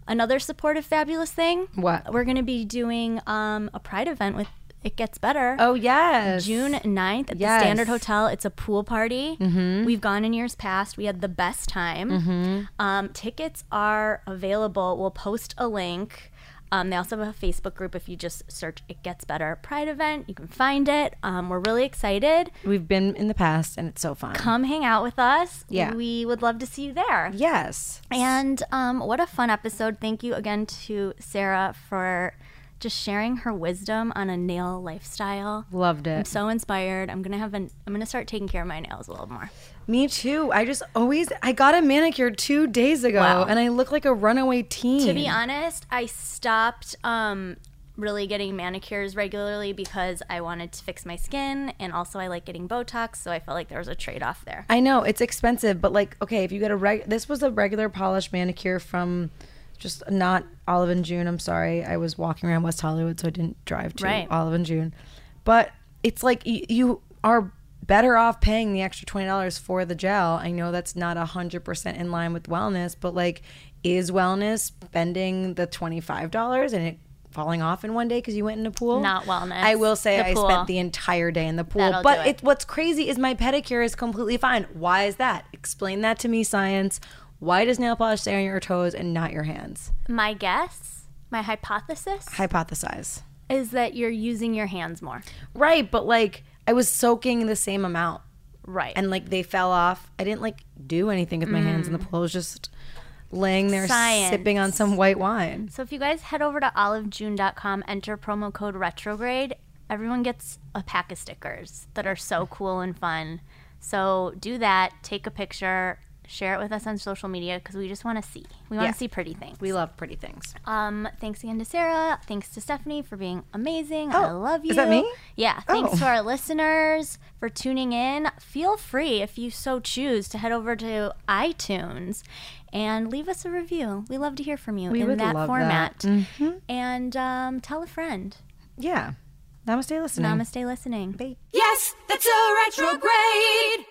[SPEAKER 3] Another supportive, fabulous thing.
[SPEAKER 2] What?
[SPEAKER 3] we're gonna be doing um, a pride event with. It gets better.
[SPEAKER 2] oh yes,
[SPEAKER 3] June 9th at
[SPEAKER 2] Yes.
[SPEAKER 3] the Standard Hotel. It's a pool party. Mm-hmm. We've gone in years past. We had the best time.
[SPEAKER 2] Mm-hmm.
[SPEAKER 3] Um, tickets are available. We'll post a link. Um, they also have a Facebook group. If you just search It Gets Better Pride event, you can find it. Um, we're really excited.
[SPEAKER 2] We've been in the past and it's so fun.
[SPEAKER 3] Come hang out with us.
[SPEAKER 2] Yeah.
[SPEAKER 3] We would love to see you there.
[SPEAKER 2] yes,
[SPEAKER 3] And um, what a fun episode. Thank you again to Sarah for just sharing her wisdom on a nail lifestyle.
[SPEAKER 2] loved it.
[SPEAKER 3] I'm so inspired. I'm gonna have an. I'm gonna start taking care of my nails a little more.
[SPEAKER 2] Me too. I just always I got a manicure two days ago
[SPEAKER 3] Wow.
[SPEAKER 2] and I look like a runaway teen.
[SPEAKER 3] To be honest, I stopped um, really getting manicures regularly because I wanted to fix my skin, and also I like getting Botox, so I felt like there was a trade off there.
[SPEAKER 2] I know it's expensive, but like okay, if you get a reg, this was a regular polished manicure from. Just not Olive and June. I'm sorry. I was walking around West Hollywood, so I didn't drive to
[SPEAKER 3] Right.
[SPEAKER 2] Olive and June. But it's like y- you are better off paying the extra $20 for the gel. I know that's not 100% in line with wellness, but like, is wellness spending the $25 and it falling off in one day because you went in a pool?
[SPEAKER 3] Not wellness.
[SPEAKER 2] I will say
[SPEAKER 3] The
[SPEAKER 2] I
[SPEAKER 3] pool.
[SPEAKER 2] spent the entire day in the pool.
[SPEAKER 3] That'll
[SPEAKER 2] but
[SPEAKER 3] do
[SPEAKER 2] it.
[SPEAKER 3] it.
[SPEAKER 2] what's crazy is my pedicure is completely fine. Why is that? Explain that to me, science. Why does nail polish stay on your toes and not your hands?
[SPEAKER 3] My guess, my hypothesis,
[SPEAKER 2] Hypothesize.
[SPEAKER 3] is that you're using your hands more.
[SPEAKER 2] Right, but like I was soaking the same amount
[SPEAKER 3] Right.
[SPEAKER 2] and like they fell off. I didn't like do anything with my hands and the pillow was just laying there
[SPEAKER 3] Science.
[SPEAKER 2] sipping on some white wine.
[SPEAKER 3] So if you guys head over to olivejune.com, enter promo code retrograde, everyone gets a pack of stickers that are so cool and fun. So do that, take a picture, share it with us on social media because we just want to see. We want to
[SPEAKER 2] Yeah.
[SPEAKER 3] see pretty things.
[SPEAKER 2] We love pretty things.
[SPEAKER 3] Um, thanks again to Sarah. Thanks to Stephanie for being amazing. I
[SPEAKER 2] Oh,
[SPEAKER 3] love you.
[SPEAKER 2] is that me?
[SPEAKER 3] Yeah. Thanks
[SPEAKER 2] Oh.
[SPEAKER 3] to our listeners for tuning in. Feel free, if you so choose, to head over to iTunes and leave us a review. We love to hear from you in
[SPEAKER 6] would
[SPEAKER 3] that
[SPEAKER 6] love
[SPEAKER 3] format.
[SPEAKER 2] Mm-hmm.
[SPEAKER 3] And um, tell a friend.
[SPEAKER 2] Yeah. Namaste listening.
[SPEAKER 3] Namaste listening.
[SPEAKER 4] Yes, that's a retrograde.